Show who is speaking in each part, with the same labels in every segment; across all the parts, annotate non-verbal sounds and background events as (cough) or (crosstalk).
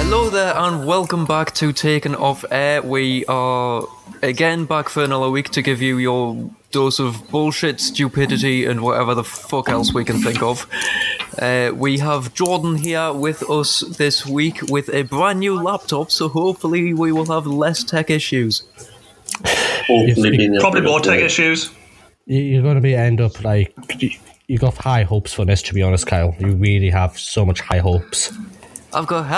Speaker 1: Hello there, and welcome back to Taken Off Air. We are again back for another week to give you your dose of bullshit, stupidity, and whatever the fuck else we can think of. Uh, we have Jordan here with us this week with a brand new laptop, so hopefully we will have less tech issues.
Speaker 2: Hopefully being there
Speaker 3: Probably
Speaker 2: for
Speaker 3: more
Speaker 2: the-
Speaker 3: tech issues.
Speaker 4: you- you're going to be end up like you got high hopes for this. To be honest, Kyle, you really have so much high hopes.
Speaker 1: I've got high,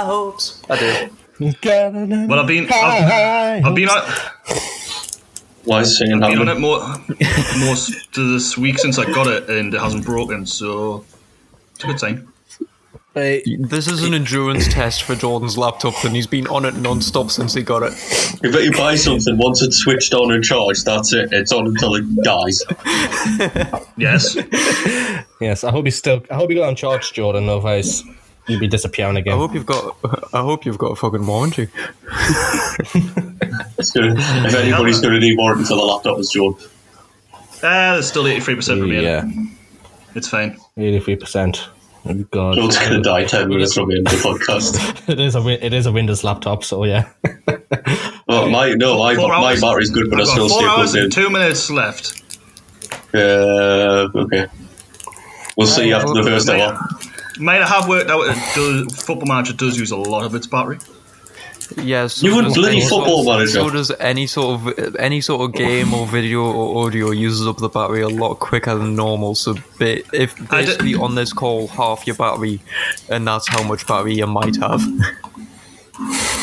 Speaker 1: high hopes. I do.
Speaker 3: Well, I've been, I've, I've been, on,
Speaker 2: Why is singing
Speaker 3: been on it
Speaker 2: happening?
Speaker 3: more, most of this week since I got it, and it hasn't broken, so it's a good sign.
Speaker 1: This is an endurance test for Jordan's laptop, and he's been on it non-stop since he got it.
Speaker 2: If you buy something, once it's switched on and charged, that's it. It's on until it dies. (laughs)
Speaker 3: Yes, Uh,
Speaker 4: Yes, I hope you still. I hope you got on charge, Jordan. Otherwise, you'll be disappearing
Speaker 1: I
Speaker 4: again.
Speaker 1: hope you've got. I hope you've got a fucking warranty.
Speaker 2: It's gonna,
Speaker 3: (laughs)
Speaker 2: if anybody's going to need warranty for the laptop, it's John.
Speaker 3: uh, there's still 83% remaining.
Speaker 4: Yeah,
Speaker 3: It's fine.
Speaker 4: eighty-three percent. Oh, God,
Speaker 2: John's going to die 10 minutes from the end of the
Speaker 3: (laughs)
Speaker 2: podcast.
Speaker 4: it is a Win- it is a Windows laptop,
Speaker 1: (laughs)
Speaker 4: so yeah.
Speaker 2: Oh, my, no, my,
Speaker 3: Four
Speaker 2: my
Speaker 3: hours.
Speaker 2: battery's good, but I
Speaker 3: I've
Speaker 2: still
Speaker 3: got four
Speaker 2: stay
Speaker 3: hours
Speaker 2: plugged in.
Speaker 3: and two minutes left.
Speaker 2: Uh, okay. We'll see after the first
Speaker 3: Mate,
Speaker 2: hour.
Speaker 3: Mate, I have worked out it does, Football Manager does use a lot of its battery.
Speaker 1: Yes,
Speaker 2: You would bloody football manager.
Speaker 1: So does any sort of any sort of game or video or audio uses up the battery a lot quicker than normal. So ba- if
Speaker 3: I did-
Speaker 1: basically on this call half your battery, and that's how much battery you might have.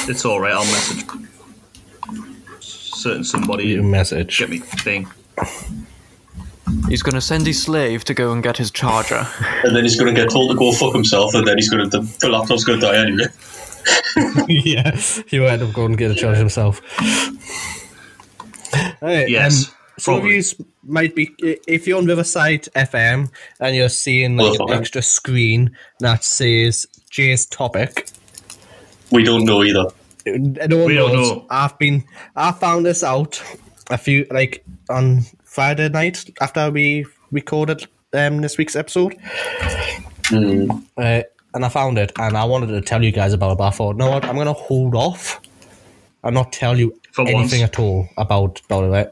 Speaker 3: It's alright, I'll message certain somebody
Speaker 4: You
Speaker 2: Mm.
Speaker 3: and
Speaker 4: message.
Speaker 3: get me thing.
Speaker 1: He's gonna send his slave to go and get his
Speaker 2: (laughs)
Speaker 1: charger.
Speaker 2: And then he's going to get told to go fuck himself, and then he's going to, the, the laptop's going to die anyway.
Speaker 4: (laughs) yeah, you end up going to get a charge himself. Alright,
Speaker 3: Yes,
Speaker 4: um, some of
Speaker 3: probably.
Speaker 4: you might be if you're on Riverside FM and you're seeing like an
Speaker 2: Motherfucker.
Speaker 4: extra screen that says Jay's topic.
Speaker 2: We don't know either.
Speaker 4: No one
Speaker 3: We don't
Speaker 4: knows.
Speaker 3: know.
Speaker 4: I've been I found this out a few like on Friday night after we recorded um this week's episode.
Speaker 2: Hmm.
Speaker 4: Uh, and I found it and I wanted to tell you guys about it, but I thought, no what, I'm gonna hold off and not tell you
Speaker 3: For once.
Speaker 4: anything at all about about it. right?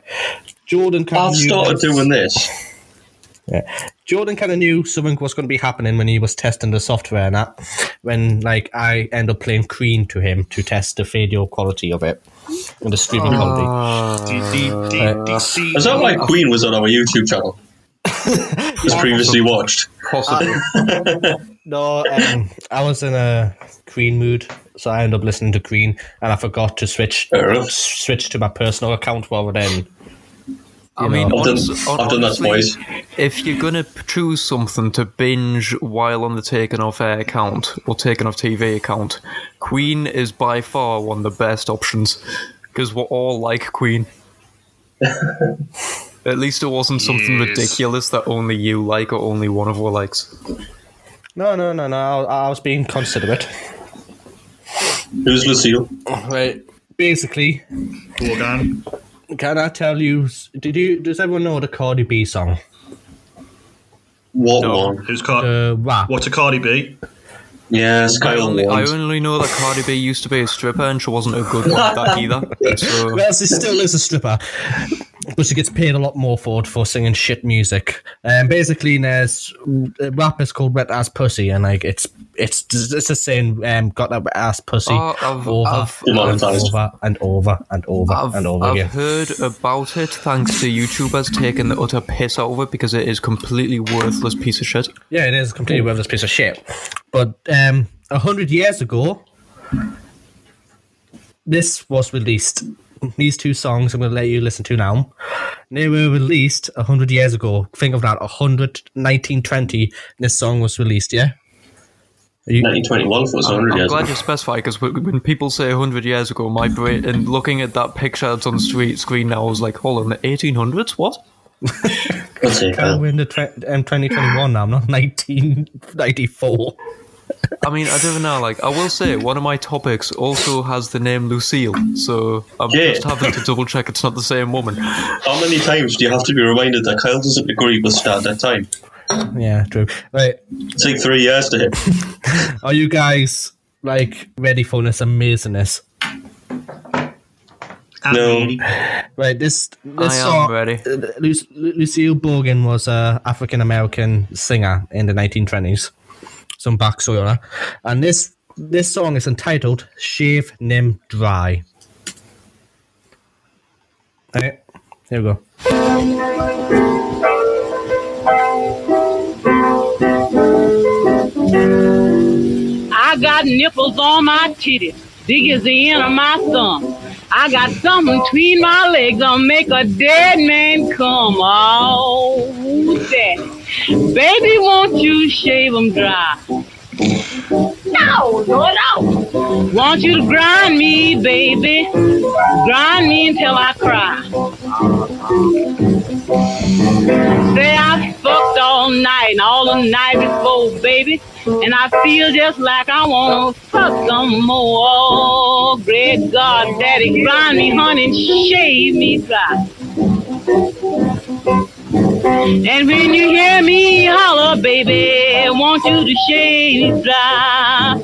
Speaker 4: Jordan kind
Speaker 2: I've
Speaker 4: of knew
Speaker 2: started doing this.
Speaker 4: Jordan kind of knew something was going to be happening when he was testing the software and that. When like I end up playing Queen to him to test the video quality of it and the streaming quality.
Speaker 3: D- D- D- DC.
Speaker 2: Uh, Is that why
Speaker 1: Oh.
Speaker 2: Queen was on our YouTube channel?
Speaker 1: (laughs)
Speaker 2: was previously watched.
Speaker 1: Possibly.
Speaker 4: No, um, I was in a Queen mood, so I ended up listening to Queen, and I forgot to switch
Speaker 2: Fair enough.
Speaker 4: switch to my personal account rather than
Speaker 1: I mean,
Speaker 2: I've done-
Speaker 1: honest- hon-
Speaker 2: I've done that
Speaker 1: honestly,
Speaker 2: twice.
Speaker 1: If you're gonna p- choose something to binge while on the Taken Off Air account or Taken Off TV account, Queen is by far one of the best options because we're all like Queen. At least it wasn't something
Speaker 3: Yes.
Speaker 1: ridiculous that only you like or only one of us likes.
Speaker 4: no, no, no, no. I, I was being considerate.
Speaker 2: Who's Lucille?
Speaker 4: Right. Basically,
Speaker 3: Logan.
Speaker 4: can I tell you? Did you? Does everyone know the Cardi B song?
Speaker 2: What
Speaker 1: No.
Speaker 2: one?
Speaker 3: Who's Cardi?
Speaker 4: The rap.
Speaker 3: What's a Cardi B?
Speaker 2: Yes,
Speaker 1: I
Speaker 2: Kyle
Speaker 1: only, I
Speaker 2: Wand.
Speaker 1: only know that Cardi B used to be a stripper and she wasn't a good one at that either. So,
Speaker 4: Well, she still is a stripper, but she gets paid a lot more for it for singing shit music. Um, basically, there's a rap is called "Wet Ass Pussy," and like it's it's it's just saying um, "got that wet ass pussy"
Speaker 1: Oh, I've-
Speaker 4: over,
Speaker 1: I've-
Speaker 4: and
Speaker 2: I've-
Speaker 4: over and over and over
Speaker 1: I've,
Speaker 4: and over
Speaker 1: I've
Speaker 4: again.
Speaker 1: heard about it thanks to YouTubers taking the utter piss out of it because it is completely worthless piece of shit.
Speaker 4: Yeah, it is a completely worthless piece of shit. But um, a hundred years ago, this was released. These two songs I'm going to let you listen to now. They were released a hundred years ago. Think of that, 100, 1920, This song was released. Yeah, You,
Speaker 2: 1921 for us, 100
Speaker 1: I'm
Speaker 2: years
Speaker 1: glad
Speaker 2: ago.
Speaker 1: you specify because when people say 100 years ago, my brain, and looking at that picture that's on the street screen now, I was like, hold on, the 1800s? What?
Speaker 2: That's it,
Speaker 4: uh,
Speaker 2: uh,
Speaker 4: we're in the tw- um, 2021 now. I'm not 1994.
Speaker 1: I mean, I don't know. Like, I will say, one of my topics also has the name Lucille, so I'm
Speaker 2: Yeah.
Speaker 1: just having to double check it's not the same woman.
Speaker 2: How many times do you have to be reminded that Kyle doesn't agree with standard time?
Speaker 4: Yeah, true. Right.
Speaker 2: It took three
Speaker 1: (laughs)
Speaker 2: years to hit.
Speaker 4: Are you guys like ready for this amazingness?
Speaker 2: No.
Speaker 4: Right, this this
Speaker 1: I am
Speaker 4: song,
Speaker 1: ready.
Speaker 4: uh, Lu- Lu- Lucille Borgin was a African American singer in the 1920s. Some backstory on her, and this this song is entitled "Shave Nim Dry." Right, here we go.
Speaker 5: I got nipples on my titties, big as the end of my thumb. I got something between my legs that'll make a dead man come. Oh, daddy. Baby, won't you shave 'em dry? No, no, no. Want you to grind me, baby. Grind me until I cry. Say I fucked all night and all the night before, baby. And I feel just like I wanna fuck some more. Oh, great God, daddy, grind me, honey, and shave me dry. And when you hear me holler, baby, want you to shave me dry.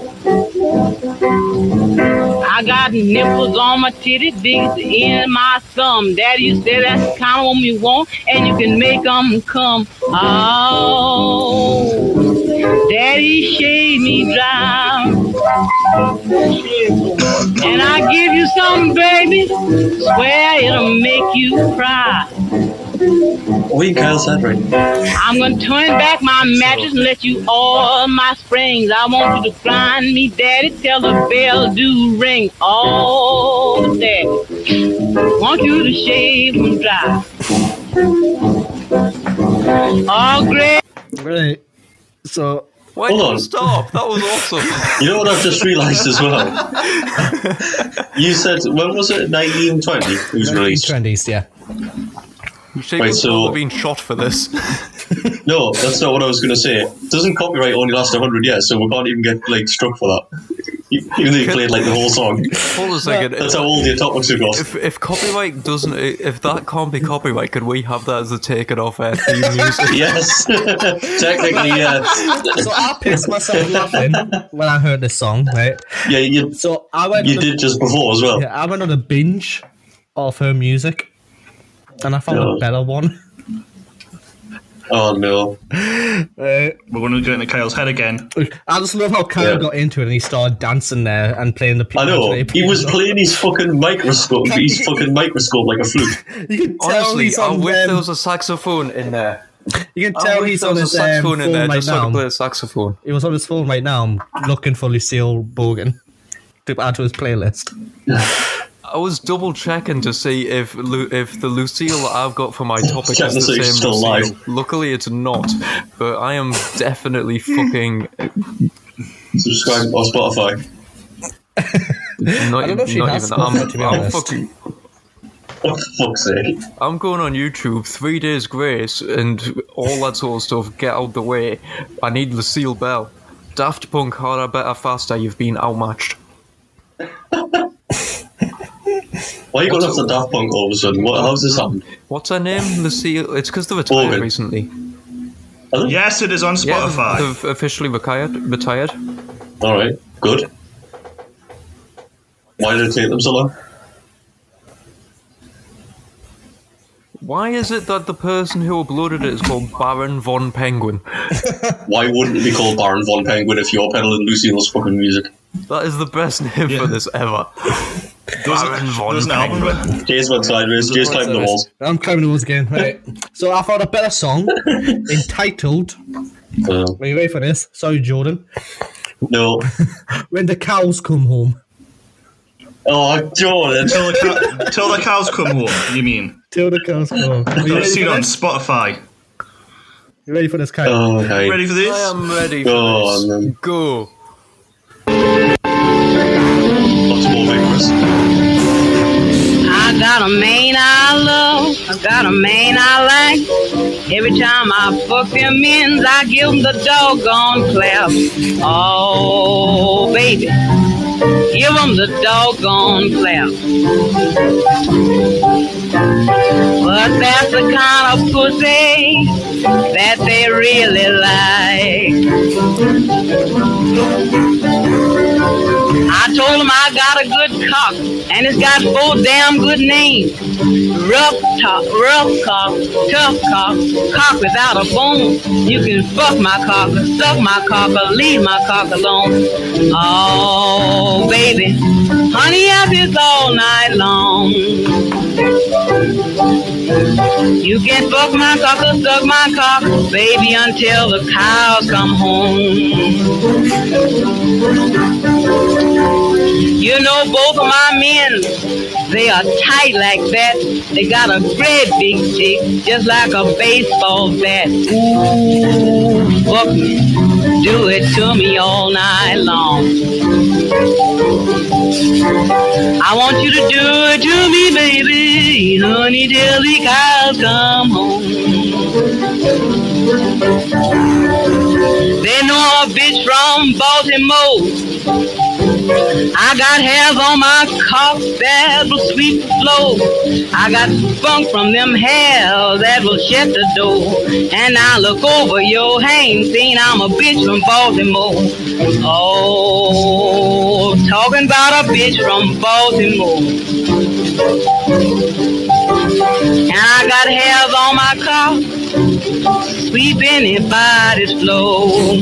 Speaker 5: I got nipples on my titty, bigs in my thumb. Daddy, you said that's the kind of woman you want, and you can make 'em come. Oh, Daddy, shave me dry. And I give you something, baby, swear it'll make you cry.
Speaker 2: What you Kyle said, right?
Speaker 5: I'm gonna turn back my mattress and let you oil my springs. I want you to grind me, daddy, till the bell do ring. Oh, daddy, want you to shave and dry. Oh, great.
Speaker 4: Right, so
Speaker 1: Why
Speaker 2: Hold
Speaker 1: did you
Speaker 2: on.
Speaker 1: stop? That was
Speaker 2: (laughs)
Speaker 1: awesome.
Speaker 2: You know what I've just realised as
Speaker 1: (laughs)
Speaker 2: well? you said, when was it? 1920? It was released.
Speaker 4: 1920s, yeah.
Speaker 1: She was
Speaker 2: so-
Speaker 1: probably being shot for this.
Speaker 2: No, that's not what I was going to say. Doesn't copyright only last 100 years, so we can't even get like struck for that. E-, Even though you played like the whole song.
Speaker 1: Hold on a second.
Speaker 2: That's how old your topics have got.
Speaker 1: If, if copyright doesn't, if that can't be copyright, could we have that as a taken off air theme
Speaker 2: (laughs)
Speaker 1: music?
Speaker 2: Yes, technically, yes.
Speaker 4: So I pissed myself laughing when I heard this song. Right,
Speaker 2: Yeah, you,
Speaker 4: so I went.
Speaker 2: you
Speaker 4: on a-
Speaker 2: did just before as well.
Speaker 4: Yeah, I went on a binge of her music, and I found a
Speaker 2: Yeah.
Speaker 4: better one.
Speaker 2: Oh no.
Speaker 4: Right.
Speaker 3: We're going to get into Kyle's head again.
Speaker 4: I just love how Kyle
Speaker 2: Yeah.
Speaker 4: got into it and he started dancing there and playing the
Speaker 2: I
Speaker 4: piano.
Speaker 2: know.
Speaker 4: actually
Speaker 2: He was
Speaker 4: playing-
Speaker 2: playing his fucking microscope, his fucking microscope like a flute.
Speaker 4: You can tell
Speaker 1: Honestly,
Speaker 4: he's
Speaker 1: I
Speaker 4: on.
Speaker 1: wish
Speaker 4: um,
Speaker 1: there was a saxophone in there.
Speaker 4: you can
Speaker 1: I
Speaker 4: tell
Speaker 1: wish
Speaker 4: he's
Speaker 1: Oh, there was a
Speaker 4: on his um,
Speaker 1: saxophone
Speaker 4: phone
Speaker 1: in there
Speaker 4: right
Speaker 1: just so I could
Speaker 4: now.
Speaker 1: play the saxophone.
Speaker 4: He was on his phone right now, looking for Lucille Bogan to add to his playlist.
Speaker 1: I was double checking to see if Lu- if the Lucille I've got for my topic
Speaker 2: Check
Speaker 1: is
Speaker 2: to
Speaker 1: the
Speaker 2: see
Speaker 1: same
Speaker 2: if it's still
Speaker 1: Lucille.
Speaker 2: alive.
Speaker 1: Luckily, it's not. But I am (laughs) definitely fucking
Speaker 2: Subscribe on Spotify.
Speaker 1: not,
Speaker 4: don't know if she
Speaker 1: not
Speaker 4: has
Speaker 1: even. I'm,
Speaker 4: Spotify, to be
Speaker 1: I'm
Speaker 4: honest.
Speaker 1: fucking.
Speaker 2: For fuck's sake.
Speaker 1: I'm going on YouTube, three days grace, and all that sort of stuff. Get out the way. I need Lucille Bell. Daft Punk, harder, better, faster. You've been outmatched.
Speaker 2: Why are you going after Daft Punk all of a sudden? What? How's this happened?
Speaker 1: What's her name? Lucille. It's because they retired
Speaker 2: Morgan.
Speaker 1: recently.
Speaker 3: Yes, it is on
Speaker 1: Yeah,
Speaker 3: Spotify.
Speaker 1: they've officially retired. Retired.
Speaker 2: All right, good. Why did it take them so long?
Speaker 1: Why is it that the person who uploaded it is called Baron von Penguin?
Speaker 2: Why wouldn't it be called Baron von Penguin if you're peddling Lucille's fucking music?
Speaker 1: That is the best name for this ever.
Speaker 3: There was a-
Speaker 1: Baron
Speaker 3: there
Speaker 1: von
Speaker 3: was an album with
Speaker 2: Jay's went sideways. Jay's climbed the walls.
Speaker 4: I'm climbing the walls again. Right. So I found a
Speaker 2: (laughs)
Speaker 4: better song entitled.
Speaker 2: Uh,
Speaker 4: Are you ready for this? Sorry, Jordan.
Speaker 2: no.
Speaker 4: When the cows come home.
Speaker 2: Oh, Jordan.
Speaker 3: Till the, Cow- Till the Cows Come Home,
Speaker 2: (laughs)
Speaker 3: you mean?
Speaker 4: Till the cows come home. Are you
Speaker 3: You've
Speaker 4: ready
Speaker 3: seen
Speaker 4: for
Speaker 3: on
Speaker 4: this?
Speaker 3: Spotify.
Speaker 4: You ready for this, Kyle? (laughs)
Speaker 2: Oh, okay.
Speaker 3: Ready for
Speaker 1: I
Speaker 3: this?
Speaker 1: am ready for
Speaker 2: Go on
Speaker 1: this.
Speaker 2: then.
Speaker 1: Go.
Speaker 5: got a man I love. I got a man I like. Every time I fuck them ends, I give them the doggone clap. Oh, baby. Give them the doggone clap. But that's the kind of pussy that they really like. I told him I got a good cock, and it's got four damn good names. Rough top, rough cock, tough cock, cock without a bone. You can fuck my cock, or suck my cock, or leave my cock alone. Oh, baby, honey, I this all night long. You can fuck my cock or suck my cock, baby, until the cows come home. You know, both of my men, they are tight like that. They got a great big dick, just like a baseball bat. Ooh, fuck me. Do it to me all night long. I want you to do it to me, baby, honey, till the cows come home. They know a bitch from Baltimore. I got hairs on my cock that will sweep the floor. I got funk from them hairs that will shut the door. And I look over your hang, seen I'm a bitch from Baltimore. Oh, talking about a bitch from Baltimore. And I got hairs on my cock, sweep anybody's floor.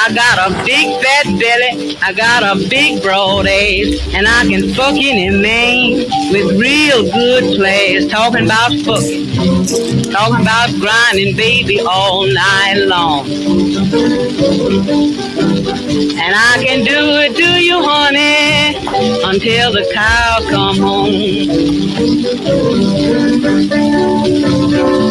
Speaker 5: I got a big fat belly, I got a big broad ass, and I can fuck any man with real good plays. Talking about fucking, talking about grinding, baby, all night long. And I can do it to you, honey, until the cows come home.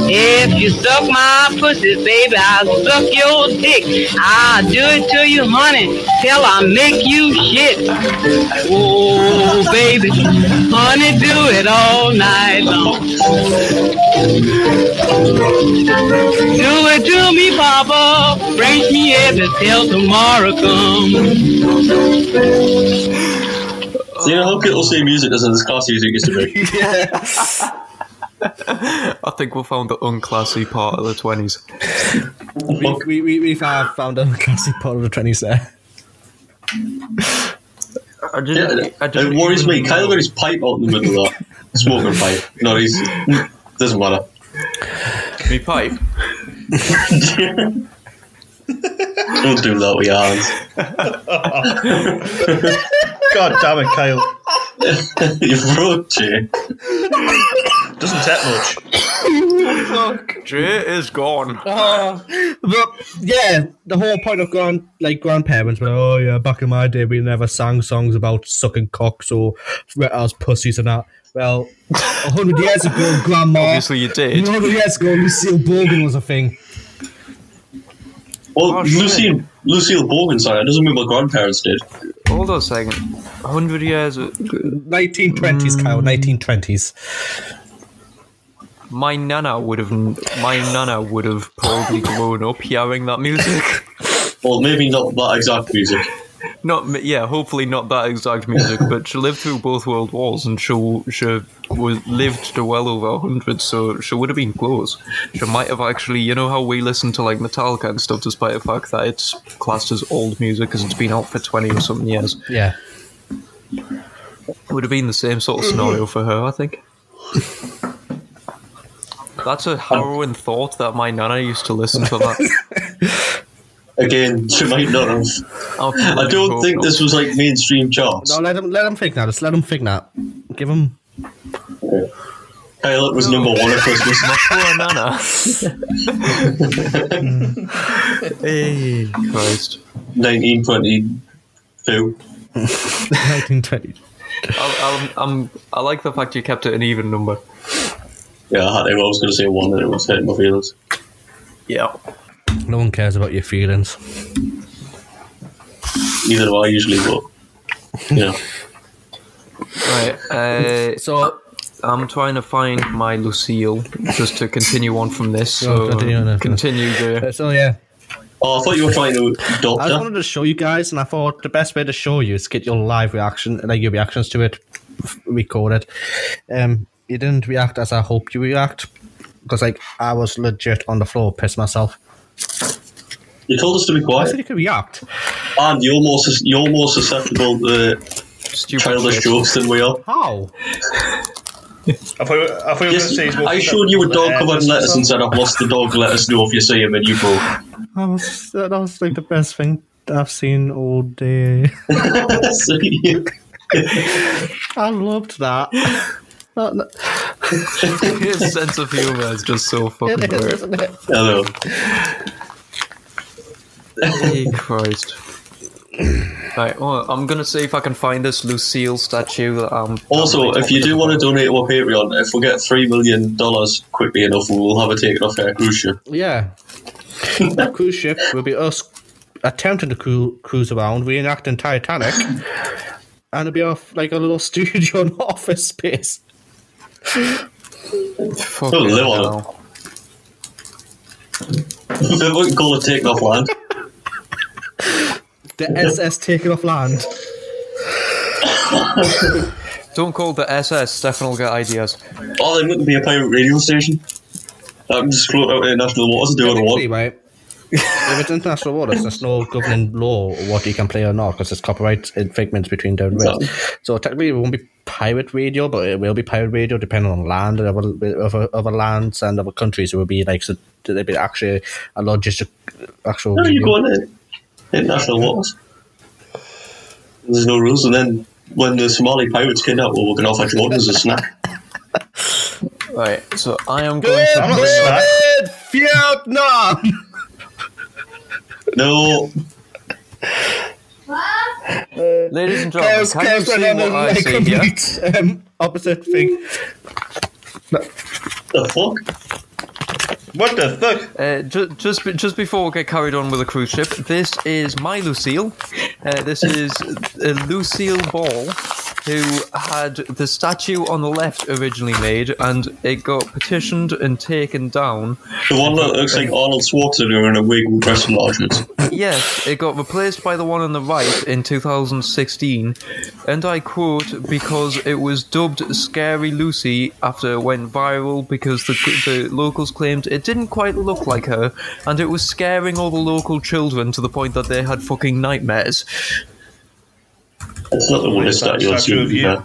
Speaker 5: If you suck my pussy, baby, I'll suck your dick. I'll do it to you, honey, till I make you shit. Oh, baby, honey, do it all night long. Do it to me, Papa. Bring me ever till tomorrow comes.
Speaker 2: You know how people say music doesn't as classy as it used to be.
Speaker 3: (laughs)
Speaker 1: I think we found the unclassy part of the 20s.
Speaker 4: We, we, we, we have found a classic part of the 20s there.
Speaker 1: I didn't,
Speaker 2: Yeah,
Speaker 1: I didn't
Speaker 2: it worries
Speaker 1: even
Speaker 2: me. Kyle
Speaker 1: know.
Speaker 2: got his pipe out in the middle of that. Smoking pipe. No, he's. Doesn't matter.
Speaker 1: Me pipe.
Speaker 2: Don't do that with your hands.
Speaker 3: God damn it, Kyle.
Speaker 2: (laughs) You've ruined Jay.
Speaker 3: Doesn't take much.
Speaker 1: Jay is gone.
Speaker 4: But yeah, the whole point of grand like grandparents were, oh yeah, back in my day we never sang songs about sucking cocks or wet ass pussies and that. Well, a hundred years ago, grandma.
Speaker 1: Obviously you
Speaker 4: a
Speaker 1: did.
Speaker 4: hundred years ago, Lucille Bogan was a thing.
Speaker 2: Well,
Speaker 1: Oh, shit.
Speaker 2: Lucille, Lucille Bowman, sorry, that doesn't mean my grandparents did.
Speaker 1: Hold on a second. 100 years. of-
Speaker 4: Nineteen twenties, Kyle. Nineteen twenties.
Speaker 1: My nana would have. My nana would have probably grown up hearing that music.
Speaker 2: Well, maybe not that exact music.
Speaker 1: Not m- yeah. Hopefully not that exact music, but she lived through both world wars, and she she was lived to well over hundred, so she would have been close. She might have actually. You know how we listen to like Metallica and stuff, despite the fact that it's classed as old music because it's been out for twenty or something years.
Speaker 4: Yeah.
Speaker 1: would have been the same sort of scenario for her, I think. That's a harrowing thought that my nana used to listen to that.
Speaker 2: Again, she might not have. (laughs) I
Speaker 1: Oh,
Speaker 2: don't think this was like mainstream charts.
Speaker 4: No, let him let him think that. Just let him think that. Give him.
Speaker 2: Kyle, it was number one at Christmas.
Speaker 1: My poor
Speaker 4: (laughs)
Speaker 1: nana. hey, Christ.
Speaker 2: 1922.
Speaker 4: 1920.
Speaker 1: i i I'm, I like the fact you kept it an even number.
Speaker 2: Yeah, I had- I was going to say one and it was hurting my feelings.
Speaker 1: Yeah.
Speaker 4: No one cares about your feelings.
Speaker 2: Neither do I usually, but. Yeah.
Speaker 1: Right. Uh,
Speaker 4: So
Speaker 1: I'm trying to find my Lucille just to continue on from this. So
Speaker 4: Oh, continue on, uh,
Speaker 1: continue there.
Speaker 4: uh, so yeah.
Speaker 2: Oh, I thought you were trying to
Speaker 4: I just
Speaker 2: doctor.
Speaker 4: wanted to show you guys, and I thought the best way to show you is get your live reaction, like your reactions to it, f- recorded. Um, you didn't react as I hoped you react, because like I was legit on the floor, pissed myself.
Speaker 2: You told us to be
Speaker 4: I said
Speaker 2: quiet,
Speaker 4: you could react.
Speaker 2: and you're more sus- you're more susceptible to
Speaker 1: Stupid
Speaker 2: childish
Speaker 1: shit.
Speaker 2: jokes than we are.
Speaker 4: How?
Speaker 3: I thought, I thought you were going to
Speaker 2: Yes,
Speaker 3: say he's more
Speaker 2: I showed you a
Speaker 3: susceptible
Speaker 2: dog
Speaker 3: to
Speaker 2: covered in
Speaker 3: hairless
Speaker 2: letters and said, "I've lost the dog. Let us know if you see him." And you
Speaker 3: (laughs)
Speaker 2: broke.
Speaker 4: I was that was like the best thing I've seen all day. (laughs)
Speaker 2: See?
Speaker 4: I loved that. (laughs) That- that-
Speaker 1: His sense of humor is just so fucking
Speaker 4: (laughs) it is,
Speaker 1: weird.
Speaker 4: isn't it?
Speaker 2: Hello.
Speaker 1: Hey Christ. Right, well, I'm gonna see if I can find this Lucille statue that I'm.
Speaker 2: Also,
Speaker 1: I'm
Speaker 2: if you do want to donate to our Patreon, if we get three million dollars quickly enough, we'll have it taken off our cruise ship. (laughs)
Speaker 4: Yeah. the cruise ship will be us attempting to cru- cruise around, reenacting
Speaker 2: (laughs)
Speaker 4: Titanic, and it'll be off like a little (laughs) studio and office space.
Speaker 1: fucking
Speaker 2: Don't live on
Speaker 1: hell.
Speaker 2: they wouldn't call it taken off land.
Speaker 4: The SS taking off land.
Speaker 1: Don't call the SS. Stefan will get ideas.
Speaker 2: Oh, they wouldn't be a pirate radio station. I can just float out in international waters and do what I
Speaker 4: Technically,
Speaker 2: want.
Speaker 4: right? if it's international waters, there's no governing law what you can play or not because it's copyright infringements between different
Speaker 2: Exactly.
Speaker 4: rates. So technically, it won't be pirate radio, but it will be pirate radio depending on land and other, other, other lands and other countries. It will be like so there'll be actually a logistic actual.
Speaker 2: No, you
Speaker 4: radio.
Speaker 2: go on in international waters. There's no rules, and then when the Somali pirates kidnap, well, we can offer Jordan as a snack.
Speaker 1: Right, so I am going to.
Speaker 3: I'm not a snack.
Speaker 4: Vietnam.
Speaker 2: No,
Speaker 1: Ladies and gentlemen,
Speaker 4: Yes,
Speaker 1: can you
Speaker 4: yes, and
Speaker 1: see
Speaker 4: then
Speaker 1: what I
Speaker 4: like
Speaker 1: see here?
Speaker 4: complete, um, opposite thing.
Speaker 2: the fuck?
Speaker 3: What the fuck?
Speaker 1: Uh, ju- just be- just before we get carried on with the cruise ship, this is my Lucille. Uh, this is uh, Lucille Ball, who had the statue on the left originally made, and it got petitioned and taken down.
Speaker 2: The one that looks like Arnold Schwarzenegger in a wig with breast enlargements.
Speaker 1: Yes, it got replaced by the one on the right in 2016, and I quote because it was dubbed "Scary Lucy" after it went viral because the the locals claimed it didn't quite look like her, and it was scaring all the local children to the point that they had fucking nightmares.
Speaker 2: It's not the weirdest statue I've
Speaker 3: Statue
Speaker 2: seen.
Speaker 3: of
Speaker 2: to be
Speaker 3: you.
Speaker 2: fair.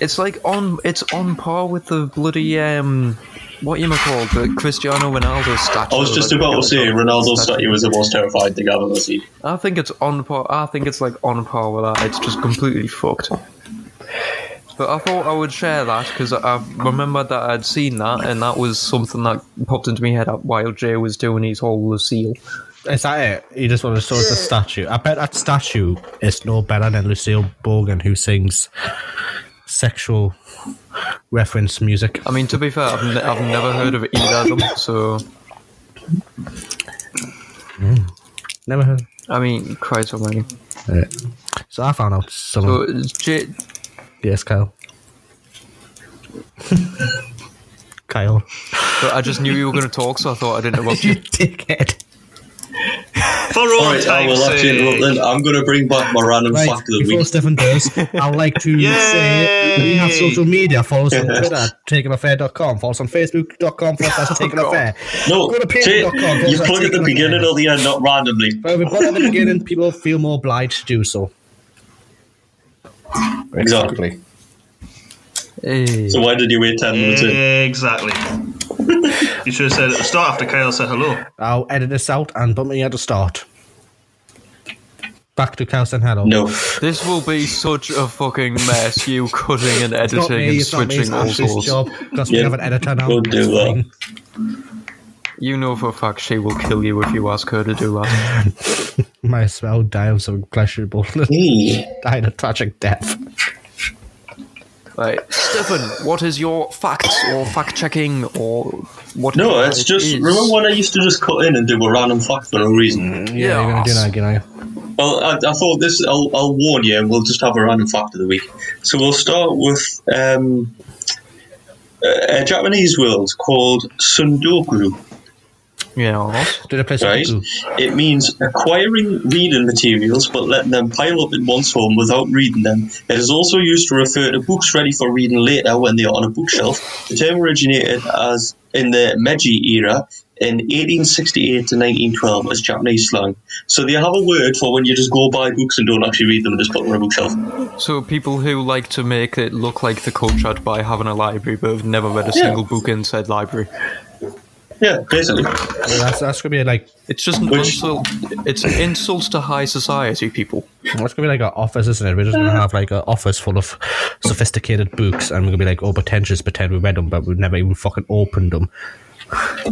Speaker 1: It's like on it's on par with the bloody um. What you call the Cristiano Ronaldo statue?
Speaker 2: I was just
Speaker 1: that-
Speaker 2: about to say Ronaldo's statue was the most terrifying thing I've ever seen.
Speaker 1: I think it's on par. I think it's like on par with that. It's just completely fucked. But I thought I would share that because I, I remembered that I'd seen that, and that was something that popped into my head while Jay was doing his whole Lucille.
Speaker 4: Is that it? You just want to show us the statue. I bet that statue is no better than Lucille Bogan, who sings sexual reference music.
Speaker 1: I mean, to be fair, I've, ne- I've never heard of either of them, so
Speaker 4: Never heard.
Speaker 1: I mean, Christ Almighty.
Speaker 4: Uh, so I found out someone.
Speaker 1: So Jay,
Speaker 4: yes, Kyle. (laughs) Kyle,
Speaker 1: but I just knew you were going to talk, so I thought I'd interrupt
Speaker 4: (laughs)
Speaker 1: you.
Speaker 4: dickhead.
Speaker 3: For all
Speaker 2: Alright, I
Speaker 3: time's
Speaker 2: will have to interrupt
Speaker 3: sake.
Speaker 2: then. I'm going to bring back my random
Speaker 4: Right,
Speaker 2: fact of the
Speaker 4: before
Speaker 2: week.
Speaker 4: Stefan does, I'd like to say we have social media. Follow us on Twitter, takeofffair.com. Follow us on facebook.com, follow us at affair.
Speaker 2: No,
Speaker 4: Go to
Speaker 2: Jay,
Speaker 4: patreon.com.
Speaker 2: you plug at the beginning or the end, not randomly.
Speaker 4: But we put it at the beginning, people feel more obliged to do so.
Speaker 2: Exactly.
Speaker 1: Hey.
Speaker 2: So why did you wait 10 minutes in? (laughs)
Speaker 3: Exactly. you should have said at the start after Kyle said hello.
Speaker 4: I'll edit this out and put me at the start. Back to Cows and Hello.
Speaker 2: No.
Speaker 1: This will be such a fucking mess. You cutting and
Speaker 4: It's not
Speaker 1: editing
Speaker 4: me,
Speaker 1: and
Speaker 4: it's not me, it's
Speaker 1: switching all
Speaker 4: Ashley's
Speaker 1: sorts.
Speaker 4: job. Because we
Speaker 2: Yeah,
Speaker 4: have an editor now.
Speaker 2: don't do that.
Speaker 4: Fine.
Speaker 1: You know for a fact she will kill you if you ask her to do that.
Speaker 4: Might as well die of some pleasurable,
Speaker 2: Hey,
Speaker 4: (laughs)
Speaker 3: Mm.
Speaker 4: die a tragic death.
Speaker 1: Right, Stefan, what is your facts or fact checking or what?
Speaker 2: No, it's
Speaker 1: it
Speaker 2: just.
Speaker 1: is?
Speaker 2: Remember when I used to just cut in and do a random fact for no reason?
Speaker 4: Yeah, you're gonna do that again, are you?
Speaker 2: Well, I, I thought this. I'll, I'll warn you, and we'll just have a random fact of the week. So we'll start with um, a a Japanese word called sundoku.
Speaker 1: Yeah, all right.
Speaker 4: Did I play
Speaker 2: Right?
Speaker 4: Sudoku?
Speaker 2: It means acquiring reading materials but letting them pile up in one's home without reading them. It is also used to refer to books ready for reading later when they are on a bookshelf. The term originated as in the Meiji era in 1868 to 1912 as Japanese slang. So they have a word for when you just go buy books and don't actually read them and just put them on a bookshelf.
Speaker 1: So people who like to make it look like the culture by having a library but have never read a
Speaker 2: Yeah.
Speaker 1: single book in said library.
Speaker 2: Yeah, basically.
Speaker 3: Mm.
Speaker 4: That's, that's gonna be like
Speaker 1: It's just an
Speaker 2: Which-
Speaker 1: insult. It's an insult to high society, people.
Speaker 4: that's gonna be like our office, isn't it? We're just gonna have like an office full of sophisticated books, and we're gonna be like all pretentious, pretend we read them, but we've never even fucking opened them.
Speaker 2: Well, I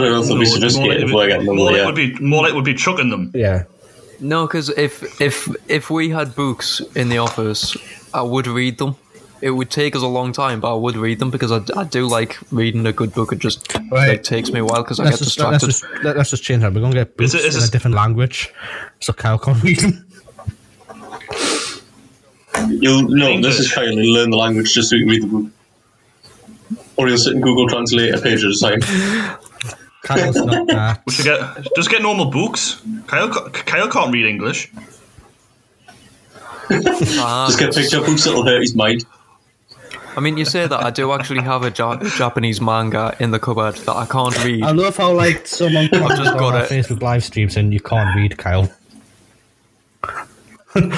Speaker 2: don't know if they'll be sophisticated before I get them.
Speaker 3: more like
Speaker 2: Yeah.
Speaker 3: would be more like would be chucking them.
Speaker 4: Yeah,
Speaker 1: No, because if if if we had books in the office, I would read them. It would take us a long time, but I would read them because I, I do like reading a good book. It just
Speaker 4: Right.
Speaker 1: like, takes me a while because I
Speaker 4: let's
Speaker 1: get
Speaker 4: just, let's
Speaker 1: distracted.
Speaker 4: just let- let's just change that. We're gonna get books
Speaker 3: Is it- is
Speaker 4: in a
Speaker 3: this-
Speaker 4: different language, so Kyle can't read them.
Speaker 2: You'll no, this is
Speaker 3: English.
Speaker 2: how you learn the language just so you can read the book. Or you'll sit and Google Translate a page at a time.
Speaker 4: Kyle's not that.
Speaker 3: We should get just get normal books. Kyle ca- Kyle can't read English.
Speaker 1: Ah,
Speaker 2: Just get picked up books that'll hurt his mind.
Speaker 1: I mean, you say that I do actually have a ja- Japanese manga in the cupboard that I can't read.
Speaker 3: Um,
Speaker 4: I love how like someone I've
Speaker 1: just got
Speaker 4: on our
Speaker 1: it.
Speaker 4: Facebook live streams and you can't read Kyle.
Speaker 1: Who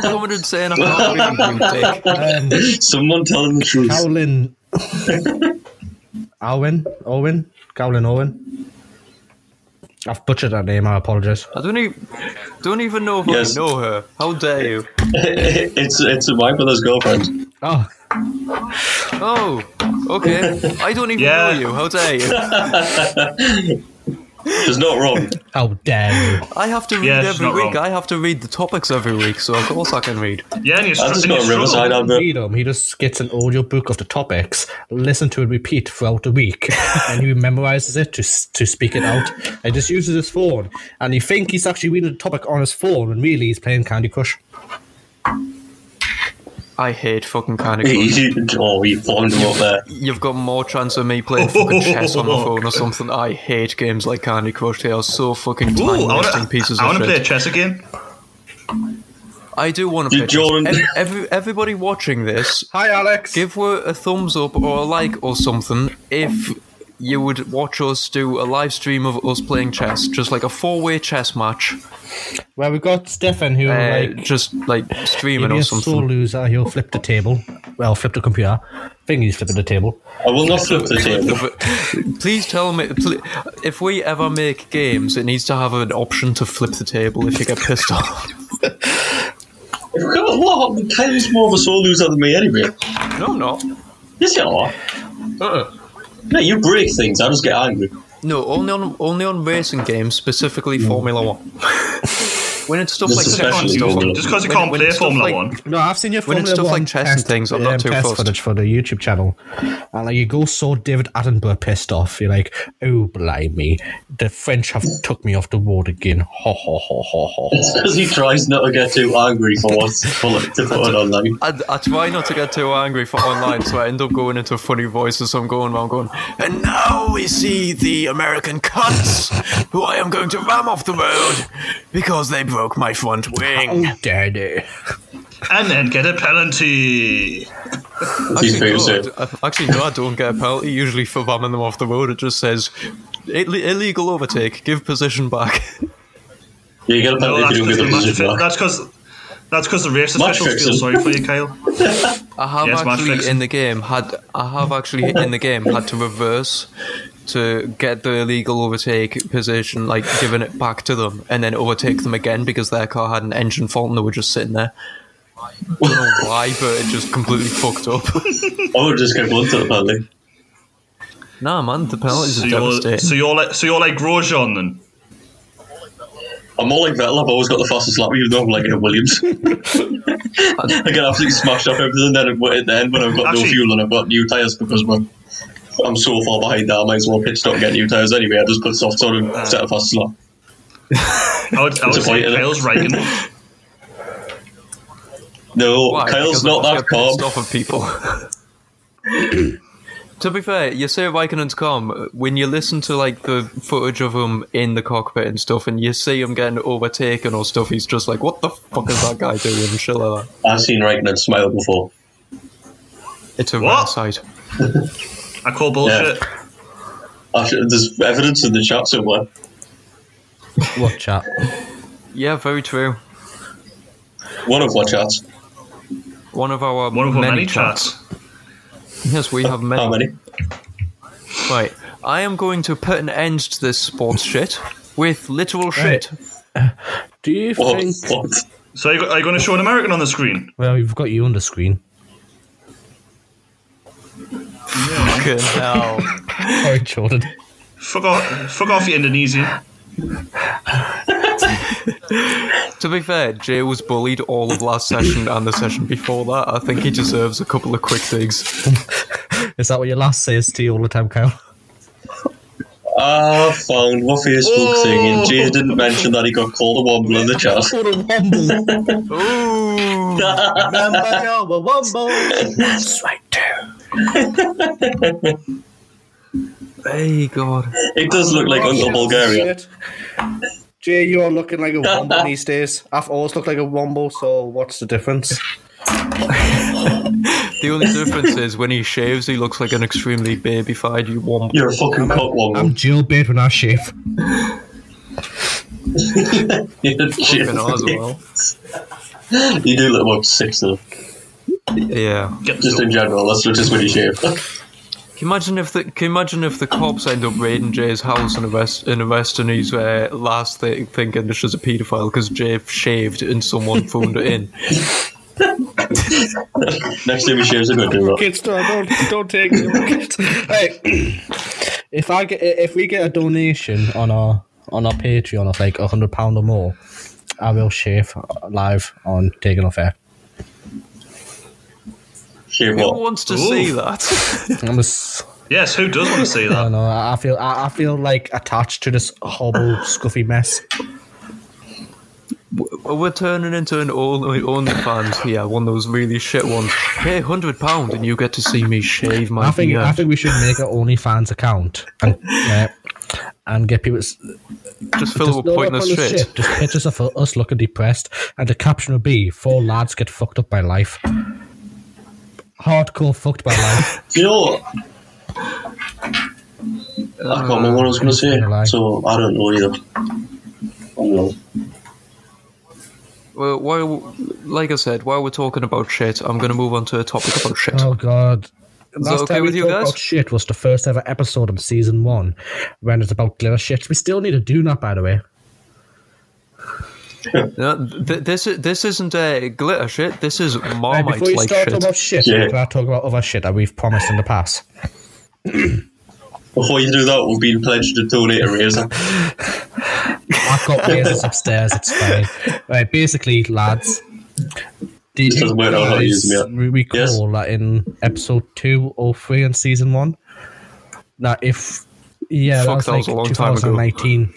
Speaker 1: commented saying I can't read? You
Speaker 3: (laughs)
Speaker 1: dick.
Speaker 4: Um,
Speaker 2: Someone tell him the truth.
Speaker 4: Cowlin. Owen? Owen? Cowlin Owen? I've butchered that name, I apologise.
Speaker 1: I don't even don't even know if
Speaker 2: Yes.
Speaker 1: I know her. How dare you?
Speaker 2: (laughs) it's it's my brother's girlfriend.
Speaker 4: Oh,
Speaker 1: Oh, okay. I don't even
Speaker 3: Yeah.
Speaker 1: know you. How dare you?
Speaker 2: She's not wrong.
Speaker 4: how dare you.
Speaker 1: I have to read
Speaker 3: Yeah, she's
Speaker 1: every
Speaker 3: not
Speaker 1: week.
Speaker 3: wrong.
Speaker 1: I have to read the topics every week, so of course I can read.
Speaker 3: Yeah, and you
Speaker 2: I've
Speaker 3: str-
Speaker 2: just
Speaker 3: and you
Speaker 2: got a Riverside
Speaker 3: struggle.
Speaker 4: (laughs)
Speaker 2: advert.
Speaker 4: Read him. He just gets an audiobook of the topics, listen to it repeat throughout the week, (laughs) and he memorises it to s- to speak it out. He just uses his phone, and you think he's actually reading the topic on his phone, when really he's playing Candy Crush.
Speaker 1: I hate fucking kind of.
Speaker 2: He- he- oh, you found him up there.
Speaker 1: You've got more chance of me playing fucking chess on
Speaker 3: (laughs)
Speaker 1: my phone or something. I hate games like Candy Crush. They are so fucking
Speaker 3: Ooh,
Speaker 1: time
Speaker 3: I
Speaker 1: wasting
Speaker 3: want
Speaker 1: pieces
Speaker 3: to. I
Speaker 1: of
Speaker 3: want to play
Speaker 1: shit.
Speaker 3: chess again.
Speaker 1: I do want to
Speaker 2: You
Speaker 1: play chess.
Speaker 2: Jordan-
Speaker 1: Ev- every- everybody watching this,
Speaker 4: Hi, Alex.
Speaker 1: give her a thumbs up or a like or something if you would watch us do a live stream of us playing chess, just like a four-way chess match.
Speaker 4: well, we've got Stefan who
Speaker 1: uh,
Speaker 4: like
Speaker 1: just like streaming
Speaker 4: He'll
Speaker 1: or
Speaker 4: be a sore
Speaker 1: something.
Speaker 4: loser. He'll flip the table. Well, flip the computer. Think he's flipping the table.
Speaker 2: I will not flip the
Speaker 1: (laughs)
Speaker 2: table.
Speaker 1: Please tell me pl- if we ever make games, it needs to have an option to flip the table if you get pissed off.
Speaker 2: God, what? Kyle's more of a sore loser than me anyway.
Speaker 1: No, I'm not.
Speaker 2: Yes, you are. Yeah, you break things. I just get angry. (laughs)
Speaker 1: No, only on only on racing games, specifically Formula One. when it's stuff
Speaker 2: This
Speaker 1: like
Speaker 2: is
Speaker 1: chess and
Speaker 2: especially
Speaker 1: stuff,
Speaker 2: Formula
Speaker 3: Just because you
Speaker 1: When-
Speaker 3: can't
Speaker 1: when
Speaker 3: play
Speaker 1: it's stuff
Speaker 3: Formula
Speaker 1: like-
Speaker 3: One,
Speaker 4: No, I've seen your
Speaker 1: When it's
Speaker 4: Formula
Speaker 1: stuff
Speaker 4: One
Speaker 1: like chess and
Speaker 4: test-
Speaker 1: things, I'm not too
Speaker 4: test
Speaker 1: fussed.
Speaker 4: footage for the YouTube channel, and like you go so David Attenborough pissed off. You're like, oh blimey, the French have took me off the road again. Ho ho ho ho ho.
Speaker 2: It's because he tries not to get too angry for (laughs) what's for like, to put it online.
Speaker 1: I, I try not to get too angry for online, so I end up going into funny voices. I'm going around going, and now we see the American cunts who I am going to ram off the road because they broke my front wing.
Speaker 4: Oh daddy.
Speaker 3: and then get a penalty.
Speaker 2: These
Speaker 1: Actually,
Speaker 2: people say.
Speaker 1: no, I d- I- actually, no, I don't get a penalty usually for ramming them off the road. It just says "Ill- illegal overtake, give position back.
Speaker 2: Yeah, you get a penalty
Speaker 3: No,
Speaker 2: if
Speaker 3: that's
Speaker 2: you don't give the
Speaker 3: because
Speaker 2: position back.
Speaker 3: that's because that's because the race
Speaker 2: Match
Speaker 3: officials feel
Speaker 2: fixing.
Speaker 3: sorry for you, Kyle.
Speaker 1: (laughs) I have
Speaker 3: Yes, match
Speaker 1: actually
Speaker 3: fixing.
Speaker 1: in the game had I have actually in the game had to reverse to get the illegal overtake position, like giving it back to them, and then overtake them again because their car had an engine fault and they were just sitting there. I don't know why, but it just completely fucked up. (laughs)
Speaker 2: I would just get one to the penalty.
Speaker 1: nah, man, the penalties
Speaker 3: So
Speaker 1: are
Speaker 3: you're,
Speaker 1: devastating.
Speaker 3: so you're like so you're like Grosjean then.
Speaker 2: I'm more like Vettel. I've always got the fastest lap, even though I'm like in a Williams. (laughs) I get absolutely smashed up everything. Then at the end, when I've got
Speaker 3: Actually-
Speaker 2: no fuel and I've got new tyres because my, I'm so far behind that I might as well pit stop and get new tyres anyway. I just put soft on and set a fast lap.
Speaker 3: I would, I would say
Speaker 2: Disappointed.
Speaker 3: Kyle's Reagan.
Speaker 2: No,
Speaker 1: Why?
Speaker 2: Kyle's
Speaker 1: Because
Speaker 2: not
Speaker 1: I just
Speaker 2: that
Speaker 1: get
Speaker 2: calm.
Speaker 1: pissed off of people. to be fair, you say Raikkonen's calm. When you listen to like the footage of him in the cockpit and stuff, and you see him getting overtaken or stuff, he's just like, "What the fuck is that guy doing?" and shit like that.
Speaker 2: I've seen Reagan smile before.
Speaker 1: It's a
Speaker 3: What?
Speaker 1: rare sight.
Speaker 3: I call bullshit.
Speaker 2: After, there's evidence in the chat somewhere.
Speaker 4: What chat?
Speaker 1: Yeah, very true.
Speaker 2: One of our chats.
Speaker 1: One of our
Speaker 3: One of our
Speaker 1: many,
Speaker 3: many
Speaker 1: chats.
Speaker 3: chats.
Speaker 1: Yes, we have many.
Speaker 2: How many?
Speaker 1: Right. I am going to put an end to this sports shit with literal shit.
Speaker 4: Do you
Speaker 1: Oh.
Speaker 2: What?
Speaker 4: think?
Speaker 2: what?
Speaker 3: So are you, are you going to show an American on the screen?
Speaker 4: Well, we've got you on the screen.
Speaker 1: Fucking hell.
Speaker 4: Sorry, Jordan.
Speaker 3: Fuck off, fuck off, you Indonesian.
Speaker 1: To be fair, Jay was bullied all of last session and the session before that. I think he deserves a couple of quick digs.
Speaker 4: Is that what your last says to you all the time, (laughs) Kyle?
Speaker 2: I Ah, found my Facebook thing and Jay didn't mention that he got called a womble in the chat.
Speaker 4: What a womble!
Speaker 1: Ooh!
Speaker 4: That's right, too.
Speaker 1: Hey, God.
Speaker 2: It does look like Uncle Bulgaria.
Speaker 4: Jay, you are looking like a womble these days. I've always looked like a womble, so what's the difference?
Speaker 1: The only difference is when he shaves, he looks like an extremely babyfied you
Speaker 2: (laughs)
Speaker 1: womp.
Speaker 2: You're a fucking cock womble.
Speaker 4: Jill Beard when I shave.
Speaker 2: You're
Speaker 1: Fucking
Speaker 2: Jay.
Speaker 1: hell as well.
Speaker 2: (laughs) You do look about six though.
Speaker 1: Yeah.
Speaker 3: Get
Speaker 2: Just in
Speaker 3: the
Speaker 2: general, that's just when you shave. (laughs)
Speaker 1: Can you imagine if the can you imagine if the cops end up raiding Jay's house and arrest and arresting his uh, last thing thinking this is a paedophile because Jay shaved and someone phoned it in.
Speaker 2: Next time he shaves, I'm going to do that.
Speaker 4: Kids, no, don't, don't take me. Kids. Hey, if I get, if we get a donation on our on our Patreon of like a hundred pound or more, I will shave live on taking off air.
Speaker 2: Shave
Speaker 1: Who (laughs)
Speaker 2: what?
Speaker 1: wants to
Speaker 3: Ooh.
Speaker 1: see that?
Speaker 4: I'm just,
Speaker 3: Yes, who does want to see
Speaker 4: I
Speaker 1: (laughs)
Speaker 3: that?
Speaker 4: don't know. I I feel I, I feel like attached to this horrible scuffy mess.
Speaker 1: We're turning into an only OnlyFans here, one of those really shit ones. Pay hundred pound and you get to see me shave my
Speaker 4: I think
Speaker 1: beard.
Speaker 4: I think we should make an OnlyFans account and
Speaker 1: (laughs)
Speaker 4: yeah, and get people. s-
Speaker 1: Just fill it with pointless shit.
Speaker 4: Just pictures of us looking depressed, and the caption would be: Four lads get fucked up by life." Hardcore fucked by
Speaker 1: (laughs)
Speaker 4: life.
Speaker 2: You know what? I can't remember what I was going to say,
Speaker 1: Uh,
Speaker 4: Lie.
Speaker 2: so I don't know either. I don't know.
Speaker 1: Well, while, like I said, while we're talking about shit, I'm going to move on to a topic about shit.
Speaker 4: oh god.
Speaker 1: that okay
Speaker 4: we
Speaker 1: with you
Speaker 4: talked
Speaker 1: guys?
Speaker 4: about shit was the first ever episode of season one, when it's about glitter shit. We still need to do that, by the way.
Speaker 1: No, th- this is this isn't uh, glitter shit. This is
Speaker 4: Right,
Speaker 1: marmite
Speaker 4: before you
Speaker 1: like
Speaker 4: start talking
Speaker 1: shit.
Speaker 4: about shit,
Speaker 2: Yeah.
Speaker 4: can I talk about other shit that we've promised in the past?
Speaker 2: Before you do that, we've been pledged to donate a razor.
Speaker 4: I've got razors upstairs. It's fine. Right, basically, lads. Did
Speaker 2: Just
Speaker 4: you
Speaker 2: wait on how to use
Speaker 4: guys
Speaker 2: me up.
Speaker 4: re- recall
Speaker 2: Yes.
Speaker 4: that in episode two or three in season one? That if yeah,
Speaker 1: Fuck,
Speaker 4: that was like
Speaker 1: a long time ago.
Speaker 4: 2019.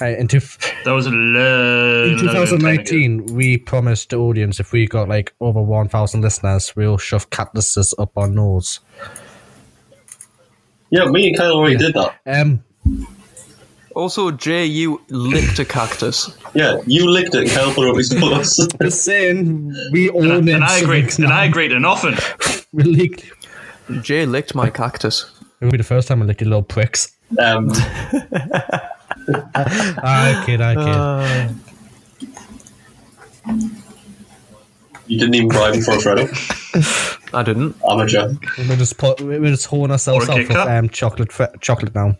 Speaker 4: Right, and to f-
Speaker 3: That was a lo-
Speaker 4: in 2019, we promised the audience if we got like over 1,000 listeners, we'll shove cactuses up our nose.
Speaker 2: Yeah, me and Kyle already did that.
Speaker 4: Um,
Speaker 1: Also, Jay, you licked a cactus.
Speaker 2: Yeah, you licked it and Kyle put it up his (laughs) puss.
Speaker 4: just saying, we own
Speaker 3: And,
Speaker 4: it.
Speaker 3: and I
Speaker 4: so
Speaker 3: agreed.
Speaker 4: it's
Speaker 3: And
Speaker 4: not
Speaker 3: I agreed. And
Speaker 1: (laughs)
Speaker 3: often.
Speaker 4: really-
Speaker 1: Jay licked my cactus.
Speaker 4: It would be the first time I licked your little pricks.
Speaker 2: Um,
Speaker 4: Ah, I kid, I kid.
Speaker 1: Ah.
Speaker 2: you didn't even bribe him for a Freddo.
Speaker 1: I didn't.
Speaker 2: Amateur.
Speaker 4: We're just put, we're just holding ourselves
Speaker 3: Or a
Speaker 4: up
Speaker 3: Kit
Speaker 4: with
Speaker 3: Kat.
Speaker 4: um, chocolate fr- chocolate now.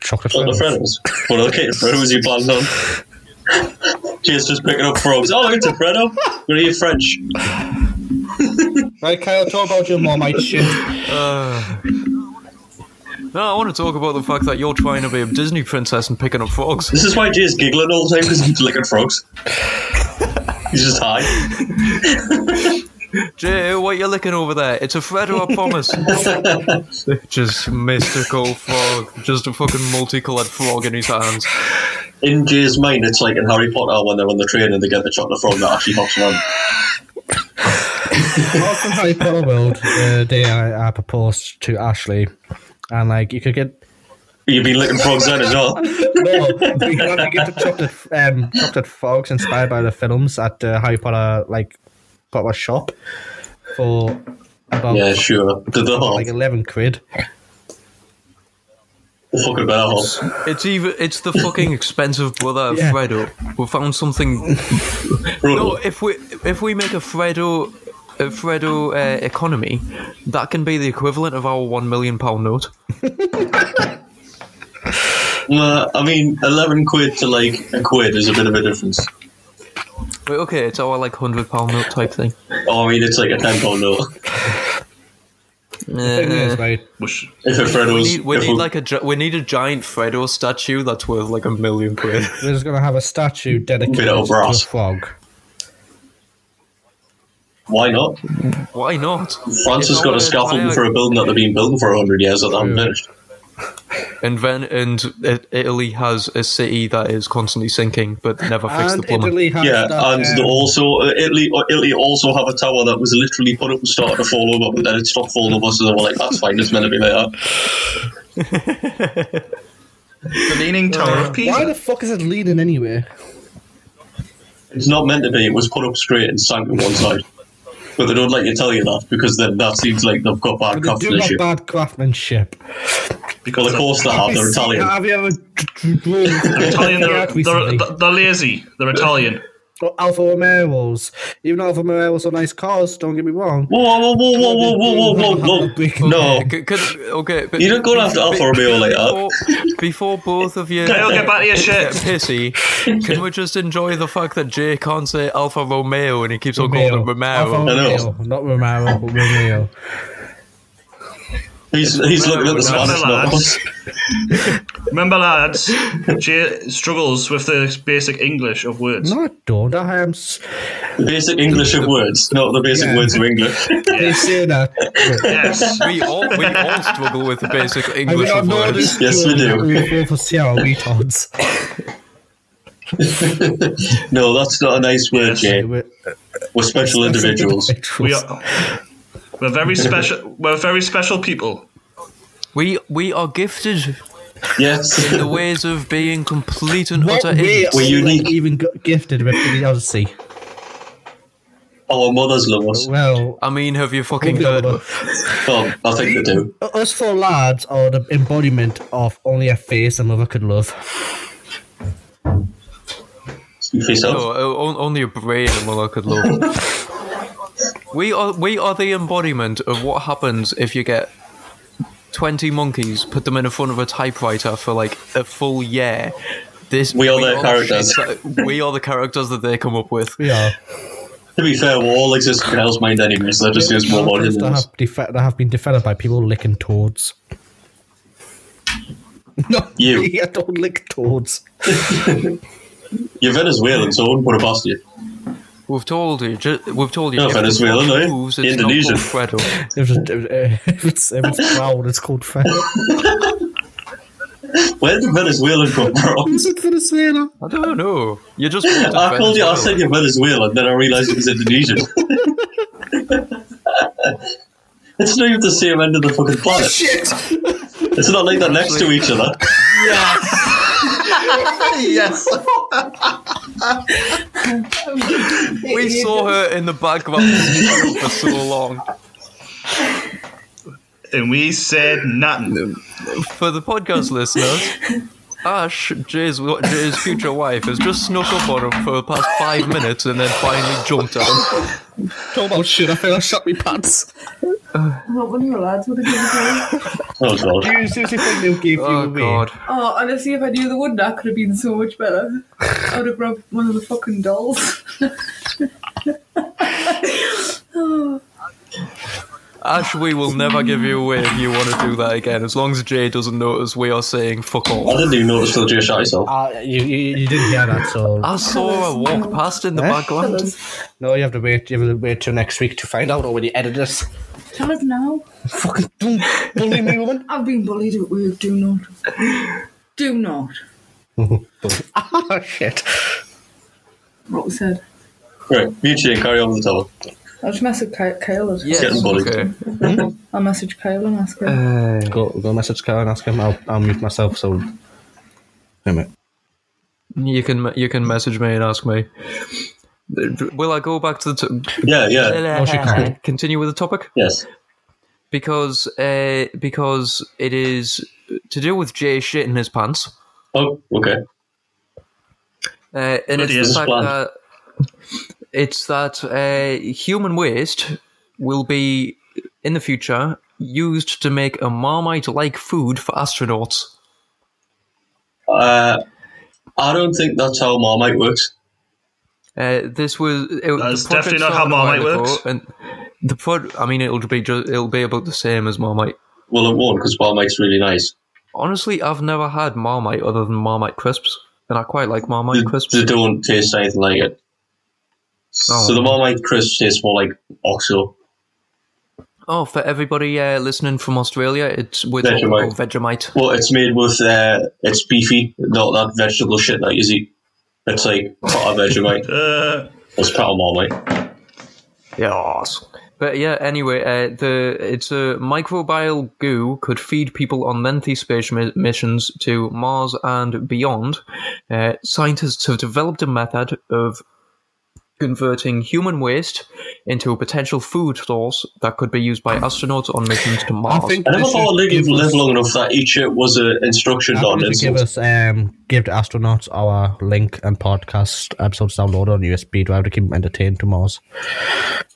Speaker 4: Chocolate
Speaker 2: What the
Speaker 4: Fritos.
Speaker 2: Freddos? What okay, Freddos you planned on? Jay's just picking up frogs. Oh, it's a Freddo. You're gonna eat French.
Speaker 4: Right, Kyle, talk about your marmite shit.
Speaker 1: No, I want to talk about the fact that you're trying to be a Disney princess and picking up frogs.
Speaker 2: This is why Jay's giggling all the time because he's licking frogs. He's just high.
Speaker 1: Jay, what you looking over there? It's a Fred or a (laughs) Promise. just mystical frog. Just a fucking multicolored frog in his hands.
Speaker 2: In Jay's mind, it's like in Harry Potter when they're on the train and they get the chocolate frog that actually hops around.
Speaker 4: Welcome to Harry Potter World. uh, The day I, I proposed to Ashley, and like you could get
Speaker 2: You've been licking frogs then as well.
Speaker 4: no, but you got to get the chocolate um, chocolate frogs inspired by the films at uh, Harry Potter like Potter shop for about
Speaker 2: Yeah, sure. Did the hop?
Speaker 4: like eleven quid.
Speaker 2: Fucking better hop.
Speaker 1: It's even. It's the fucking expensive brother of
Speaker 4: Yeah.
Speaker 1: Fredo. We found something.
Speaker 2: Brutal.
Speaker 1: No, if we if we make a Fredo. A Fredo uh, economy, that can be the equivalent of our one million pound note.
Speaker 2: Well, I mean, 11 quid to like a quid is a bit of a difference.
Speaker 1: Wait, okay, it's our like hundred pound note type thing.
Speaker 2: Oh, I mean, it's like a 10 pound note.
Speaker 4: Thing is,
Speaker 1: Uh,
Speaker 4: right,
Speaker 3: We should-
Speaker 2: If a
Speaker 1: we
Speaker 2: Fredo's.
Speaker 1: need, we
Speaker 2: if
Speaker 1: need like a gi- we need a giant Fredo statue that's worth like a million quid.
Speaker 4: we're just gonna have a statue dedicated
Speaker 2: Bit of
Speaker 4: to a
Speaker 2: brass.
Speaker 4: frog.
Speaker 2: Why not?
Speaker 1: Why not?
Speaker 2: France has
Speaker 1: If I
Speaker 2: got
Speaker 1: wanna
Speaker 2: a scaffolding
Speaker 1: buy
Speaker 2: for a building that they've been building for 100 years that they haven't finished.
Speaker 1: And then and it, Italy has a city that is constantly sinking, but never fixed the
Speaker 4: And
Speaker 1: plumbing.
Speaker 4: Italy has
Speaker 2: Yeah,
Speaker 4: that,
Speaker 2: and
Speaker 4: um,
Speaker 2: they also uh, Italy uh, Italy also have a tower that was literally put up and started to fall over, but then it stopped falling over, so they were like, "That's fine, it's meant to be like that."
Speaker 3: the Leaning Tower of Pisa.
Speaker 4: why the fuck is it leaning anyway?
Speaker 2: It's not meant to be. It was put up straight and sank on one side, but they don't like you tell you that because then that seems like they've got bad
Speaker 4: They do have
Speaker 2: craftsmanship.
Speaker 4: bad craftsmanship.
Speaker 2: Well, of course they have.
Speaker 4: (laughs)
Speaker 2: They're Italian.
Speaker 4: Have you ever drawn
Speaker 3: Italian, they're,
Speaker 4: recently?
Speaker 3: they're, they're lazy. They're Italian.
Speaker 4: Well, Alfa Romeo's? Even Alfa Romeo's are nice cars. Don't get me wrong.
Speaker 2: Whoa, whoa, whoa, whoa, whoa, whoa, whoa, whoa, whoa! No,
Speaker 1: C- could- okay, but
Speaker 2: Oh. You don't go after Alfa Romeo like that.
Speaker 1: Before, before both of
Speaker 3: (laughs)
Speaker 1: you
Speaker 3: Kyle, get back to your
Speaker 1: get
Speaker 3: shit.
Speaker 1: pissy, can we just enjoy the fact that Jay can't say Alfa Romeo and he keeps on calling
Speaker 4: Romeo.
Speaker 1: it
Speaker 4: Alfa
Speaker 1: Romero?
Speaker 2: Hello.
Speaker 4: Romeo, not Romero, but Romeo.
Speaker 2: He's he's looking at the Spanish numbers.
Speaker 3: Remember, lads, Jay struggles with the basic English of words.
Speaker 4: No, I don't. I am. s-
Speaker 2: The basic English of words, not the basic
Speaker 4: Yeah.
Speaker 2: words of English.
Speaker 4: They say that. but
Speaker 3: Yes.
Speaker 1: We all, we all struggle with the basic
Speaker 4: Have you
Speaker 1: English
Speaker 4: not
Speaker 1: of words.
Speaker 4: noticed?
Speaker 2: Yes, we do.
Speaker 4: We fall for Sierra retards.
Speaker 2: No, that's not a nice word, Jay.
Speaker 4: We're-
Speaker 2: We're special individuals.
Speaker 3: We are. We're very special. We're very special people.
Speaker 1: We we are gifted
Speaker 2: Yes.
Speaker 1: the ways of being complete and
Speaker 4: What
Speaker 1: utter
Speaker 4: we
Speaker 1: idiots.
Speaker 4: are
Speaker 2: unique.
Speaker 4: even got gifted with the Odyssey.
Speaker 2: (laughs) Our mothers love us.
Speaker 4: Well,
Speaker 1: I mean, have you fucking heard?
Speaker 2: Well, I think they do.
Speaker 4: us four lads are the embodiment of only a face a mother could love.
Speaker 2: Speak
Speaker 1: No,
Speaker 2: for yourself.
Speaker 1: o- Oh, on- only a brain and mother could love. we are we are the embodiment of what happens if you get twenty monkeys, put them in front of a typewriter for like a full year. This
Speaker 2: We are their characters.
Speaker 1: shit that- we are the characters that they come up with.
Speaker 4: We
Speaker 2: (laughs)
Speaker 4: are.
Speaker 2: To be fair, we all exist in Hell's mind anyway, so that just gives more body
Speaker 4: Characters
Speaker 2: than
Speaker 4: that
Speaker 2: us.
Speaker 4: have, defe- that have been developed by people licking toads. (laughs) No,
Speaker 2: You.
Speaker 4: me, I don't lick toads.
Speaker 2: You're Venezuelan, so I wouldn't put it past you.
Speaker 1: We've told you. Ju- we've told you.
Speaker 2: No,
Speaker 1: if the
Speaker 2: Venezuelan,
Speaker 1: frog
Speaker 2: eh?
Speaker 1: moves, it's not
Speaker 2: Indonesian.
Speaker 1: called Fredo.
Speaker 4: If, it- if, if it's if
Speaker 2: (laughs)
Speaker 4: it's brown, it's called fat. (laughs)
Speaker 2: Where did Venezuelan come from?
Speaker 4: Is it Venezuela?
Speaker 1: I don't know. You just. called it
Speaker 2: I told you, I
Speaker 1: Venezuelan.
Speaker 2: said you're Venezuelan, then I realised it was Indonesian. (laughs) it's not even the same end of the fucking planet. Shit! It's not like they're next to each other.
Speaker 3: Yes.
Speaker 1: We saw her in the
Speaker 2: (laughs)
Speaker 1: background for so long.
Speaker 3: And we said nothing.
Speaker 1: For the
Speaker 4: (laughs)
Speaker 1: podcast listeners, Ash, Jay's, wa- Jay's future wife, has just snuck up on him for the past five minutes and then finally jumped at him.
Speaker 4: Talk about Oh, shit. I feel I shot me pants.
Speaker 6: What one of your lads would have given it to me.
Speaker 2: Oh god.
Speaker 4: You seriously think they'll give you
Speaker 1: Oh,
Speaker 4: away?
Speaker 1: God.
Speaker 6: Oh, honestly, if I knew the one, that could have been so much better. I would have grabbed one of the fucking dolls.
Speaker 1: Ash, we will never give you away if you want to do that again. As long as Jay doesn't notice, we are saying fuck
Speaker 2: I
Speaker 1: off.
Speaker 2: didn't even notice till Jay shot himself.
Speaker 4: Uh, you, you you didn't hear that, so
Speaker 1: I saw her walk past in the
Speaker 4: Eh?
Speaker 1: background.
Speaker 4: no, you have to wait. You have to wait till next week to find out, or when you edit this.
Speaker 6: (laughs) Tell us now.
Speaker 4: Fucking don't bully me, woman.
Speaker 6: I've been bullied at work. Do not.
Speaker 5: (laughs)
Speaker 6: Do not.
Speaker 5: Oh,
Speaker 4: Ah, shit.
Speaker 6: What was said.
Speaker 2: Right, mute Jay, carry on with the topic.
Speaker 6: I'll just message Ky- Kyle. or
Speaker 1: Yes,
Speaker 2: getting bullied.
Speaker 1: okay.
Speaker 6: I'll message Kyle and ask her.
Speaker 5: Uh.
Speaker 4: Go go message Kyle and ask him. I'll, I'll mute myself. So, wait a minute.
Speaker 1: You can you can message me and ask me. Will I go back to the? T-
Speaker 2: Yeah, yeah,
Speaker 4: No, she can't.
Speaker 1: (laughs) Continue with the topic
Speaker 2: yes.
Speaker 1: because uh, because it is to do with Jay shit in his pants.
Speaker 2: Oh, okay.
Speaker 1: Uh, and it's
Speaker 3: Bloody
Speaker 1: the
Speaker 3: hell.
Speaker 1: fact
Speaker 2: Plan.
Speaker 1: that it's that uh, human waste will be in the future used to make a marmite-like food for astronauts.
Speaker 2: Uh, I don't think that's how Marmite works.
Speaker 1: Uh, this was it, the
Speaker 3: That's
Speaker 1: project
Speaker 3: definitely not
Speaker 1: started
Speaker 3: how
Speaker 1: a while
Speaker 3: Marmite
Speaker 1: ago,
Speaker 3: works.
Speaker 1: And the pro- I mean, it'll be ju- it'll be about the same as Marmite.
Speaker 2: Well, it won't because Marmite's really nice.
Speaker 1: Honestly, I've never had Marmite other than Marmite crisps, and I quite like Marmite
Speaker 2: They,
Speaker 1: crisps.
Speaker 2: they don't taste anything like it.
Speaker 1: Oh.
Speaker 2: So the Marmite crisps taste more like OXO.
Speaker 1: Oh, for everybody uh, listening from Australia, it's we're talking
Speaker 2: Vegemite.
Speaker 1: about Vegemite.
Speaker 2: Well, it's made with uh, it's beefy, not that vegetable shit that you eat. It's like part of Vegemite.
Speaker 3: Uh,
Speaker 2: It's part of Marmite.
Speaker 1: Yes. But yeah, anyway, uh, the it's a microbial goo could feed people on lengthy space mi- missions to Mars and beyond. Uh, scientists have developed a method of converting human waste into a potential food source that could be used by astronauts on missions to Mars.
Speaker 2: I never
Speaker 4: they should
Speaker 2: thought I'd live,
Speaker 4: give
Speaker 2: live
Speaker 4: us-
Speaker 2: long enough that each shit was an instruction,
Speaker 4: I
Speaker 2: not
Speaker 4: want
Speaker 2: an
Speaker 4: you to give
Speaker 2: insult.
Speaker 4: us um give the astronauts our link and podcast episodes download on USB drive to keep them entertained tomorrow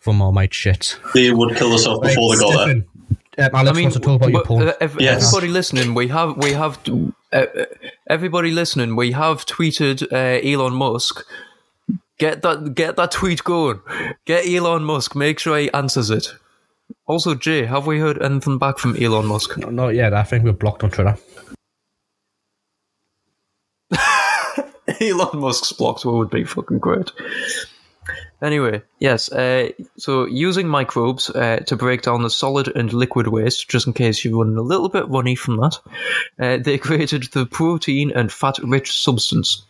Speaker 4: for more my shit.
Speaker 2: They would kill themselves before they got there.
Speaker 4: Stefan, um, Alex wants to talk about your
Speaker 1: but,
Speaker 4: porn.
Speaker 1: uh, ev-
Speaker 2: Yes.
Speaker 1: Everybody listening, we have we have uh, uh, everybody listening. We have tweeted uh, Elon Musk. Get that get that tweet going. Get Elon Musk. Make sure he answers it. Also, Jay, have we heard anything back from Elon Musk?
Speaker 4: Not yet. I think we're blocked on Twitter.
Speaker 1: (laughs) Elon Musk's blocked what would be fucking great. Anyway, yes, uh, so using microbes uh, to break down the solid and liquid waste, just in case you're running a little bit runny from that, uh, they (laughs) created the protein and fat rich substance.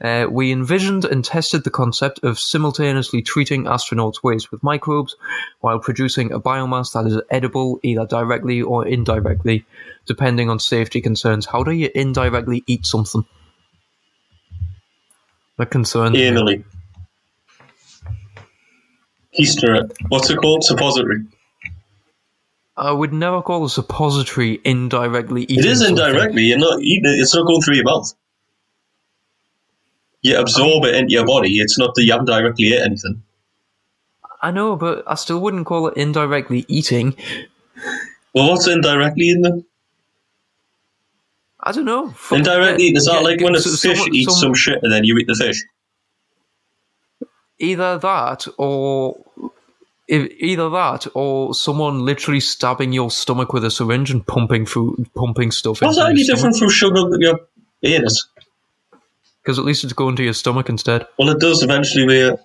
Speaker 1: Uh, we envisioned and tested the concept of simultaneously treating astronauts' waste with microbes while producing a biomass that is edible either directly or indirectly, depending on safety concerns. How do you indirectly eat something? That concerns me.
Speaker 2: Anally. Keister, what's it called? Suppository.
Speaker 1: I would never call a suppository indirectly eating.
Speaker 2: It is
Speaker 1: something.
Speaker 2: indirectly. You're not eating it. It's not going through your mouth. You absorb it into your body. It's not that you haven't directly ate anything.
Speaker 1: I know, but I still wouldn't call it indirectly eating.
Speaker 2: Well, what's indirectly in there?
Speaker 1: I don't know. Fuck,
Speaker 2: Indirectly,
Speaker 1: get-
Speaker 2: is that
Speaker 1: get-
Speaker 2: like
Speaker 1: get-
Speaker 2: when a
Speaker 1: so-
Speaker 2: fish
Speaker 1: someone-
Speaker 2: eats some
Speaker 1: some-
Speaker 2: shit and then you eat the fish?
Speaker 1: Either that, or if, either that, or someone literally stabbing your stomach with a syringe and pumping food, pumping stuff.
Speaker 2: How's that any different from sugar in your anus?
Speaker 1: Because at least it's going to your stomach instead.
Speaker 2: Well, it does eventually. Where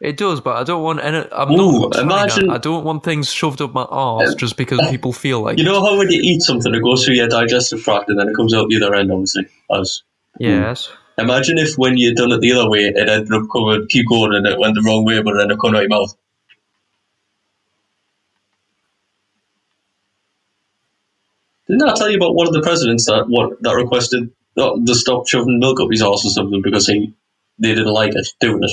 Speaker 1: It does, but I don't want any. I'm
Speaker 2: Ooh,
Speaker 1: not China.
Speaker 2: imagine- Uh,
Speaker 1: I don't want things shoved up my arse just because people feel like.
Speaker 2: you know how when you eat something, it goes through your digestive tract and then it comes out the other end, obviously. As
Speaker 1: yes.
Speaker 2: imagine if when you done it the other way, it ended up coming, keep going, and it went the wrong way, but it ended up coming out your mouth. Didn't I tell you about one of the presidents that what that requested uh, to stop shoving milk up his arse or something because he they didn't like it doing it?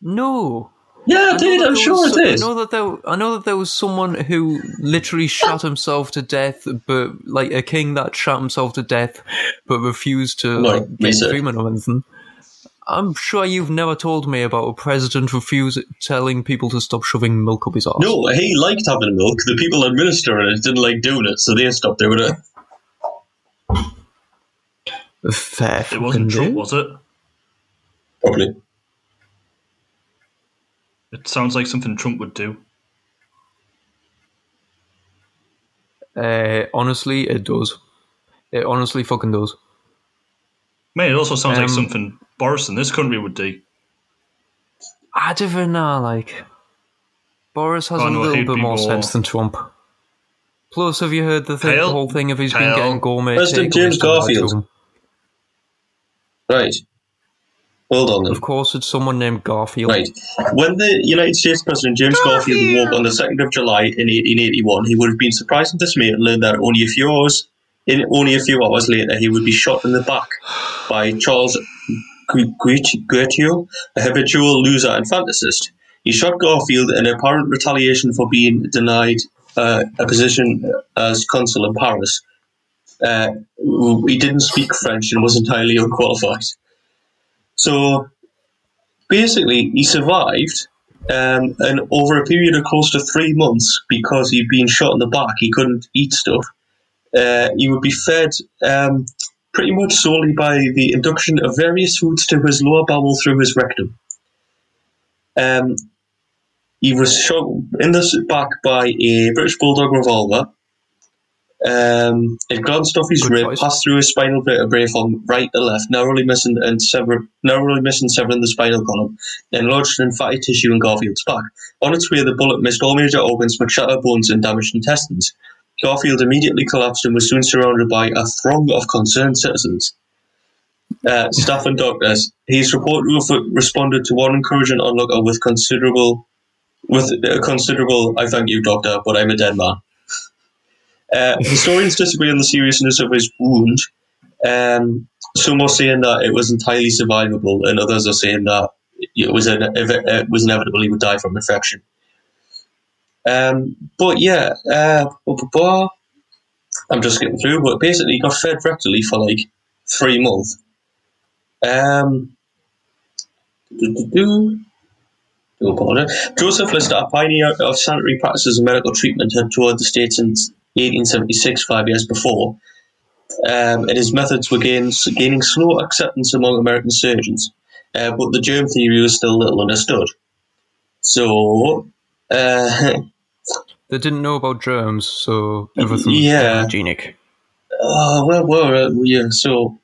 Speaker 1: No.
Speaker 2: Yeah,
Speaker 1: I
Speaker 2: I
Speaker 1: know
Speaker 2: did.
Speaker 1: that
Speaker 2: I'm
Speaker 1: there
Speaker 2: sure
Speaker 1: was
Speaker 2: it
Speaker 1: so-
Speaker 2: is.
Speaker 1: I know that there, I know that there was someone who literally shot himself to death, but like a king that shot himself to death, but refused to
Speaker 2: No,
Speaker 1: like get
Speaker 2: research.
Speaker 1: treatment or anything. I'm sure you've never told me about a president refuse telling people to stop shoving milk up his arse.
Speaker 2: No, he liked having milk. The people administering it didn't like doing it, so they stopped doing it.
Speaker 1: fair.
Speaker 3: it
Speaker 1: fucking
Speaker 3: wasn't Trump,
Speaker 1: deal.
Speaker 3: was it?
Speaker 2: Probably.
Speaker 3: It sounds like something Trump would do.
Speaker 1: Uh, honestly, it does. It honestly fucking does.
Speaker 3: Man, it also sounds like
Speaker 1: Um,
Speaker 3: something Boris in this country would do.
Speaker 1: I don't know, like. Boris has
Speaker 3: Oh,
Speaker 1: a
Speaker 3: no,
Speaker 1: little
Speaker 3: he'd
Speaker 1: bit
Speaker 3: be
Speaker 1: more
Speaker 3: more-
Speaker 1: sense than Trump. Plus, have you heard the, thing, the
Speaker 3: Kyle?
Speaker 1: whole thing of he's been
Speaker 3: Kyle?
Speaker 1: getting gourmet
Speaker 2: President
Speaker 1: takeaways
Speaker 2: James
Speaker 1: delivered to
Speaker 2: Garfield.
Speaker 1: him?
Speaker 2: Right. Hold on then.
Speaker 1: Of course, it's someone named Garfield.
Speaker 2: Right. When the United States President James Garfield woke on the 2nd of July in 1881, he would have been surprised and dismayed to learn that only a few hours, in only a few hours later, he would be shot in the back by Charles Gu- Guit- Guitio, a habitual loser and fantasist. He shot Garfield in apparent retaliation for being denied uh, a position as consul in Paris. Uh, he didn't speak French and was entirely unqualified. So basically, he survived, um, and over a period of close to three months, because he'd been shot in the back, he couldn't eat stuff. Uh, he would be fed um, pretty much solely by the induction of various foods to his lower bowel through his rectum. Um, he was shot in the back by a British Bulldog revolver. Um, it glanced off his
Speaker 1: Good
Speaker 2: rib,
Speaker 1: choice.
Speaker 2: passed through his spinal vertebrae from right to left, narrowly missing and sever- narrowly missing severing the spinal column, and lodged in fatty tissue in Garfield's back. On its way, the bullet missed all major organs, but shattered bones and damaged intestines. Garfield immediately collapsed and was soon surrounded by a throng of concerned citizens, uh, staff, and doctors. He is reported to have responded to one encouraging onlooker with considerable, with a considerable, I thank you, doctor, but I'm a dead man. Uh, historians disagree on the seriousness of his wound. Um, some are saying that it was entirely survivable, and others are saying that it was, an, it was inevitable he would die from infection. Um, but yeah, uh, blah, blah, blah. I'm just getting through, but basically he got fed rectally for like three months. Um, do-do-do. Do apologize. Joseph Lister, a pioneer of sanitary practices and medical treatment, had toured the States in 1876, five years before, um, and his methods were gain, gaining slow acceptance among American surgeons. Uh, but the germ theory was still little understood. So, uh, (laughs)
Speaker 1: They didn't know about germs, so everything
Speaker 2: yeah.
Speaker 1: was hygienic.
Speaker 2: Oh, well, well, uh, yeah, so.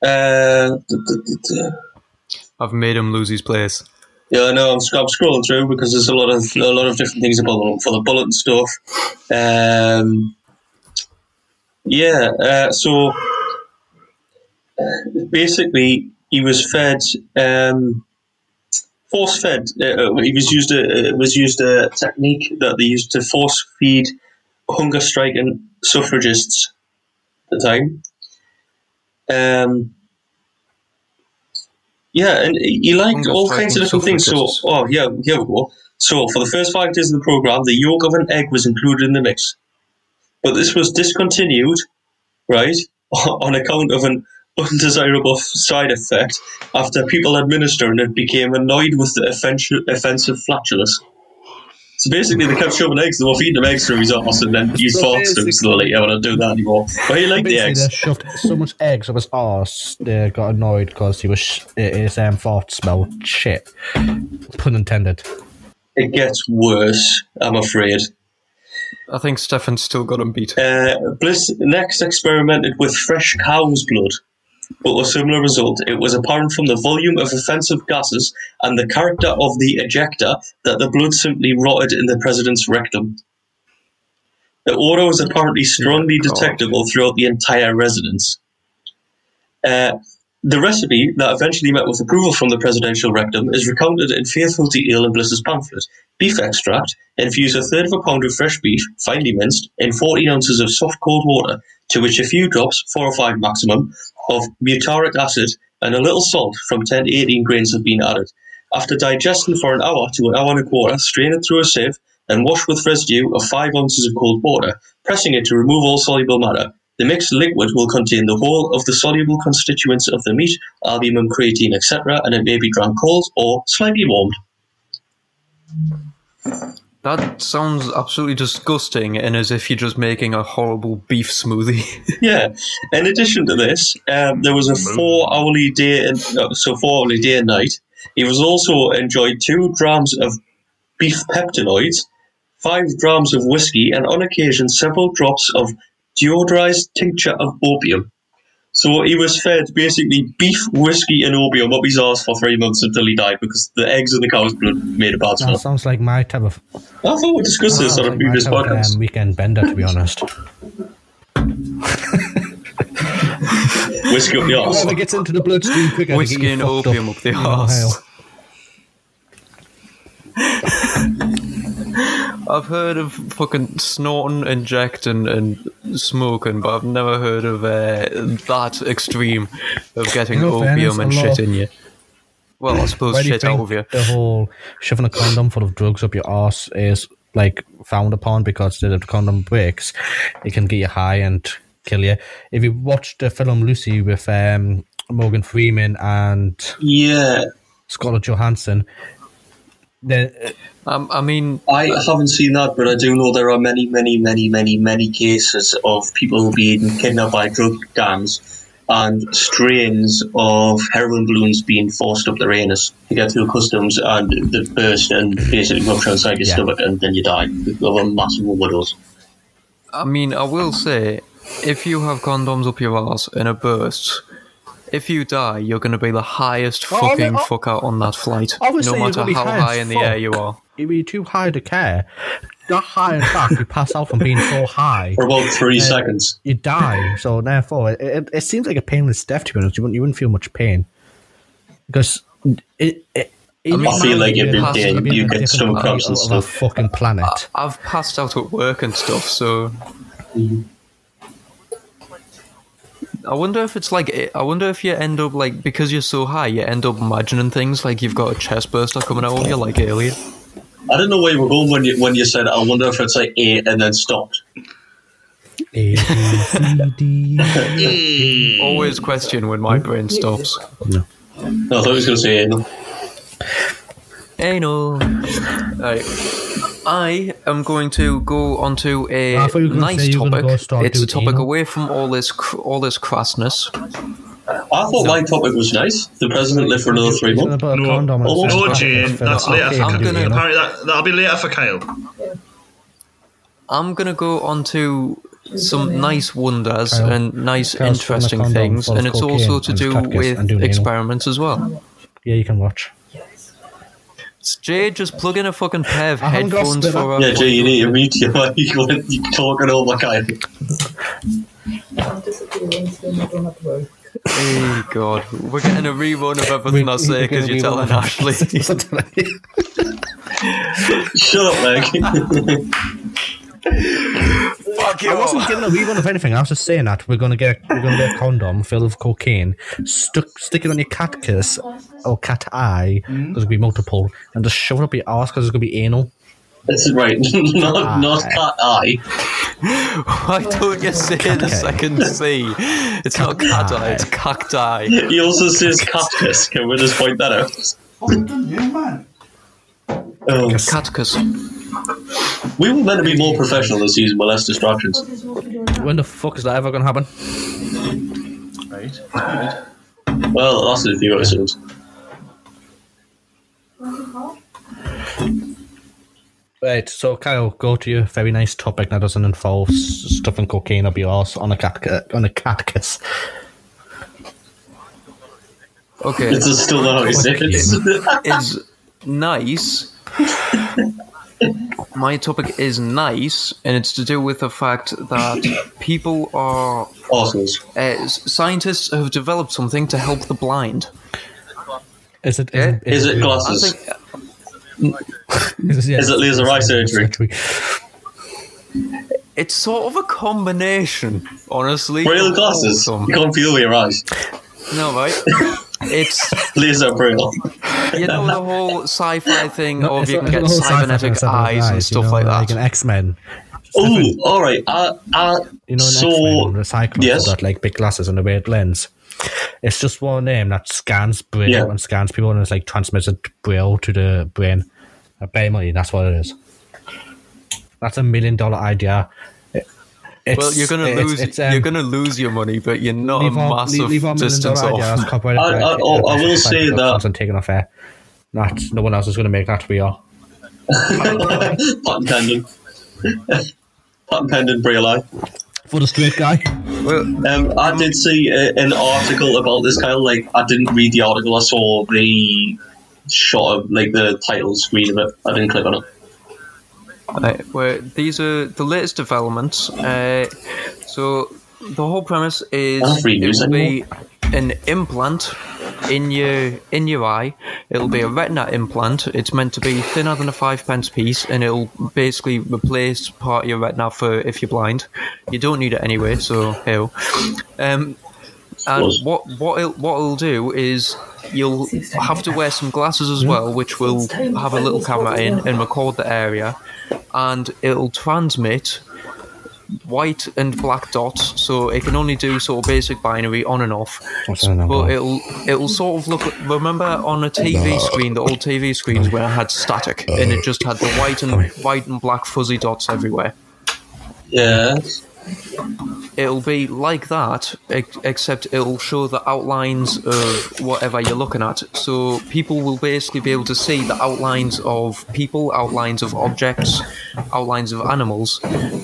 Speaker 2: Uh, d- d- d- d-
Speaker 1: I've made him lose his place.
Speaker 2: yeah, I know. I'm, sc- I'm scrolling through because there's a lot of a lot of different things about them for the bullet and stuff. Um, yeah, uh, so uh, basically, he was fed um, force fed. Uh, uh, he was used a it was used a technique that they used to force feed hunger striking suffragists at the time. Um, yeah, and he liked
Speaker 1: Hunger
Speaker 2: all
Speaker 1: strike
Speaker 2: kinds of
Speaker 1: and
Speaker 2: different things. So,
Speaker 1: suffragists.
Speaker 2: oh yeah, here we go. So, for the first five days of the program, the yolk of an egg was included in the mix, but this was discontinued, right, (laughs) on account of an undesirable f- side effect after people administering it became annoyed with the offensive, offensive flatulence. So basically, they kept shoving eggs. They were feeding him eggs through his arse, and then you
Speaker 4: So
Speaker 2: forced him. So they're like, "Yeah, I don't do that anymore." But he liked the
Speaker 4: Basically,
Speaker 2: eggs.
Speaker 4: they shoved so much eggs up his arse. They got annoyed because he was sh- his um, fart smelled shit. Pun intended.
Speaker 2: It gets worse, I'm afraid.
Speaker 1: I think Stefan's still got him beat.
Speaker 2: Uh, Bliss next experimented with fresh cow's blood, but with similar result. It was apparent from the volume of offensive gases and the character of the ejector that the blood simply rotted in the president's rectum. The odor was apparently strongly
Speaker 1: God.
Speaker 2: detectable throughout the entire residence. Uh, the recipe that eventually met with approval from the presidential rectum is recounted in faithful detail in Bliss's pamphlet. Beef extract, infuse a third of a pound of fresh beef, finely minced, in 14 ounces of soft cold water, to which a few drops, four or five maximum, of mutaric acid and a little salt from 10 to 18 grains have been added. After digesting for an hour to an hour and a quarter, strain it through a sieve and wash with residue of 5 ounces of cold water, pressing it to remove all soluble matter. The mixed liquid will contain the whole of the soluble constituents of the meat, albumin, creatine, etc., and it may be drunk cold or slightly warmed.
Speaker 1: That sounds absolutely disgusting and as if you're just making a horrible beef smoothie. (laughs)
Speaker 2: Yeah. In addition to this, um, there was a four hourly day, and, uh, so four hourly day and night He was also enjoyed two drams of beef peptinoids, five drams of whiskey, and on occasion several drops of deodorized tincture of opium. So he was fed basically beef, whiskey, and opium up his arse for three months until he died because the eggs and the cow's blood made a bad
Speaker 4: That
Speaker 2: smell.
Speaker 4: sounds like my type of
Speaker 2: I thought we discussed this
Speaker 4: sounds
Speaker 2: on a
Speaker 4: like my
Speaker 2: previous
Speaker 4: type of,
Speaker 2: podcast.
Speaker 4: um, weekend bender, to be honest.
Speaker 2: Whiskey up your arse.
Speaker 4: Whoever gets into the bloodstream quicker, they get
Speaker 1: Whiskey
Speaker 4: you
Speaker 1: and
Speaker 4: fucked up.
Speaker 1: opium up the
Speaker 4: Oh,
Speaker 1: arse.
Speaker 4: hell.
Speaker 1: I've heard of fucking snorting, injecting, and smoking, but I've never heard of uh, that extreme of getting
Speaker 4: In all fairness,
Speaker 1: opium and
Speaker 4: a lot
Speaker 1: shit
Speaker 4: of-
Speaker 1: in you. Well, I suppose
Speaker 4: Why do you
Speaker 1: shit out
Speaker 4: think
Speaker 1: of you.
Speaker 4: the whole shoving a condom full of drugs up your arse is like frowned upon because if the condom breaks, it can get you high and kill you. If you watch the film Lucy with um, Morgan Freeman and
Speaker 2: Yeah,
Speaker 4: Scarlett Johansson, uh, then
Speaker 1: Um, I mean,
Speaker 2: I haven't seen that, but I do know there are many, many, many, many, many cases of people being kidnapped by drug gangs and strains of heroin balloons being forced up their anus to get through customs and they burst and basically rupture inside your
Speaker 4: Yeah.
Speaker 2: stomach and then you die of a massive overdose.
Speaker 1: I mean, I will say, if you have condoms up your ass and it bursts, if you die, you're going to be the highest
Speaker 4: Oh, I mean,
Speaker 1: fucking
Speaker 4: oh-
Speaker 1: fucker on that flight, no
Speaker 4: obviously you're
Speaker 1: matter
Speaker 4: gonna be
Speaker 1: how
Speaker 4: high as
Speaker 1: high in the air
Speaker 4: fuck.
Speaker 1: you are.
Speaker 4: you'd be too high to care. That high, in fact, you pass out from being so high.
Speaker 2: For about three
Speaker 4: Uh,
Speaker 2: seconds.
Speaker 4: You die, so therefore it, it, it seems like a painless death to be honest. You wouldn't, you wouldn't feel much pain because it. it I,
Speaker 1: mean, I feel like
Speaker 2: if you're dead, you get stomach cramps and
Speaker 4: Of a
Speaker 2: stuff.
Speaker 4: fucking (laughs) planet.
Speaker 1: I've passed out at work and stuff, so. I wonder if it's like I wonder if you end up like because you're so high, you end up imagining things like you've got a chest burster coming out of you like alien.
Speaker 2: I don't know where you were going when you, when you said, I wonder if it's like eight and then stopped.
Speaker 4: A, B, C, D.
Speaker 1: Always question when my brain stops.
Speaker 2: No, I thought he was going to say eight. no.
Speaker 1: Anal. Right. I am going to go onto a
Speaker 4: I thought you were gonna
Speaker 1: nice
Speaker 4: say you were gonna
Speaker 1: topic.
Speaker 4: go start
Speaker 1: it's a
Speaker 4: doing
Speaker 1: topic
Speaker 4: anal.
Speaker 1: away from all this cr- all this crassness.
Speaker 2: I thought my topic was nice. The president lived for another three
Speaker 4: He's gonna
Speaker 2: months.
Speaker 4: put a
Speaker 3: No,
Speaker 4: condom on
Speaker 3: oh,
Speaker 4: his
Speaker 3: oh,
Speaker 4: back.
Speaker 3: Jane, that's
Speaker 4: Okay,
Speaker 3: later.
Speaker 1: I'm
Speaker 3: For
Speaker 1: gonna-
Speaker 3: Kyle.
Speaker 1: Kyle.
Speaker 3: Apparently, that, that'll be later for Kyle.
Speaker 1: I'm gonna go onto some nice wonders
Speaker 4: Kyle.
Speaker 1: and nice
Speaker 4: Kyle's
Speaker 1: interesting
Speaker 4: putting a condom
Speaker 1: things,
Speaker 4: full of
Speaker 1: and it's
Speaker 4: cocaine
Speaker 1: also to
Speaker 4: and
Speaker 1: do
Speaker 4: cactus and
Speaker 1: with
Speaker 4: doing anal.
Speaker 1: experiments as well.
Speaker 4: Yeah, you can watch.
Speaker 1: It's Jay just plug in a fucking pair of
Speaker 4: I haven't got
Speaker 1: headphones
Speaker 4: spit
Speaker 1: for
Speaker 4: up.
Speaker 1: a
Speaker 2: Yeah, Jay, you need to mute (laughs) your mic. You're talking over Kyle.
Speaker 1: Oh god, we're getting a rerun of everything I
Speaker 4: We-
Speaker 1: say
Speaker 4: we're gonna
Speaker 1: because (laughs) you're
Speaker 4: be
Speaker 1: telling
Speaker 4: one-
Speaker 1: Ashley.
Speaker 2: Shut up, Meg. (laughs)
Speaker 1: (laughs) Fuck you.
Speaker 4: I wasn't (laughs) giving a wee one of anything. I was just saying that we're gonna get we're gonna get a condom filled with cocaine, stuck stick it on your cactus or cat eye because it'll be multiple, and just shove it up your ass because it's gonna be anal.
Speaker 2: That's right. (laughs)
Speaker 4: Ah.
Speaker 2: not, not cat eye.
Speaker 1: Why don't you say the second C? It's not cacti, it's cacti.
Speaker 2: He also says cactus. Can we just point that out? Oh,
Speaker 1: Catechus.
Speaker 2: we were meant to be more professional this season with less distractions.
Speaker 4: When the fuck is that ever gonna happen?
Speaker 3: Right.
Speaker 2: Well, it lasted a few episodes.
Speaker 4: Right, so Kyle, go to your very nice topic that doesn't involve s- stuffing cocaine up your ass on a cat on a catkiss.
Speaker 1: Okay.
Speaker 2: It's just still not how he said (laughs) it.
Speaker 1: is nice. My topic is nice, and it's to do with the fact that people are.
Speaker 2: Arsenals.
Speaker 1: Uh, s- scientists have developed something to help the blind.
Speaker 4: Is it?
Speaker 1: Yeah.
Speaker 2: Is it
Speaker 1: I
Speaker 2: glasses?
Speaker 1: think
Speaker 4: Is it, yeah,
Speaker 2: Is it laser eye surgery?
Speaker 1: it's sort of a combination, honestly.
Speaker 2: Braille
Speaker 1: of
Speaker 2: glasses.
Speaker 1: all of
Speaker 2: You
Speaker 1: them.
Speaker 2: can't feel with your eyes.
Speaker 1: No, right? It's
Speaker 2: Laser braille.
Speaker 1: you know the whole sci-fi thing
Speaker 4: No,
Speaker 1: of
Speaker 4: it's
Speaker 1: you
Speaker 4: not-
Speaker 1: can
Speaker 4: it's
Speaker 1: get
Speaker 4: not all sci-fi thing,
Speaker 1: cybernetic
Speaker 4: it's about
Speaker 1: eyes and
Speaker 4: you
Speaker 1: stuff
Speaker 4: know,
Speaker 1: like
Speaker 4: Like an
Speaker 1: that.
Speaker 4: X Men.
Speaker 2: Oh, all right. I, I,
Speaker 4: You know, an
Speaker 2: So-
Speaker 4: X-Men, the Cyclops
Speaker 2: yes.
Speaker 4: yes. got like big glasses and a weird lens. It's just one name that scans brain
Speaker 2: Yeah.
Speaker 4: and scans people and it's like transmitted braille to the brain. Apparently, that's what it is. That's a million dollar idea. It- It's,
Speaker 1: well, you're gonna
Speaker 4: it's-
Speaker 1: lose.
Speaker 4: it's, um,
Speaker 1: you're gonna lose your money, but you're not a
Speaker 4: leave our-
Speaker 1: massive
Speaker 4: leave our million
Speaker 1: distance
Speaker 4: dollar
Speaker 1: off.
Speaker 4: ideas copyrighted
Speaker 2: I-
Speaker 4: by-
Speaker 2: I- oh, I will say
Speaker 4: by-
Speaker 2: that-
Speaker 4: and taken off air. Not no one else is going to make that. We are.
Speaker 2: (laughs) Patent pending. Patent pending, real life.
Speaker 4: For the straight guy,
Speaker 1: Well,
Speaker 2: Um, I did see uh an article about this guy. Like, I didn't read the article. I saw the shot of like the title screen of it. I didn't click on it.
Speaker 1: Right, well, these are the latest developments. Uh, so the whole premise is
Speaker 2: That's free
Speaker 1: it
Speaker 2: news,
Speaker 1: will be an implant in your in your eye. It'll be a retina implant. It's meant to be thinner than a five pence piece, and it'll basically replace part of your retina for if you're blind. You don't need it anyway, so hell. Um, and
Speaker 2: Suppose.
Speaker 1: what what it'll, what it'll do is you'll have to wear some glasses as well, which will have a little camera in and record the area, and it'll transmit white and black dots, so it can only do sort of basic binary on and off.
Speaker 4: What's on and
Speaker 1: But
Speaker 4: off?
Speaker 1: it'll it'll sort of look. Remember on a TV screen, the old TV screens where it had static and it just had the white and white and black fuzzy dots everywhere
Speaker 2: Yeah.
Speaker 1: it'll be like that, ex- except it'll show the outlines of whatever you're looking at. So people will basically be able to see the outlines of people, outlines of objects, outlines of animals.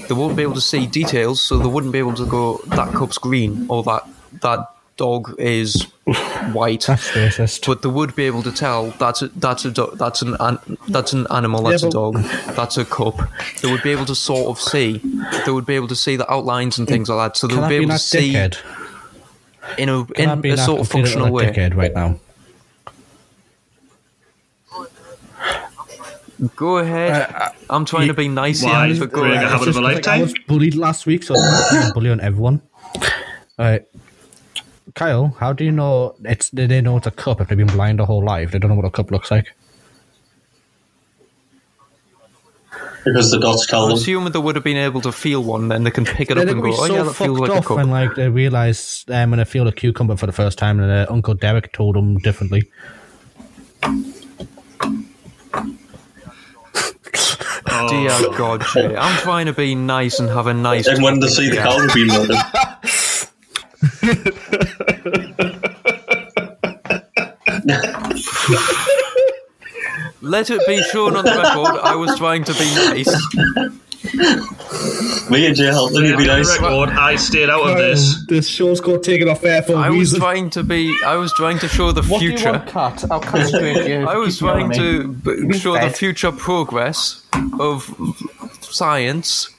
Speaker 1: They won't be able to see details, so they wouldn't be able to go that cup's green or that that dog is
Speaker 4: (laughs)
Speaker 1: white.
Speaker 4: that's racist.
Speaker 1: But they would be able to tell that's a, that's a do- that's an, an that's an animal, that's
Speaker 4: Yeah,
Speaker 1: a
Speaker 4: but-
Speaker 1: dog, that's a cup. They would be able to sort of see. They would be able to see the outlines and things like that. So they
Speaker 4: Can
Speaker 1: would
Speaker 4: I
Speaker 1: be
Speaker 4: be
Speaker 1: able to
Speaker 4: that
Speaker 1: see
Speaker 4: dickhead?
Speaker 1: in a
Speaker 4: Can I
Speaker 1: in
Speaker 4: be
Speaker 1: a
Speaker 4: that
Speaker 1: sort of
Speaker 4: complete
Speaker 1: functional
Speaker 4: little
Speaker 1: way.
Speaker 4: dickhead right now?
Speaker 1: Go
Speaker 4: Uh,
Speaker 1: ahead. I'm trying to be nice
Speaker 3: why?
Speaker 1: here, but go
Speaker 3: Really
Speaker 1: ahead.
Speaker 3: have- Habit
Speaker 4: It's
Speaker 3: of a
Speaker 4: just like I
Speaker 3: lifetime.
Speaker 4: was bullied last week, so I (coughs) bully on everyone. All right. Kyle, how do you know it's they don't know it's a cup if they've been blind their whole life? They don't know what a cup looks like.
Speaker 2: Because the dots tell
Speaker 1: I'm
Speaker 2: them.
Speaker 1: assuming they would have been able to feel one, then they can pick it
Speaker 4: They
Speaker 1: up
Speaker 4: they
Speaker 1: and
Speaker 4: would
Speaker 1: go,
Speaker 4: be
Speaker 1: "Oh yeah,
Speaker 4: so
Speaker 1: that feels
Speaker 4: fucked
Speaker 1: like a
Speaker 4: off when
Speaker 1: cup."
Speaker 4: like they realise um, when they feel a cucumber for the first time and their Uncle Derek told them differently.
Speaker 2: Oh.
Speaker 1: Dear God, Jay, I'm trying to be nice and have a nice.
Speaker 2: And when they see the
Speaker 1: Yeah.
Speaker 2: cow being
Speaker 3: (laughs)
Speaker 2: murdered.
Speaker 1: Let it be shown on the record. I was trying to be nice.
Speaker 2: Me and Jay helped them, it'd be
Speaker 3: For the
Speaker 2: nice.
Speaker 3: record, I stayed out of this.
Speaker 4: this show's got taken off air for
Speaker 1: I was trying to be. I was trying to show the future.
Speaker 4: cut? I'll cut straight you.
Speaker 1: I was trying to b- show the
Speaker 4: fed.
Speaker 1: future progress of science.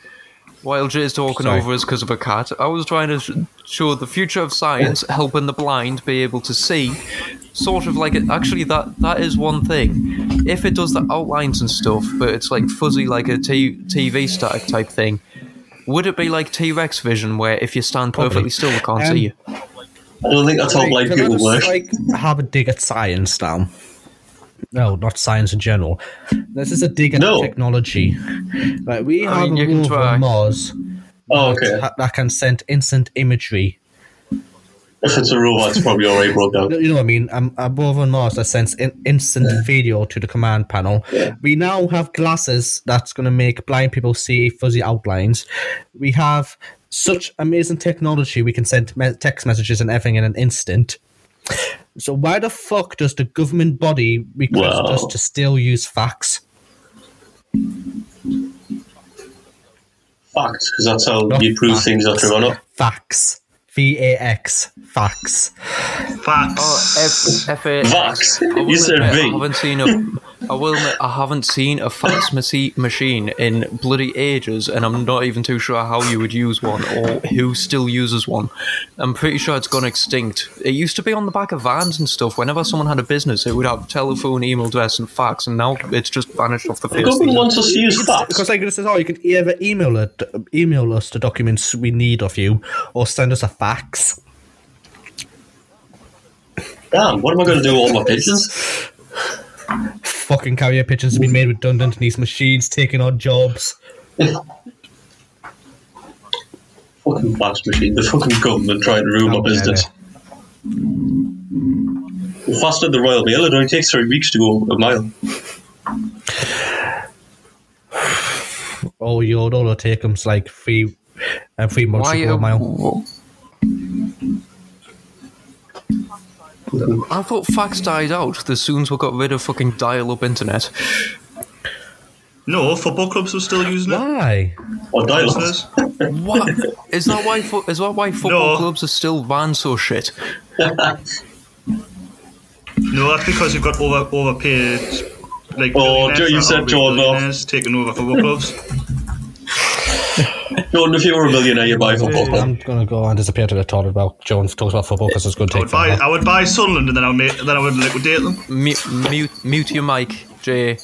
Speaker 1: While Jay's talking
Speaker 4: Sorry.
Speaker 1: over us because of a cat, I was trying to sh- show the future of science,
Speaker 4: Oh.
Speaker 1: helping the blind be able to see, sort of like it. Actually, that that is one thing. If it does the outlines and stuff, but it's like fuzzy, like a t- TV static type thing, would it be like T Rex vision, where if you stand perfectly still, they can't
Speaker 4: Um,
Speaker 1: see you?
Speaker 2: I don't think that's how blind
Speaker 4: Can I
Speaker 2: people
Speaker 4: just,
Speaker 2: work.
Speaker 4: like have a dig at science now? No, not science in general. This is a dig at
Speaker 2: No.
Speaker 4: technology. Like we
Speaker 1: I
Speaker 4: have
Speaker 1: mean,
Speaker 4: a
Speaker 1: you can
Speaker 4: rover
Speaker 1: try.
Speaker 4: on Mars
Speaker 2: Oh,
Speaker 4: that-
Speaker 2: okay.
Speaker 4: that can send instant imagery.
Speaker 2: If it's a robot, it's probably already broke out.
Speaker 4: You know what I mean? Um, a rover on Mars that sends in- instant video to the command panel. We now have glasses that's going to make blind people see fuzzy outlines. We have such amazing technology. We can send me- text messages and everything in an instant. So why the fuck does the government body request
Speaker 2: Wow.
Speaker 4: us to still use fax?
Speaker 2: Facts, because that's how
Speaker 4: Not
Speaker 2: you prove
Speaker 4: facts.
Speaker 2: things are true or not.
Speaker 4: Fax. V A X. Fax.
Speaker 3: Facts.
Speaker 1: F F A
Speaker 2: Vax.
Speaker 1: I will
Speaker 2: You said
Speaker 1: admit, I
Speaker 2: V.
Speaker 1: haven't seen a. I will admit, I haven't seen a fax machi- machine in bloody ages, and I'm not even too sure how you would use one or who still uses one. I'm pretty sure it's gone extinct. It used to be on the back of vans and stuff. Whenever someone had a business, it would have telephone, email address, and fax, and now it's just vanished off the face. of the
Speaker 2: Government
Speaker 1: earth.
Speaker 2: wants us to use facts.
Speaker 4: Because like this is all you can either email it, email us the documents we need of you, or send us a fax.
Speaker 2: Damn, what am I going to do with all my pigeons?
Speaker 4: Fucking carrier pigeons have been made redundant, and these machines taking our jobs.
Speaker 2: Fucking fax machine. The fucking government trying to ruin my
Speaker 4: Oh,
Speaker 2: business. Faster than Royal Mail, it only takes three weeks to go a mile.
Speaker 4: Oh, your order take them's like three and three months
Speaker 1: Why?
Speaker 4: ago,
Speaker 1: uh,
Speaker 4: mile.
Speaker 1: wha- I thought fax died out the soons we got rid of fucking dial-up internet.
Speaker 3: No, football clubs were still using it.
Speaker 4: Why?
Speaker 2: Or dialogue.
Speaker 3: Listeners?
Speaker 1: What is that? Why fo- is that why football
Speaker 3: No.
Speaker 1: clubs are still ran so shit?
Speaker 3: No, that's because you've got over overpaid. Like
Speaker 2: Oh,
Speaker 3: billionaires
Speaker 2: Joe, you
Speaker 3: that
Speaker 2: said
Speaker 3: are
Speaker 2: Jordan.
Speaker 3: billionaires taking over football clubs.
Speaker 2: Jordan, if you were a millionaire, you'd buy a football club.
Speaker 4: I'm gonna go and disappear to the toilet while Jones talks about football because it's gonna
Speaker 3: I
Speaker 4: take.
Speaker 3: would buy.
Speaker 4: forever.
Speaker 3: I would buy Sunderland, and then I would make. Then I would liquidate them.
Speaker 1: Mute, mute, mute your mic, Jay.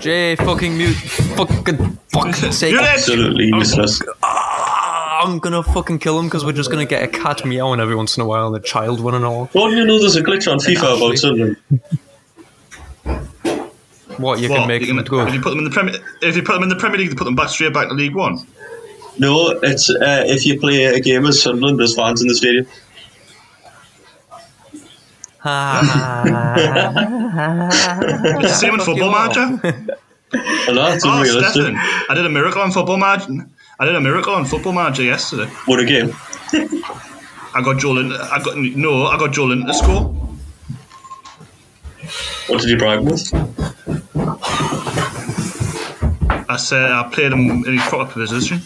Speaker 1: Jay, fucking mute, fucking,
Speaker 3: (laughs)
Speaker 1: fucking sake.
Speaker 3: You're it.
Speaker 2: Absolutely useless.
Speaker 1: Ah, I'm gonna fucking kill him because we're just gonna get a cat meowing every once in a while and a child one and all.
Speaker 2: Jordan, you know there's a glitch on FIFA about Sunderland.
Speaker 1: What you
Speaker 3: What,
Speaker 1: can make
Speaker 3: you can-
Speaker 1: them go?
Speaker 3: If you put them in the Premier, if you put them in the Premier League, they put them back straight back to League One.
Speaker 2: No, it's uh, if you play a game as Sunderland, there's fans in the stadium.
Speaker 3: It's the same in football
Speaker 1: Fuck you all. (laughs)
Speaker 3: manager.
Speaker 2: And that's
Speaker 3: Oh,
Speaker 2: unrealistic.
Speaker 3: Stefan, I did a miracle on football manager. I did a miracle on football manager yesterday.
Speaker 2: What a game.
Speaker 3: I got Joel. In, I got no. I got Joel in to score.
Speaker 2: What did you brag with?
Speaker 3: I said I played him in his proper position.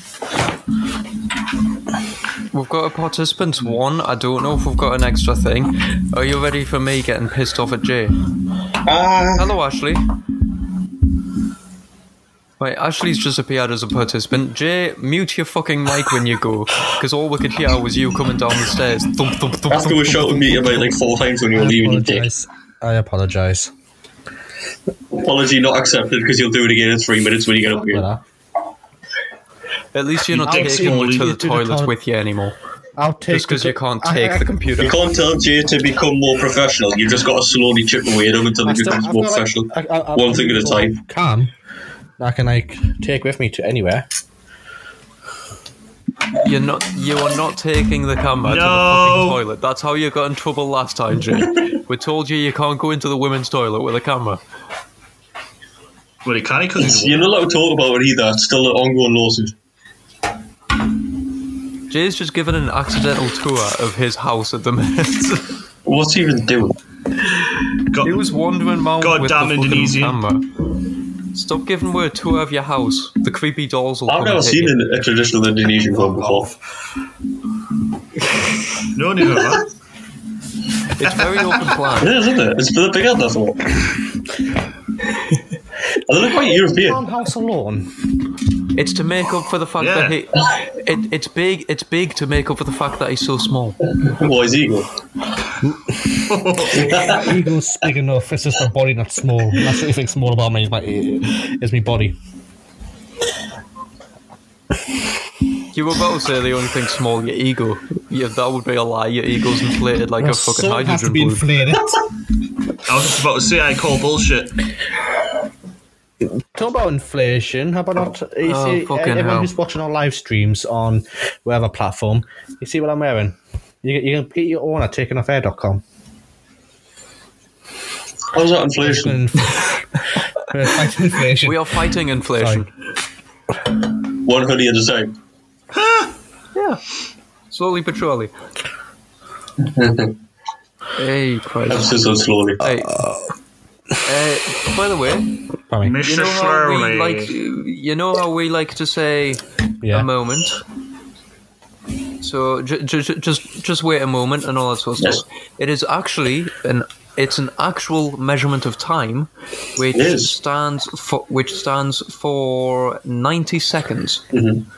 Speaker 1: We've got a participant one. I don't know if we've got an extra thing. Are you ready for me getting pissed off at Jay? Hello, Ashley. Wait, Ashley's just appeared as a participant. Jay, mute your fucking mic when you go, because all we could hear was you coming down the stairs. Thump, thump, thump,
Speaker 2: After
Speaker 1: thump,
Speaker 2: we shouted me about like four times when you were
Speaker 4: I
Speaker 2: leaving, you dick.
Speaker 4: apologize. I apologize.
Speaker 2: Apology not accepted because you'll do it again in three minutes when you get up here.
Speaker 4: But
Speaker 1: At least you're not
Speaker 3: Dick
Speaker 1: taking me
Speaker 3: Smalley.
Speaker 1: to the
Speaker 3: You
Speaker 4: do the
Speaker 1: toilet
Speaker 4: toilet.
Speaker 1: with you anymore.
Speaker 4: I'll take
Speaker 1: Just because
Speaker 4: the-
Speaker 1: you can't
Speaker 4: I-
Speaker 1: take
Speaker 4: I-
Speaker 1: the computer.
Speaker 2: You can't tell Jay to become more professional. You've just got to slowly chip away at him until
Speaker 4: I
Speaker 2: he
Speaker 4: still-
Speaker 2: becomes
Speaker 4: I've
Speaker 2: more
Speaker 4: got, like,
Speaker 2: professional.
Speaker 4: I- I- I've
Speaker 2: One
Speaker 4: got
Speaker 2: thing at a
Speaker 4: people
Speaker 2: time.
Speaker 4: Can I can like take with me to anywhere?
Speaker 1: You're not. You are not taking the camera to the
Speaker 3: No.
Speaker 1: fucking toilet. That's how you got in trouble last time, Jay. we told you you can't go into the women's toilet with a camera.
Speaker 3: Well, he can he because he's
Speaker 2: You're not allowed to talk about it either. It's still an ongoing lawsuit.
Speaker 1: Jay's just given an accidental tour of his house at the minute. (laughs)
Speaker 2: What's he even doing?
Speaker 3: got.
Speaker 1: he was wandering around
Speaker 3: God
Speaker 1: with
Speaker 3: damn
Speaker 1: the fucking
Speaker 3: Indonesian.
Speaker 1: camera. Stop giving her a tour of your house. The creepy dolls will
Speaker 2: I've
Speaker 1: come
Speaker 2: never
Speaker 1: and hit
Speaker 2: seen
Speaker 1: you.
Speaker 2: an, a traditional Indonesian club before.
Speaker 3: No, neither have I.
Speaker 1: It's very open plan.
Speaker 2: (laughs) It is, isn't it? It's a bit bigger than I thought. And they look quite European.
Speaker 4: Farmhouse alone.
Speaker 1: It's to make up for the fact
Speaker 3: Yeah.
Speaker 1: that he. It, it's big. It's big to make up for the fact that he's so small.
Speaker 2: Why is Eagle?
Speaker 4: Eagle's big enough. It's just my body, not small. That's the only thing small about me is my is my body.
Speaker 1: You were about to say the only thing small, your ego. Yeah, that would be a lie. Your ego's inflated like a fucking
Speaker 4: So it has to
Speaker 1: hydrogen
Speaker 4: be
Speaker 1: balloon.
Speaker 4: inflated.
Speaker 3: I was just about to say I call bullshit.
Speaker 4: Talk about inflation. How about not? You
Speaker 1: Oh,
Speaker 4: see,
Speaker 1: fucking
Speaker 4: everyone
Speaker 1: hell.
Speaker 4: who's watching our live streams on whatever platform, you see what I'm wearing. You, you can get your own at takingofair.com.
Speaker 2: How's that inflation?
Speaker 4: (laughs) We're fighting inflation.
Speaker 1: We are fighting inflation.
Speaker 2: One hoodie at a time.
Speaker 1: Slowly but
Speaker 2: (laughs)
Speaker 1: surely. hey, Christ.
Speaker 2: Emphasis on slowly.
Speaker 1: Hey. Uh, by the way, you
Speaker 4: Sorry.
Speaker 3: Mr.
Speaker 1: know how we
Speaker 3: Slowly.
Speaker 1: like you know how we like to say
Speaker 4: yeah.
Speaker 1: a moment. So j- j- j- just just wait a moment and all that sort of
Speaker 2: Yes.
Speaker 1: stuff. It is actually an it's an actual measurement of time, which
Speaker 2: It is.
Speaker 1: stands for which stands for ninety seconds.
Speaker 2: Mm-hmm.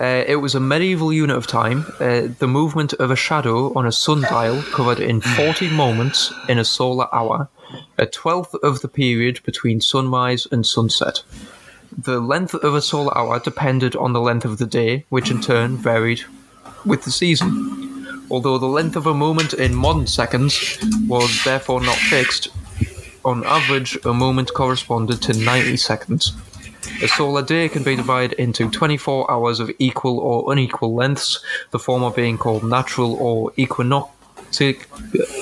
Speaker 1: Uh, it was a medieval unit of time, uh, the movement of a shadow on a sundial covered in 40
Speaker 2: (laughs)
Speaker 1: moments in a solar hour, a twelfth of the period between sunrise and sunset. The length of a solar hour depended on the length of the day, which in turn varied with the season. Although the length of a moment in modern seconds was therefore not fixed, on average, a moment corresponded to 90 seconds. A solar day can be divided into 24 hours of equal or unequal lengths, the former being called natural or equinoctic,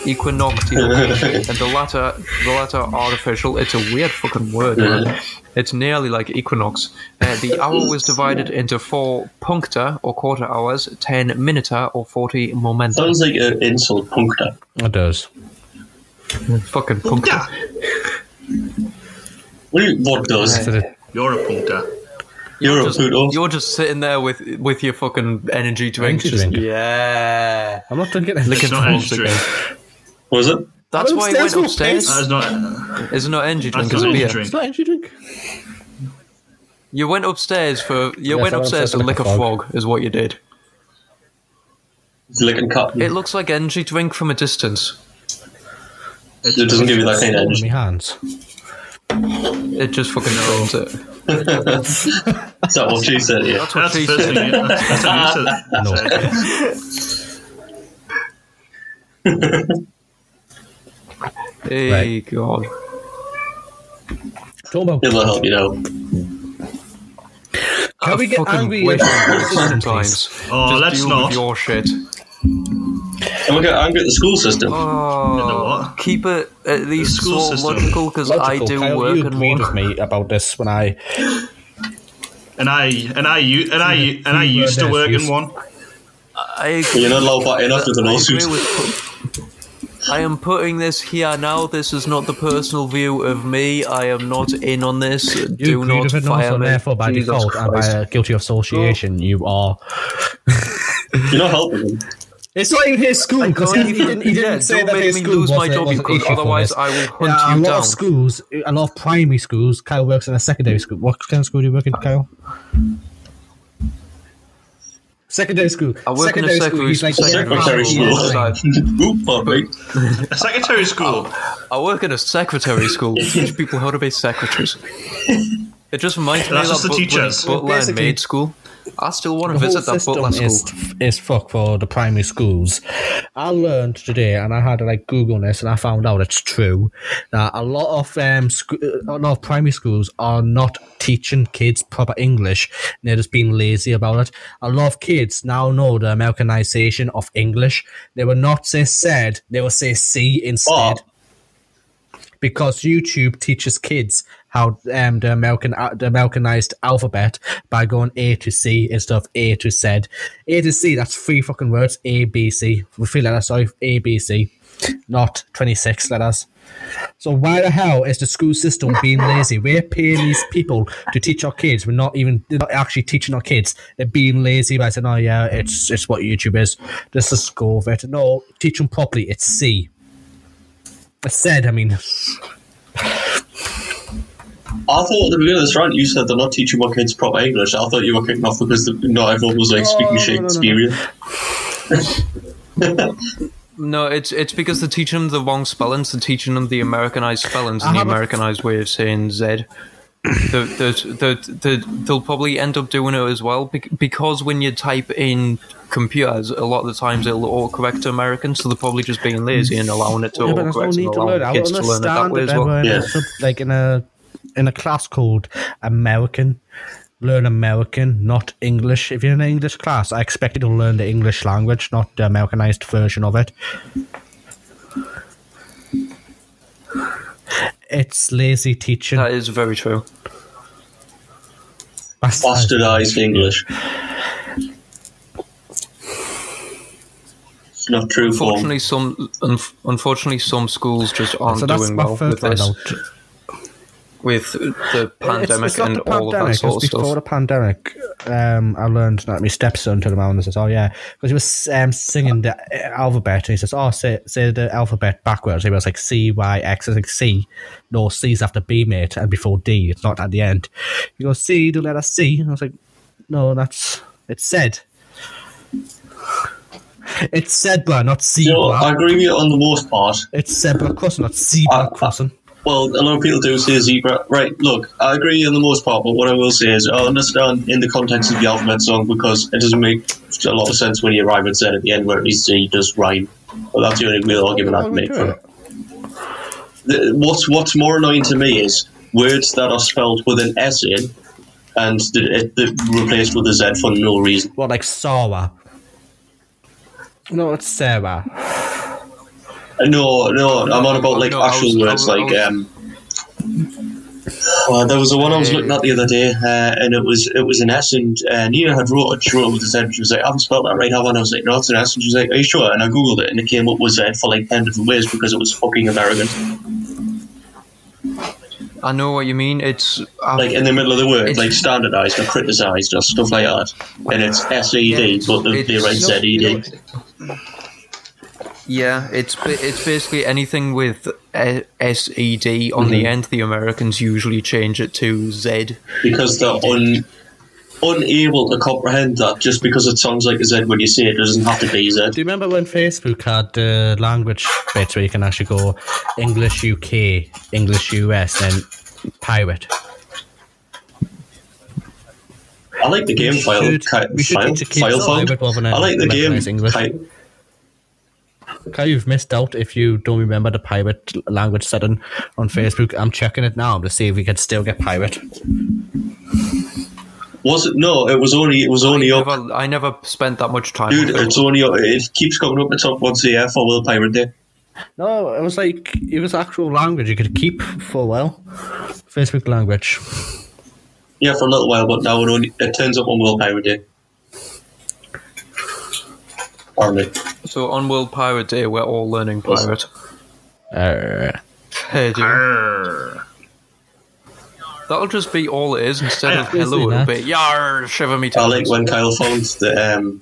Speaker 1: equinoctial, and the latter, the latter artificial. It's a weird fucking word. man. It's nearly like Equinox. Uh, the hour was divided into four puncta or quarter hours, ten minuta or forty momenta.
Speaker 2: Sounds like an insult, puncta.
Speaker 4: It does.
Speaker 1: Fucking puncta.
Speaker 2: What, do you- what does?
Speaker 4: So the-
Speaker 3: You're a punter.
Speaker 2: You're a
Speaker 1: Just-
Speaker 2: Pluto.
Speaker 1: you're just sitting there with with your fucking energy drinks.
Speaker 4: Energy
Speaker 1: just-
Speaker 4: drink.
Speaker 1: Yeah.
Speaker 4: I'm not drinking it.
Speaker 3: It's not energy drink.
Speaker 2: Was it?
Speaker 1: That's why I went
Speaker 4: Upstairs,
Speaker 1: upstairs.
Speaker 3: That's not.
Speaker 1: Is it not energy
Speaker 3: That's
Speaker 1: drink?
Speaker 3: not
Speaker 1: is it
Speaker 3: energy
Speaker 1: beer?
Speaker 3: drink.
Speaker 4: not energy drink.
Speaker 1: You went upstairs for you
Speaker 4: Yes,
Speaker 1: went
Speaker 4: I went
Speaker 1: upstairs to lick a frog. is what you did.
Speaker 2: It's like a cat.
Speaker 1: It
Speaker 2: It
Speaker 1: looks like energy drink from a distance.
Speaker 3: It's
Speaker 2: doesn't give you that kind of
Speaker 4: In
Speaker 2: energy.
Speaker 4: my hands.
Speaker 1: It just fucking ruins it.
Speaker 2: Is that what
Speaker 1: (laughs)
Speaker 2: she said? Yeah.
Speaker 1: That's what
Speaker 3: That's
Speaker 1: she
Speaker 3: the first
Speaker 1: said.
Speaker 3: thing you that's- that's what you said.
Speaker 4: No.
Speaker 1: Hey God.
Speaker 4: Talking
Speaker 2: It'll
Speaker 4: about.
Speaker 2: help you know.
Speaker 4: Can we get
Speaker 1: fucking
Speaker 4: angry
Speaker 1: wish
Speaker 4: at-
Speaker 1: I could sometimes.
Speaker 3: Oh,
Speaker 1: Just
Speaker 3: let's
Speaker 1: deal
Speaker 3: not.
Speaker 1: With your shit.
Speaker 2: And we got angry at the school system.
Speaker 3: No,
Speaker 1: Oh, (laughs)
Speaker 3: what?
Speaker 1: keep it at least
Speaker 3: School
Speaker 1: sort of
Speaker 3: system.
Speaker 1: logical because I
Speaker 4: Logical.
Speaker 1: do
Speaker 4: Kyle,
Speaker 1: work
Speaker 4: you
Speaker 1: and
Speaker 4: agreed with
Speaker 1: work.
Speaker 4: me about this when I
Speaker 3: And I and I u- and I u- and I
Speaker 4: Few
Speaker 3: used to
Speaker 4: bird
Speaker 3: work
Speaker 4: days,
Speaker 3: in
Speaker 4: yes.
Speaker 3: one.
Speaker 1: I
Speaker 2: You're not allowed back in after the
Speaker 1: I
Speaker 2: lawsuit.
Speaker 1: agree
Speaker 3: (laughs)
Speaker 1: with- I am putting this here now. This is not the personal view of me. I am not in on this. do
Speaker 4: agreed
Speaker 1: not
Speaker 4: with it, and
Speaker 1: fire
Speaker 4: also
Speaker 1: me.
Speaker 4: therefore by
Speaker 1: Jesus
Speaker 4: default and by
Speaker 1: Christ.
Speaker 4: uh, guilty of association, you are.
Speaker 2: You're not helping them.
Speaker 4: It's not even his school
Speaker 1: I
Speaker 4: because (laughs) he
Speaker 1: can't
Speaker 4: didn't,
Speaker 1: even-
Speaker 4: he didn't
Speaker 1: yeah,
Speaker 4: say
Speaker 1: don't
Speaker 4: that
Speaker 1: make
Speaker 4: his
Speaker 1: me
Speaker 4: school
Speaker 1: lose my
Speaker 4: was,
Speaker 1: job,
Speaker 4: was
Speaker 1: you
Speaker 4: an
Speaker 1: could,
Speaker 4: issue for
Speaker 1: otherwise
Speaker 4: this.
Speaker 1: I will hunt
Speaker 4: yeah,
Speaker 1: you
Speaker 4: A lot
Speaker 1: down.
Speaker 4: of schools, a lot of primary schools. Kyle works in a secondary school. What kind of school do you work in, Kyle? Secondary school.
Speaker 1: I work in a secondary,
Speaker 4: he's like
Speaker 1: secretary
Speaker 2: secondary
Speaker 4: yeah,
Speaker 1: school.
Speaker 2: school.
Speaker 4: like-
Speaker 2: (laughs) Oop, oh, probably.
Speaker 3: A secretary school.
Speaker 1: I work in a secretary
Speaker 4: (laughs)
Speaker 1: school. We teach people how to be secretaries. It just reminds me
Speaker 3: That's
Speaker 1: of
Speaker 3: just
Speaker 1: that
Speaker 3: the
Speaker 1: Butler-
Speaker 3: teachers.
Speaker 1: Butler and
Speaker 4: Basically-
Speaker 1: Maid School. I still want to
Speaker 4: the
Speaker 1: visit
Speaker 4: whole
Speaker 1: that Butler
Speaker 4: system
Speaker 1: School.
Speaker 4: is, is fuck for the primary schools. I learned today, and I had to like Google this, and I found out it's true that a lot of um sc- a lot of primary schools are not teaching kids proper English. And they're just being lazy about it. A lot of kids now know the Americanization of English. They will not say said, they will say see instead.
Speaker 2: Oh.
Speaker 4: Because YouTube teaches kids how um, the American the Americanized alphabet by going A to C instead of A to Z. A to C, that's three fucking words. A, B, C. Three letters, sorry. A, B, C. Not 26 letters. So why the hell is the school system being lazy? We're paying these people to teach our kids. We're not even they're not actually teaching our kids. They're being lazy by saying, "Oh yeah, it's it's what YouTube is. Just just go with it." No, teach them properly. It's C. I said, I mean,
Speaker 2: I thought at the beginning of this round you said they're not teaching my kids proper English. I thought you were kicking off because the, not everyone was like
Speaker 1: Oh,
Speaker 2: speaking Shakespearean.
Speaker 1: No, it's it's because they're teaching them the wrong spellings. They're teaching them the Americanized spellings and the
Speaker 4: have a-
Speaker 1: Americanized way of saying Z. the, the, the, the, they'll probably end up doing it as well bec- because when you type in computers, a lot of the times it'll autocorrect to American, so they're probably just being lazy and allowing it to
Speaker 4: yeah, but there's no
Speaker 1: autocorrect
Speaker 4: need
Speaker 1: and
Speaker 4: to learn.
Speaker 1: allowing
Speaker 4: I
Speaker 1: kids
Speaker 4: would
Speaker 1: to learn it that
Speaker 4: understand
Speaker 1: way
Speaker 4: if
Speaker 1: as
Speaker 4: they
Speaker 1: well.
Speaker 4: were in
Speaker 2: Yeah.
Speaker 4: a sub, like in a in a class called American. Learn American, not English. If you're in an English class, I expect you to learn the English language, not the Americanized version of it. It's lazy teaching.
Speaker 1: That is very true.
Speaker 4: Bastardized.
Speaker 2: Bastardized English. It's not true, Paul.
Speaker 1: Unfortunately, some un- unfortunately some schools just aren't
Speaker 4: So that's
Speaker 1: doing
Speaker 4: my
Speaker 1: well
Speaker 4: third
Speaker 1: with
Speaker 4: one
Speaker 1: this,
Speaker 4: out.
Speaker 1: with the pandemic
Speaker 4: It's- it's not
Speaker 1: and
Speaker 4: the
Speaker 1: all of that
Speaker 4: pandemic,
Speaker 1: sort of
Speaker 4: it's
Speaker 1: stuff.
Speaker 4: Before the pandemic, um, I learned that my stepson turned around and says, "Oh yeah," because he was um, singing the uh, alphabet, and he says, "Oh, say, say the alphabet backwards." He was like C Y X, I was like C, no C's after B, mate, and before D. It's not at the end. He goes C, the letter C. And I was like, "No, that's it's said." It's said, bro, not C.
Speaker 2: You know,
Speaker 4: bro.
Speaker 2: I agree with you on the most part.
Speaker 4: It's zebra crossing, not zebra
Speaker 2: I-
Speaker 4: crossing.
Speaker 2: Well, a lot of people do say zebra. Right, look, I agree on the most part, but what I will say is I understand in the context of the alphabet song because it doesn't make a lot of sense when you arrive at Z at the end where it needs to does rhyme. But that's the only real argument I can make for it. The- What's, what's more annoying to me is words that are spelled with an S in and the, the replaced with a Z for no reason.
Speaker 4: What, like Sarah? No, it's Sarah.
Speaker 2: No, no, I'm on about like
Speaker 1: No, I
Speaker 2: actual
Speaker 1: was- I
Speaker 2: words
Speaker 1: was- I
Speaker 2: like
Speaker 1: was-
Speaker 2: um Well, there was the one I was looking at the other day, uh, and it was it was an S, and uh, Nina had wrote it. She wrote it with a Z. and She was like, "I haven't spelled that right, have I?" And I was like, "No, it's an S." And she was like, "Are you sure?" And I googled it, and it came up with Z for like ten different ways because it was fucking American,
Speaker 1: I know what you mean. It's I've-
Speaker 2: like in the middle of the word,
Speaker 1: It's-
Speaker 2: like standardized or criticized or stuff like that. And it's S E D,
Speaker 1: Yeah,
Speaker 2: but they they
Speaker 1: it's-
Speaker 2: write
Speaker 1: no,
Speaker 2: Z E
Speaker 1: you know,
Speaker 2: D.
Speaker 1: yeah. It's ba- it's basically anything with uh, S E D on
Speaker 2: Mm-hmm.
Speaker 1: the end. The Americans usually change it to Z.
Speaker 2: because
Speaker 1: E
Speaker 2: they're un, unable to comprehend that just because it sounds like a Z when you say it, it doesn't have to be Z.
Speaker 4: Do you remember when Facebook had the language bits where you can actually go English UK, English US, and pirate?
Speaker 2: I like the game file.
Speaker 4: should-
Speaker 2: ki-
Speaker 4: we should
Speaker 2: file,
Speaker 4: teach the kids
Speaker 2: file
Speaker 4: to
Speaker 2: found.
Speaker 4: like rather than
Speaker 2: I like the game.
Speaker 4: recognise uh, English.
Speaker 2: ki-
Speaker 4: Kai, you've missed out if you don't remember the pirate language setting on Facebook. I'm checking it now to see if we can still get pirate.
Speaker 2: was it? No, it was only it was only up.
Speaker 1: Never, I never spent that much time.
Speaker 2: Dude,
Speaker 1: with it.
Speaker 2: it's only up. It keeps coming up the top once a year for World Pirate Day.
Speaker 4: No, it was like it was actual language you could keep for a while. Facebook language.
Speaker 2: Yeah, for a little while, but now it only it turns up on World Pirate Day. Pardon me.
Speaker 1: so on World Pirate Day, we're all learning pirate.
Speaker 4: Arr.
Speaker 1: Hey, dude.
Speaker 3: Arr.
Speaker 1: That'll just be all it is instead
Speaker 4: (laughs)
Speaker 1: of
Speaker 4: Obviously
Speaker 1: hello. It'll
Speaker 4: not.
Speaker 1: be yar shiver me.
Speaker 2: I like
Speaker 1: timbers."
Speaker 2: when Kyle found the um,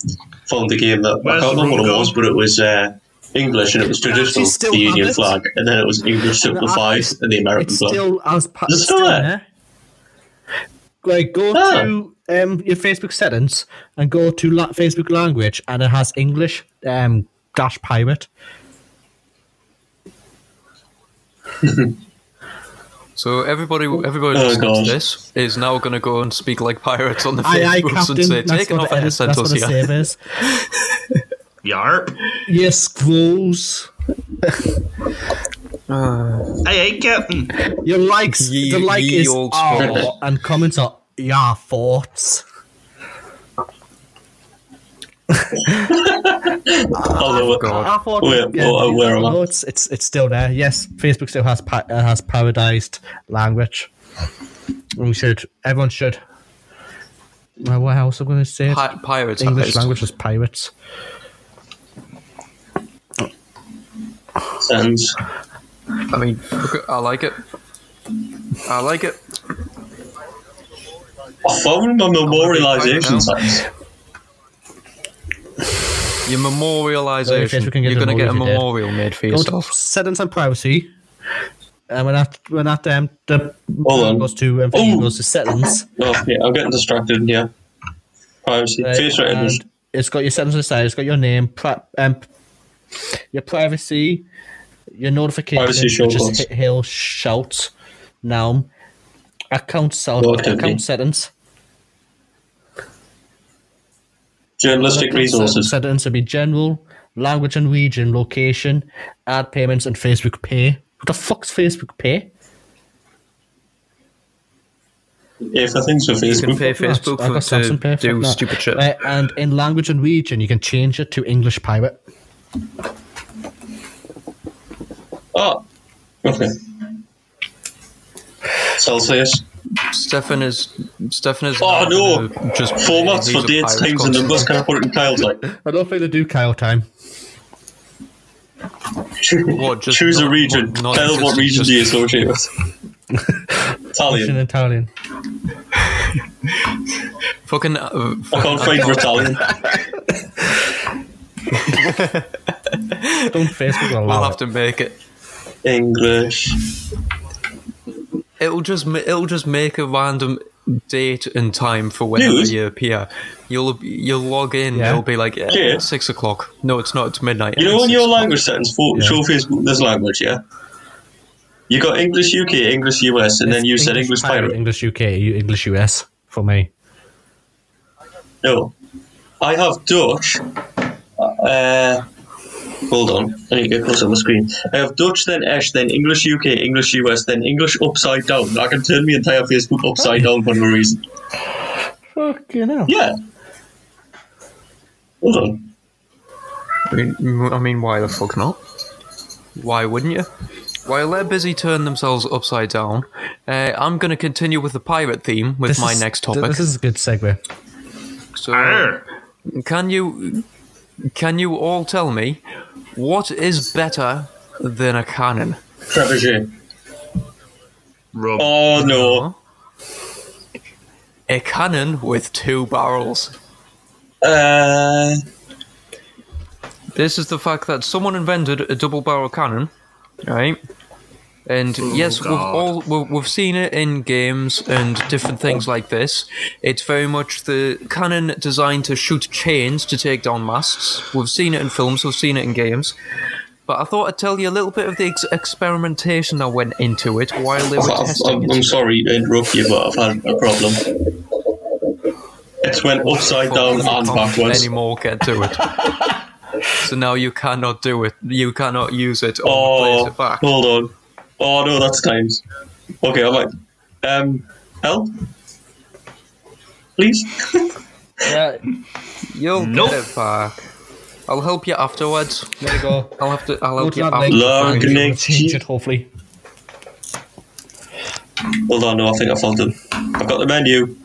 Speaker 2: found the game that I
Speaker 3: Where's
Speaker 2: can't
Speaker 3: the
Speaker 2: remember what it
Speaker 3: room
Speaker 2: was,
Speaker 3: gone?
Speaker 2: but it was uh, English and it was traditional
Speaker 4: Actually still
Speaker 2: the Union
Speaker 4: have it.
Speaker 2: flag, and then it was English simplified
Speaker 4: Actually,
Speaker 2: and the American
Speaker 4: It's
Speaker 2: flag.
Speaker 4: still as pa-
Speaker 2: Is it
Speaker 4: it's
Speaker 2: still
Speaker 4: still
Speaker 2: there?
Speaker 4: there. Like go
Speaker 2: Ah.
Speaker 4: to um, your Facebook settings and go to la- Facebook language, and it has English um, dash pirate.
Speaker 1: So everybody, everybody
Speaker 2: Oh,
Speaker 1: listening
Speaker 2: God.
Speaker 1: to this is now going to go and speak like pirates on the
Speaker 4: Aye, aye,
Speaker 1: Facebooks and
Speaker 4: Captain.
Speaker 1: say,
Speaker 4: That's
Speaker 1: "Take
Speaker 4: what,
Speaker 1: off
Speaker 4: the edit-
Speaker 1: S
Speaker 4: that's what the
Speaker 1: Sentosia."
Speaker 4: save is.
Speaker 3: Yarp.
Speaker 4: Yes, gross.
Speaker 3: Hey, hey, Captain.
Speaker 4: Your likes,
Speaker 1: Ye-
Speaker 4: the like
Speaker 1: ye
Speaker 4: is
Speaker 1: old
Speaker 4: oh,
Speaker 1: Scotland.
Speaker 4: and comments are yeah thoughts.
Speaker 2: Although it-
Speaker 4: I thought
Speaker 2: Where- oh, where am I?
Speaker 4: no, it's, it's it's still there. Yes, Facebook still has pa- uh, has paradised language. We should everyone should. Uh, what else I'm going to say?
Speaker 1: Pi- pirates.
Speaker 4: English
Speaker 1: heist.
Speaker 4: language was pirates.
Speaker 2: sentence.
Speaker 1: I mean, look, I like it. I like it.
Speaker 2: I found my memorialization
Speaker 1: Right
Speaker 2: sentence.
Speaker 1: Your memorialization.
Speaker 4: Facebook can get
Speaker 1: You're going to
Speaker 4: a
Speaker 1: get a
Speaker 4: memorial
Speaker 1: memorial made for
Speaker 4: Go to
Speaker 1: yourself.
Speaker 4: settings and privacy. And when that when that um, the
Speaker 2: on.
Speaker 4: goes to um,
Speaker 2: Oh.
Speaker 4: goes to settings.
Speaker 2: No, Oh, yeah, I'm getting distracted. Yeah, privacy,
Speaker 4: Right,
Speaker 2: face recognition.
Speaker 4: and um, it's got your settings on the side. It's got your name, pri- um, your privacy, your notifications,
Speaker 2: Privacy
Speaker 4: which
Speaker 2: shortcuts.
Speaker 4: is hit, hail, shout, noun, account, self,
Speaker 2: Locked, didn't he?
Speaker 4: account settings.
Speaker 2: Journalistic resources.
Speaker 4: Settings would be general, language and region, location, ad payments, and Facebook Pay. What the fuck's Facebook Pay?
Speaker 2: Yeah, for things for
Speaker 1: You can
Speaker 2: Facebook.
Speaker 1: pay
Speaker 4: Fuck
Speaker 1: Facebook
Speaker 4: that. I've got Samsung
Speaker 1: for to
Speaker 4: Pay,
Speaker 1: do
Speaker 4: fuck that.
Speaker 1: stupid shit.
Speaker 4: Right, and in language and region, you can change it to English Pirate.
Speaker 2: Oh, okay. Celsius.
Speaker 1: Stefan is. Stefan is.
Speaker 2: Oh,
Speaker 1: now
Speaker 2: no.
Speaker 1: gonna Just
Speaker 2: Formats
Speaker 1: he's
Speaker 2: for
Speaker 1: a
Speaker 2: dates,
Speaker 1: pirate
Speaker 2: times, and numbers. Can I put it in Kyle's like?
Speaker 4: I don't think they do Kyle time.
Speaker 1: (laughs) What, just
Speaker 2: Choose a
Speaker 1: not-
Speaker 2: region.
Speaker 1: not- not
Speaker 2: Tell us what
Speaker 1: existing,
Speaker 2: region
Speaker 1: just-
Speaker 2: do you
Speaker 1: (laughs)
Speaker 2: associate with?
Speaker 4: In
Speaker 2: Italian.
Speaker 4: Italian.
Speaker 1: constantly. Fucking. Uh,
Speaker 2: I can't
Speaker 1: (laughs)
Speaker 2: find for Italian.
Speaker 1: (laughs)
Speaker 4: Don't Facebook allow
Speaker 1: we'll
Speaker 4: it.
Speaker 1: have to make it.
Speaker 2: English.
Speaker 1: It'll just ma- it'll just make a random date and time for whenever
Speaker 2: News?
Speaker 1: you appear. You'll you'll log in.
Speaker 4: Yeah.
Speaker 1: It'll be like eh,
Speaker 2: Yeah.
Speaker 1: six o'clock. No, it's not. It's midnight.
Speaker 2: You know,
Speaker 1: It's
Speaker 2: on
Speaker 1: six
Speaker 2: your
Speaker 1: o'clock.
Speaker 2: language settings, for, show Facebook this language, yeah? You got English UK, English US, and then you said English pirate.
Speaker 4: English UK, you- English US for me.
Speaker 2: No. I have Dutch. Uh, hold on. I need to get close on the screen. I have Dutch, then Esh, then English UK, English US, then English upside down. I can turn my entire Facebook upside down for no reason.
Speaker 4: Fucking hell.
Speaker 2: Yeah. Hold on.
Speaker 1: I mean, I mean, why the fuck not? Why wouldn't you? While they're busy turning themselves upside down, uh, I'm going to continue with the pirate theme with
Speaker 4: This
Speaker 1: my
Speaker 4: is-
Speaker 1: next topic.
Speaker 4: This is a good segue.
Speaker 1: so,
Speaker 3: Arr.
Speaker 1: can you can you all tell me what is better than a cannon?
Speaker 2: Trebuchet.
Speaker 3: Rob.
Speaker 2: Oh no.
Speaker 1: A cannon with two barrels.
Speaker 2: Uh,
Speaker 1: This is the fact that someone invented a double barrel cannon, right? And yes, we've
Speaker 3: God.
Speaker 1: all we've, we've seen it in games and different things like this. It's very much the cannon designed to shoot chains to take down masts. We've seen it in films, we've seen it in games. But I thought I'd tell you a little bit of the ex- experimentation that went into it while they were
Speaker 2: I've-
Speaker 1: testing
Speaker 2: I'm,
Speaker 1: it.
Speaker 2: I'm sorry to interrupt you, but I've had a problem. It's went upside down and backwards.
Speaker 1: anymore can't do it.
Speaker 2: (laughs)
Speaker 1: so now you cannot do it. You cannot use it or
Speaker 2: Oh,
Speaker 1: place it back.
Speaker 2: hold on. Oh no, that's times. Okay, I might. Um, help, please. (laughs)
Speaker 1: Yeah, you'll
Speaker 3: Nope.
Speaker 1: get it back. I'll help you afterwards.
Speaker 4: There you go.
Speaker 1: I'll have to. I'll help
Speaker 4: Good
Speaker 1: you
Speaker 4: lad,
Speaker 1: after.
Speaker 4: Nick.
Speaker 2: Log
Speaker 1: the fact.
Speaker 2: Nick.
Speaker 4: Change it, hopefully.
Speaker 2: Hold on, no, I think I found it. I've got the menu.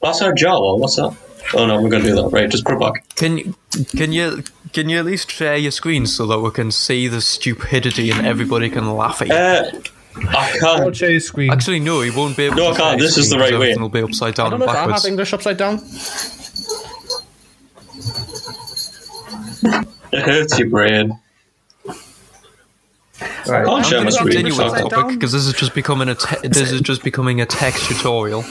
Speaker 2: That's our Jawa. What's that? Oh no, we're gonna do that. Right, just put it back.
Speaker 1: Can you- can you can you at least share your screen so that we can see the stupidity and everybody can laugh at you?
Speaker 2: Uh, I
Speaker 4: I'll
Speaker 2: can't.
Speaker 4: share your screen.
Speaker 1: Actually, no, he won't be able.
Speaker 2: No,
Speaker 1: to
Speaker 2: I can't.
Speaker 1: share
Speaker 2: This is the
Speaker 1: screen
Speaker 2: right
Speaker 1: because
Speaker 2: way.
Speaker 1: everything will be upside down
Speaker 4: I don't
Speaker 1: and
Speaker 4: know if I have
Speaker 1: backwards.
Speaker 4: English upside down.
Speaker 2: It hurts your brain.
Speaker 4: Right.
Speaker 2: I'll share
Speaker 1: I'm going
Speaker 2: my
Speaker 1: to
Speaker 2: screen.
Speaker 1: continue with the
Speaker 2: Upside
Speaker 1: topic
Speaker 4: down.
Speaker 1: because this is just becoming a te- this is just becoming a tech
Speaker 2: (laughs)
Speaker 1: tutorial.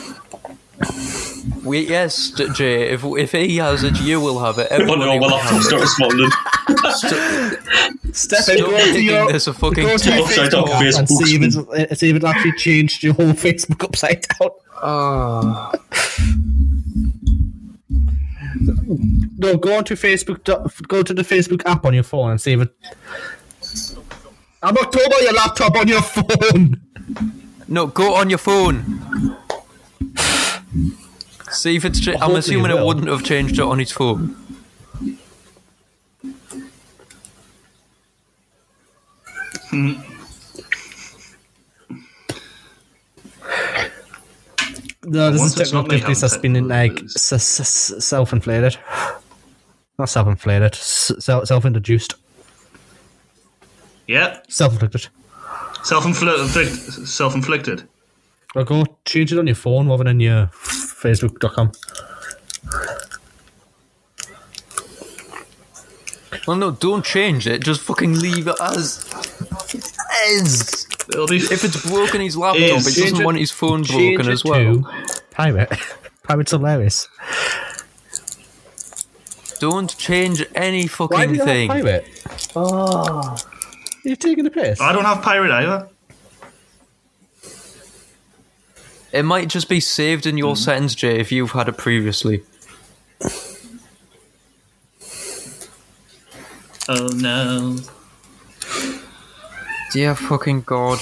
Speaker 1: We yes, D- Jay. If if he has it, you will have it.
Speaker 2: Oh
Speaker 1: Everybody
Speaker 2: no, we'll
Speaker 1: will
Speaker 2: have to
Speaker 1: have it.
Speaker 2: start responding. (laughs)
Speaker 4: Step in,
Speaker 1: Stop
Speaker 4: go to
Speaker 1: thinking
Speaker 4: your,
Speaker 1: there's a fucking
Speaker 4: go to your
Speaker 2: upside down
Speaker 4: Facebook app and
Speaker 2: Facebook
Speaker 4: see if it's, uh, see if it actually changed your whole Facebook upside down.
Speaker 1: Ah.
Speaker 4: No, go on to Facebook. do- Go to the Facebook app on your phone and see if it. I'm not talking about your laptop on your (laughs) phone.
Speaker 1: No, go on your phone. See if it's. Cha- I'm
Speaker 4: Hopefully
Speaker 1: assuming
Speaker 4: it
Speaker 1: it
Speaker 4: will.
Speaker 1: wouldn't have changed it on his phone.
Speaker 4: No, this
Speaker 3: Once
Speaker 4: is
Speaker 3: it's not me,
Speaker 4: technically this has
Speaker 3: I'm
Speaker 4: been like
Speaker 3: technically-
Speaker 4: s- s- s- self-inflated. (sighs) Not self-inflated. s- Self self-introduced.
Speaker 3: Yeah.
Speaker 4: Self-inflicted.
Speaker 3: Self-inflicted. Self-inflicted.
Speaker 4: Well, go change it on your phone rather than your Facebook.com.
Speaker 1: Well, no, don't change it. Just fucking leave it as. Is.
Speaker 3: It'll be.
Speaker 1: If it's broken, his laptop. He
Speaker 3: Is.
Speaker 1: doesn't
Speaker 3: Change it-
Speaker 1: want his phone
Speaker 4: Change
Speaker 1: broken
Speaker 4: it
Speaker 1: as well.
Speaker 4: to pirate. (laughs) Pirate's hilarious.
Speaker 1: Don't change any fucking
Speaker 4: Why do you
Speaker 1: thing.
Speaker 4: have pirate? Oh, you're taking the
Speaker 3: (laughs)
Speaker 4: piss.
Speaker 3: I don't have pirate either.
Speaker 1: It might just be saved in
Speaker 4: Mm.
Speaker 1: your settings, Jay, if you've had it previously.
Speaker 3: Oh no.
Speaker 1: Dear fucking god.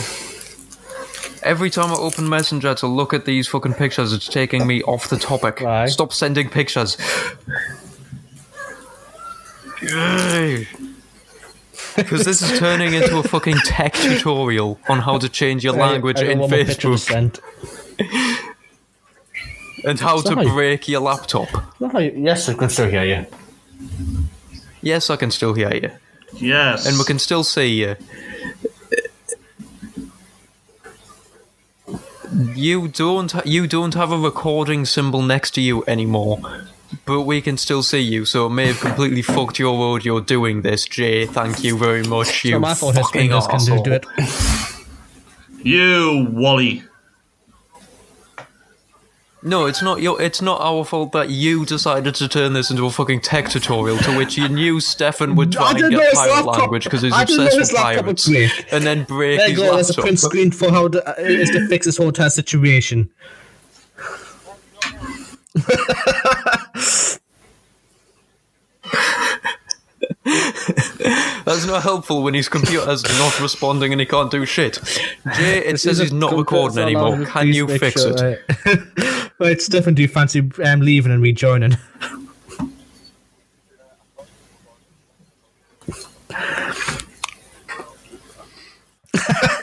Speaker 1: Every time I open Messenger to look at these fucking pictures, it's taking me off the topic.
Speaker 4: Right.
Speaker 1: Stop sending pictures. Because this is turning into a fucking tech tutorial on how to change your language
Speaker 4: I don't
Speaker 1: in
Speaker 4: want my picture to
Speaker 1: Facebook
Speaker 4: send.
Speaker 1: and how to
Speaker 4: Sorry.
Speaker 1: break your laptop.
Speaker 4: No, yes, I can still hear you.
Speaker 1: Yes, I can still hear you,
Speaker 3: Yes.
Speaker 1: and we can still see uh, you. You don't you don't have a recording symbol next to you anymore, but we can still see you. So it may have completely fucked your audio doing this, Jay. Thank you very much. You
Speaker 4: So my phone has
Speaker 1: fucking
Speaker 4: fingers can do,
Speaker 1: arsehole.
Speaker 4: do it.
Speaker 3: You Wally.
Speaker 1: No, it's not your. It's not our fault that you decided to turn this into a fucking tech tutorial, to which you knew Stefan would try
Speaker 4: (laughs) I
Speaker 1: and
Speaker 4: didn't know
Speaker 1: get
Speaker 4: his
Speaker 1: pirate
Speaker 4: laptop-
Speaker 1: language because he's
Speaker 4: I didn't know
Speaker 1: obsessed
Speaker 4: his
Speaker 1: with
Speaker 4: laptop would
Speaker 1: pirates,
Speaker 4: break.
Speaker 1: and then break
Speaker 4: There you
Speaker 1: his
Speaker 4: go. There's a
Speaker 1: laptop.
Speaker 4: print screen for how to, uh, is to fix this whole entire situation.
Speaker 1: That's not helpful when his computer's not responding and he can't do shit. Jay, it says he's not recording anymore. Can you fix it? (laughs)
Speaker 4: Right. right, Stefan, do you fancy um, leaving and rejoining?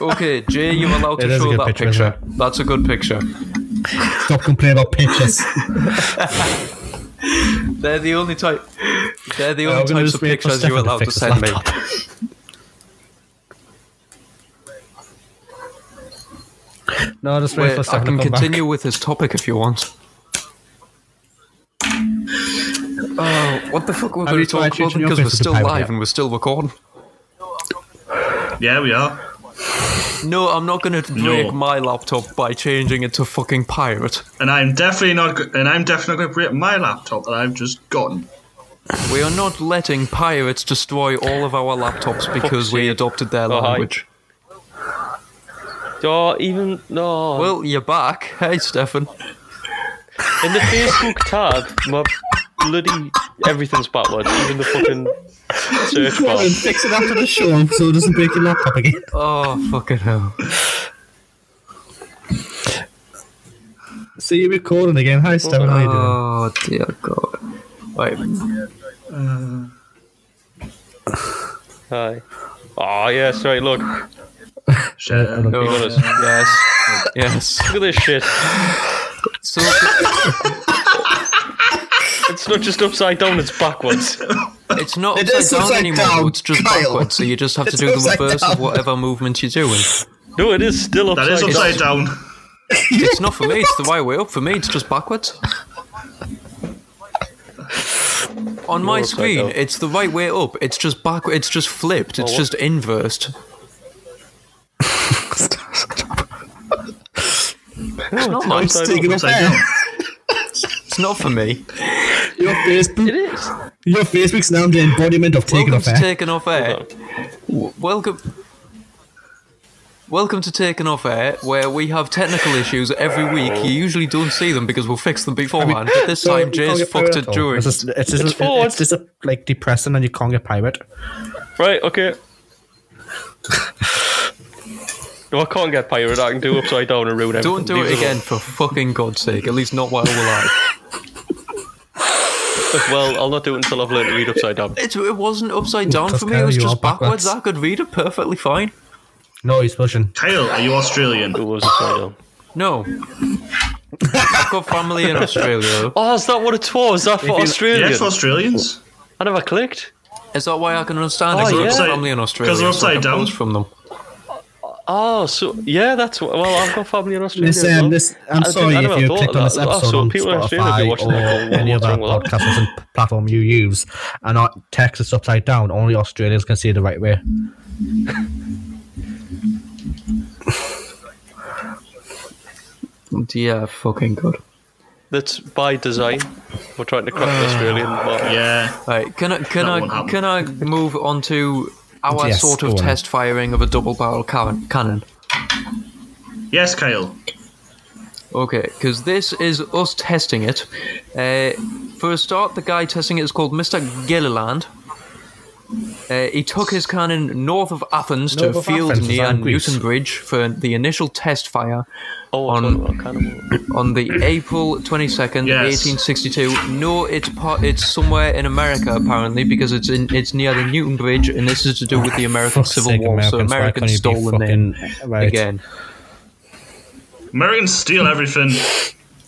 Speaker 1: Okay, Jay, you're
Speaker 4: (laughs)
Speaker 1: allowed
Speaker 4: It
Speaker 1: to
Speaker 4: is a
Speaker 1: show
Speaker 4: good
Speaker 1: that
Speaker 4: picture,
Speaker 1: picture.
Speaker 4: isn't
Speaker 1: That's a good picture.
Speaker 4: Stop complaining about
Speaker 1: (laughs)
Speaker 4: pictures.
Speaker 1: They're the only type. They're the
Speaker 4: I'm
Speaker 1: only
Speaker 4: gonna
Speaker 1: types
Speaker 4: just
Speaker 1: of
Speaker 4: wait for
Speaker 1: pictures
Speaker 4: Stefan
Speaker 1: you're
Speaker 4: to
Speaker 1: allowed to
Speaker 4: fix his
Speaker 1: send me. (laughs)
Speaker 4: laptop. No, just wait,
Speaker 1: Wait,
Speaker 4: for
Speaker 1: I
Speaker 4: Stefan
Speaker 1: can
Speaker 4: to come
Speaker 1: continue with his topic if you want. Oh, what the fuck were we
Speaker 4: Have
Speaker 1: going to
Speaker 4: you tried
Speaker 1: talk about?
Speaker 4: changing your
Speaker 1: Because we're
Speaker 4: face to
Speaker 1: still
Speaker 4: pirate
Speaker 1: live
Speaker 4: yet?
Speaker 1: and we're still recording.
Speaker 3: Yeah, we are.
Speaker 1: No, I'm not going to
Speaker 3: No.
Speaker 1: break my laptop by changing it to fucking pirate.
Speaker 3: And I'm definitely not. go- And I'm definitely going to break my laptop that I've just gotten.
Speaker 1: We are not letting pirates destroy all of our laptops because we
Speaker 2: sake.
Speaker 1: adopted their
Speaker 2: Oh, hi.
Speaker 1: language.
Speaker 2: Oh, even no.
Speaker 1: Well, you're back. Hey, Stefan.
Speaker 2: in the Facebook tab, my bloody everything's backwards. Even the fucking search bar.
Speaker 4: fix it after the show so it doesn't break your laptop again. (laughs)
Speaker 1: Oh, fucking hell.
Speaker 4: See you recording again. Hi, Stefan. How you doing?
Speaker 1: Oh, dear God. Right.
Speaker 2: Hi. Oh yeah, sorry. Look, look
Speaker 3: Shit.
Speaker 4: I don't
Speaker 1: No.
Speaker 4: think-
Speaker 2: got us.
Speaker 1: Yes. Yes.
Speaker 2: at this shit.
Speaker 1: So,
Speaker 2: It's not just upside down; it's backwards.
Speaker 1: It's
Speaker 7: (laughs)
Speaker 1: not
Speaker 7: It
Speaker 1: upside,
Speaker 7: is
Speaker 1: down
Speaker 7: upside
Speaker 1: anymore.
Speaker 7: down,
Speaker 1: It's just
Speaker 7: Kyle.
Speaker 1: backwards. So you just have to
Speaker 7: It's
Speaker 1: do the
Speaker 7: upside
Speaker 1: reverse of
Speaker 7: down.
Speaker 1: whatever movement you're doing.
Speaker 2: No, it is still upside.
Speaker 3: That is
Speaker 2: down.
Speaker 3: upside down.
Speaker 1: It's not for me. It's the right way up. For me, it's just
Speaker 2: (laughs)
Speaker 1: backwards. On my
Speaker 2: upside
Speaker 1: screen,
Speaker 2: down.
Speaker 1: it's the right way up. It's just back. It's just flipped. It's
Speaker 2: what-
Speaker 1: just inversed. it's not mine.
Speaker 2: upside
Speaker 7: Taking off
Speaker 3: Upside down.
Speaker 7: air.
Speaker 1: It's not for (laughs) me.
Speaker 7: Your
Speaker 2: It
Speaker 7: Facebook,
Speaker 2: is.
Speaker 7: your Facebook's now the embodiment of taking
Speaker 1: Welcome
Speaker 7: off
Speaker 1: to
Speaker 7: air.
Speaker 1: Taken Off Air. W- Welcome. Welcome to Taken Off Air, where we have technical issues every week. You usually don't see them because we'll fix them beforehand, but this
Speaker 4: No,
Speaker 1: time
Speaker 4: you can't
Speaker 1: Jay's
Speaker 4: get
Speaker 1: fucked it
Speaker 4: pirate at all.
Speaker 1: during.
Speaker 4: It's just, it's just,
Speaker 2: It's
Speaker 4: it's,
Speaker 2: forward.
Speaker 4: it's just a, like depressing, and you can't get pirate.
Speaker 2: Right. Okay. No, I can't get pirate. I can do upside down and ruin everything.
Speaker 1: Don't do it
Speaker 2: Leave
Speaker 1: again for fucking God's sake, at least not while we're live.
Speaker 2: alone. Well, I'll not do it until I've learned to read upside down.
Speaker 1: (laughs) It, it wasn't upside down
Speaker 4: Because
Speaker 1: for me, it was
Speaker 4: Kyle, you
Speaker 1: just
Speaker 4: are backwards.
Speaker 1: backwards. I could read it perfectly fine.
Speaker 4: No, he's pushing.
Speaker 3: Kyle, are you Australian?
Speaker 2: It was upside down.
Speaker 1: No. I've got family in Australia.
Speaker 2: Oh, is that what it was? Is that for Australian?
Speaker 3: Yes, for Australians.
Speaker 2: I never clicked.
Speaker 1: Is that why I can understand it?
Speaker 2: Oh,
Speaker 1: 'Cause I've
Speaker 2: yeah.
Speaker 1: got family in Australia.
Speaker 3: 'Cause they're
Speaker 1: so I
Speaker 3: upside
Speaker 1: can
Speaker 3: down.
Speaker 1: bounce from them.
Speaker 2: Oh, so yeah, that's well. I've got family in Australia.
Speaker 4: This,
Speaker 2: as well.
Speaker 4: um, this, I'm
Speaker 2: I didn't-
Speaker 4: sorry
Speaker 2: I never
Speaker 4: if you
Speaker 2: thought
Speaker 4: clicked
Speaker 2: of
Speaker 4: on this
Speaker 2: that. Oh,
Speaker 4: episode
Speaker 2: so
Speaker 4: on
Speaker 2: people in Australia be
Speaker 4: Spotify
Speaker 2: watching that going,
Speaker 4: or any
Speaker 2: "What's
Speaker 4: other
Speaker 2: wrong with that?"
Speaker 4: podcast listening platform you use, and our text is upside down. Only Australians can see it the right way.
Speaker 1: Dear fucking God.
Speaker 2: That's by design. We're trying to crack the
Speaker 1: (sighs)
Speaker 2: Australian market.
Speaker 3: Yeah.
Speaker 1: Right, can I can
Speaker 3: That won't
Speaker 1: I
Speaker 3: happen.
Speaker 1: can I move on to our
Speaker 4: Yes,
Speaker 1: sort
Speaker 4: go
Speaker 1: of
Speaker 4: on.
Speaker 1: test firing of a double barrel cannon? cannon?
Speaker 3: Yes, Kyle.
Speaker 1: Okay, because this is us testing it. Uh, for a start, the guy testing it is called Mister Gilliland. Uh, he took his cannon north of Athens
Speaker 4: North
Speaker 1: to a
Speaker 4: of
Speaker 1: field
Speaker 4: Athens, is that
Speaker 1: near
Speaker 4: in Greece?
Speaker 1: Newton Bridge for the initial test fire
Speaker 2: Oh,
Speaker 1: On-
Speaker 2: I don't know, I kind of-
Speaker 1: on the April 22nd,
Speaker 3: Yes.
Speaker 1: 1862. No, it's part, it's somewhere in America apparently because it's in it's near the Newton Bridge, and this is to do with the American
Speaker 4: Ah, Fuck's
Speaker 1: Civil
Speaker 4: sake,
Speaker 1: War. so
Speaker 4: why
Speaker 1: Americans
Speaker 4: can't you be
Speaker 1: stole the name
Speaker 4: fucking- right.
Speaker 1: again.
Speaker 3: Americans steal everything.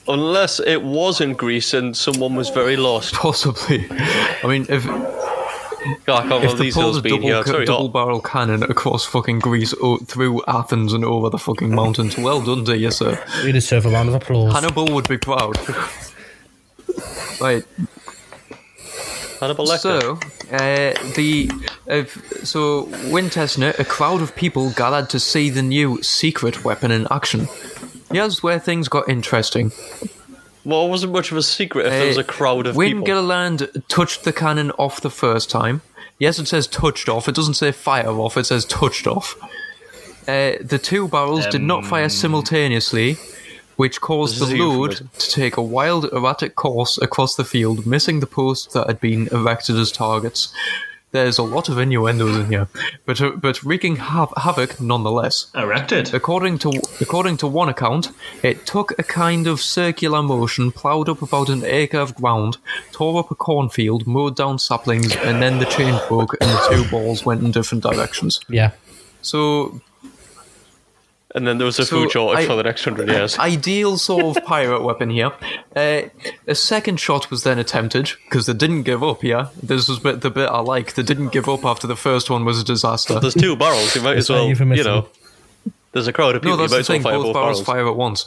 Speaker 2: Unless it was in Greece and someone was very lost.
Speaker 1: Possibly. (laughs) I mean, if,
Speaker 2: God, I can't
Speaker 1: if
Speaker 2: believe
Speaker 1: they
Speaker 2: these
Speaker 1: pulled
Speaker 2: hills
Speaker 1: a
Speaker 2: being here.
Speaker 1: double,
Speaker 2: It's very
Speaker 1: double
Speaker 2: hot.
Speaker 1: barrel cannon across fucking Greece, o- through Athens and over the fucking mountains, well done to you, sir.
Speaker 4: We deserve a round of applause.
Speaker 1: Hannibal would be proud. Right,
Speaker 2: Hannibal Lecter.
Speaker 1: So, uh, the uh, so when testing it, a crowd of people gathered to see the new secret weapon in action. Here's where things got interesting.
Speaker 2: well, it wasn't much of a secret if there was
Speaker 1: Uh,
Speaker 2: a crowd of
Speaker 1: when
Speaker 2: people.
Speaker 1: Gilliland touched the cannon off the first time, yes, it says touched off. It doesn't say fire off. It says touched off. Uh, the two barrels did not fire simultaneously, which caused
Speaker 2: Um, This
Speaker 1: the
Speaker 2: is a
Speaker 1: load
Speaker 2: euphemism.
Speaker 1: to take a wild, erratic course across the field, missing the posts that had been erected as targets. There's a lot of innuendos in here, but uh, but wreaking hav- havoc nonetheless.
Speaker 3: Erected.
Speaker 1: According to according to one account, it took a kind of circular motion, ploughed up about an acre of ground, tore up a cornfield, mowed down saplings, and then the chain broke and the two balls went in different directions.
Speaker 4: yeah.
Speaker 1: So
Speaker 8: And then there was a
Speaker 1: So
Speaker 8: food shortage
Speaker 1: I-
Speaker 8: for the next hundred years.
Speaker 1: Ideal sort of pirate weapon here. Uh, a second shot was then attempted because they didn't give up. Yeah, this was bit, the bit I like. They didn't give up after the first one was a disaster.
Speaker 8: There's two barrels. You might as well, you know. There's a crowd of
Speaker 1: No,
Speaker 8: people.
Speaker 1: that's
Speaker 8: you
Speaker 1: the
Speaker 8: might as well
Speaker 1: thing.
Speaker 8: fire
Speaker 1: Both
Speaker 8: both
Speaker 1: barrels
Speaker 8: barrels.
Speaker 1: fire at once.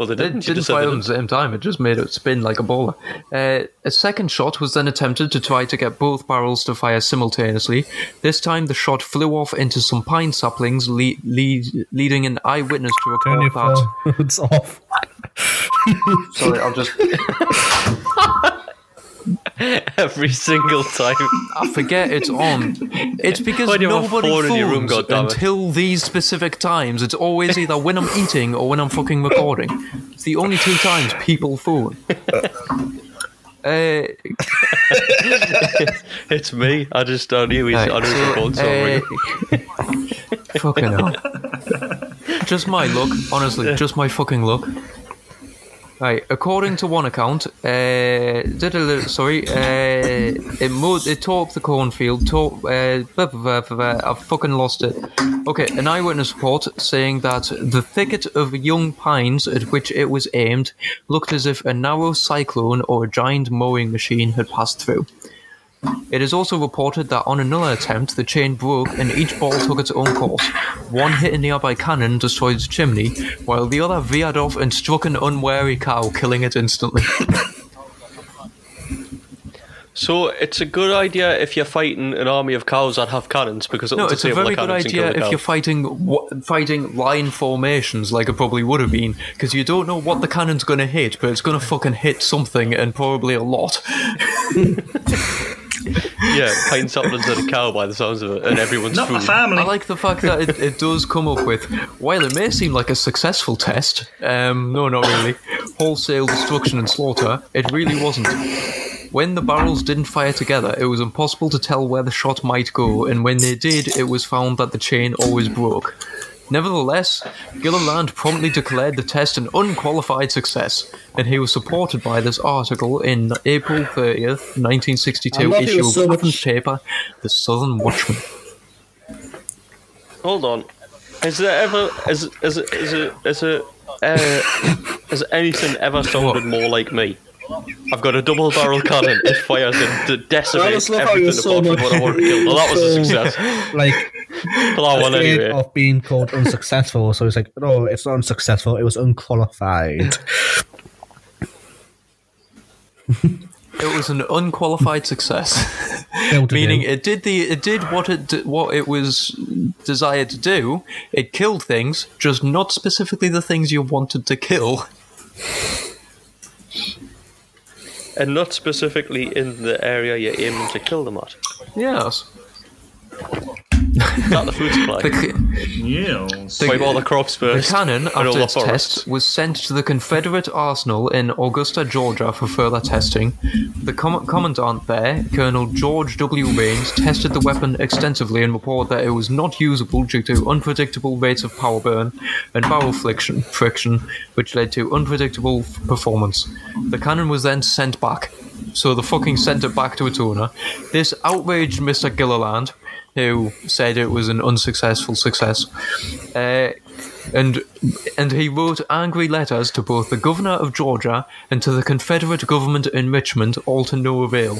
Speaker 8: Well, they
Speaker 1: didn't. didn't fire them at the same time. It just made it spin like a bowler. Uh, a second shot was then attempted to try to get both barrels to fire simultaneously. This time, the shot flew off into some pine saplings, le- lead- leading an eyewitness to
Speaker 4: Turn
Speaker 1: report
Speaker 4: your
Speaker 1: that.
Speaker 4: phone. It's (laughs) off.
Speaker 1: Sorry, I'll just.
Speaker 2: (laughs)
Speaker 8: Every single time.
Speaker 1: I forget it's on.
Speaker 8: (laughs)
Speaker 1: It's because
Speaker 8: Why do you have a
Speaker 1: nobody
Speaker 8: phone
Speaker 1: phones
Speaker 8: in your room, goddammit?
Speaker 1: until these specific times. It's always either when I'm eating or when I'm fucking recording. It's the only two times people phone. Uh,
Speaker 8: it's me. I just I knew he's I knew he's a
Speaker 2: oh
Speaker 8: bug, so I'm ringing.
Speaker 1: uh, (laughs) fucking hell. Just my luck, honestly, just my fucking luck. Right, according to one account, uh, did a little, sorry, uh, it moved, it tore up the cornfield, tore, uh, blah, blah, blah, blah, blah, I've fucking lost it. Okay, an eyewitness report saying that the thicket of young pines at which it was aimed looked as if a narrow cyclone or a giant mowing machine had passed through. It is also reported that on another attempt, the chain broke and each ball took its own course. One hit a nearby cannon, destroyed its chimney, while the other veered off and struck an unwary cow, killing
Speaker 8: (laughs)
Speaker 1: it instantly.
Speaker 8: So it's a good idea if you're fighting an army of cows that have cannons because it'll
Speaker 1: no, it's a
Speaker 8: disable
Speaker 1: very
Speaker 8: the
Speaker 1: good
Speaker 8: cannons
Speaker 1: idea
Speaker 8: and kill the
Speaker 1: if
Speaker 8: cow.
Speaker 1: you're fighting wa- fighting line formations like it probably would have been, because you don't know what the cannon's going to hit, but it's going to fucking hit something and probably a lot. (laughs)
Speaker 8: yeah, pine saplings and a cow by the sounds of it, and everyone's food.
Speaker 1: I like the fact that it, it does come up with, while it may seem like a successful test, um, no, not really, wholesale destruction and slaughter, it really wasn't. When the barrels didn't fire together, it was impossible to tell where the shot might go, and when they did, it was found that the chain always broke. Nevertheless, Gilliland promptly declared the test an unqualified success, and he was supported by this article in April 30th, 1962
Speaker 8: I love he
Speaker 1: issue
Speaker 8: was
Speaker 1: of
Speaker 8: so
Speaker 1: Patton's paper, The Southern Watchman.
Speaker 8: Hold on. Is there ever is is is is is, a, uh, has anything ever sounded more like me? I've got a double barrel cannon. It fires and d-
Speaker 9: I
Speaker 8: decimates
Speaker 9: just love how you're
Speaker 8: everything
Speaker 9: so
Speaker 8: apart from what I want to kill. Well, that was a success.
Speaker 4: Like,
Speaker 8: Well, I won
Speaker 4: afraid
Speaker 8: anyway.
Speaker 4: of being called unsuccessful. So he's like, no, it's not unsuccessful. It was unqualified.
Speaker 1: It was an unqualified success,
Speaker 4: Failed to
Speaker 1: meaning
Speaker 4: do.
Speaker 1: it did the it did what it d- what it was desired to do. It killed things, just not specifically the things you wanted to kill.
Speaker 8: and not specifically in the area you're aiming to kill them at.
Speaker 1: Yes.
Speaker 8: Not the food supply.
Speaker 3: yeah.
Speaker 8: Wipe all the crops first.
Speaker 1: The cannon,
Speaker 8: and all
Speaker 1: after
Speaker 8: the
Speaker 1: its
Speaker 8: forests.
Speaker 1: test, was sent to the Confederate arsenal in Augusta, Georgia, for further testing. The com- commandant there, Colonel George W. Raines, tested the weapon extensively and reported that it was not usable due to unpredictable rates of power burn and barrel friction, friction which led to unpredictable f- performance. The cannon was then sent back. So the fucking sent it back to its owner. This outraged Mr. Gilliland, who said it was an unsuccessful success. Uh, and and he wrote angry letters to both the governor of Georgia and to the Confederate government in Richmond, all to no avail.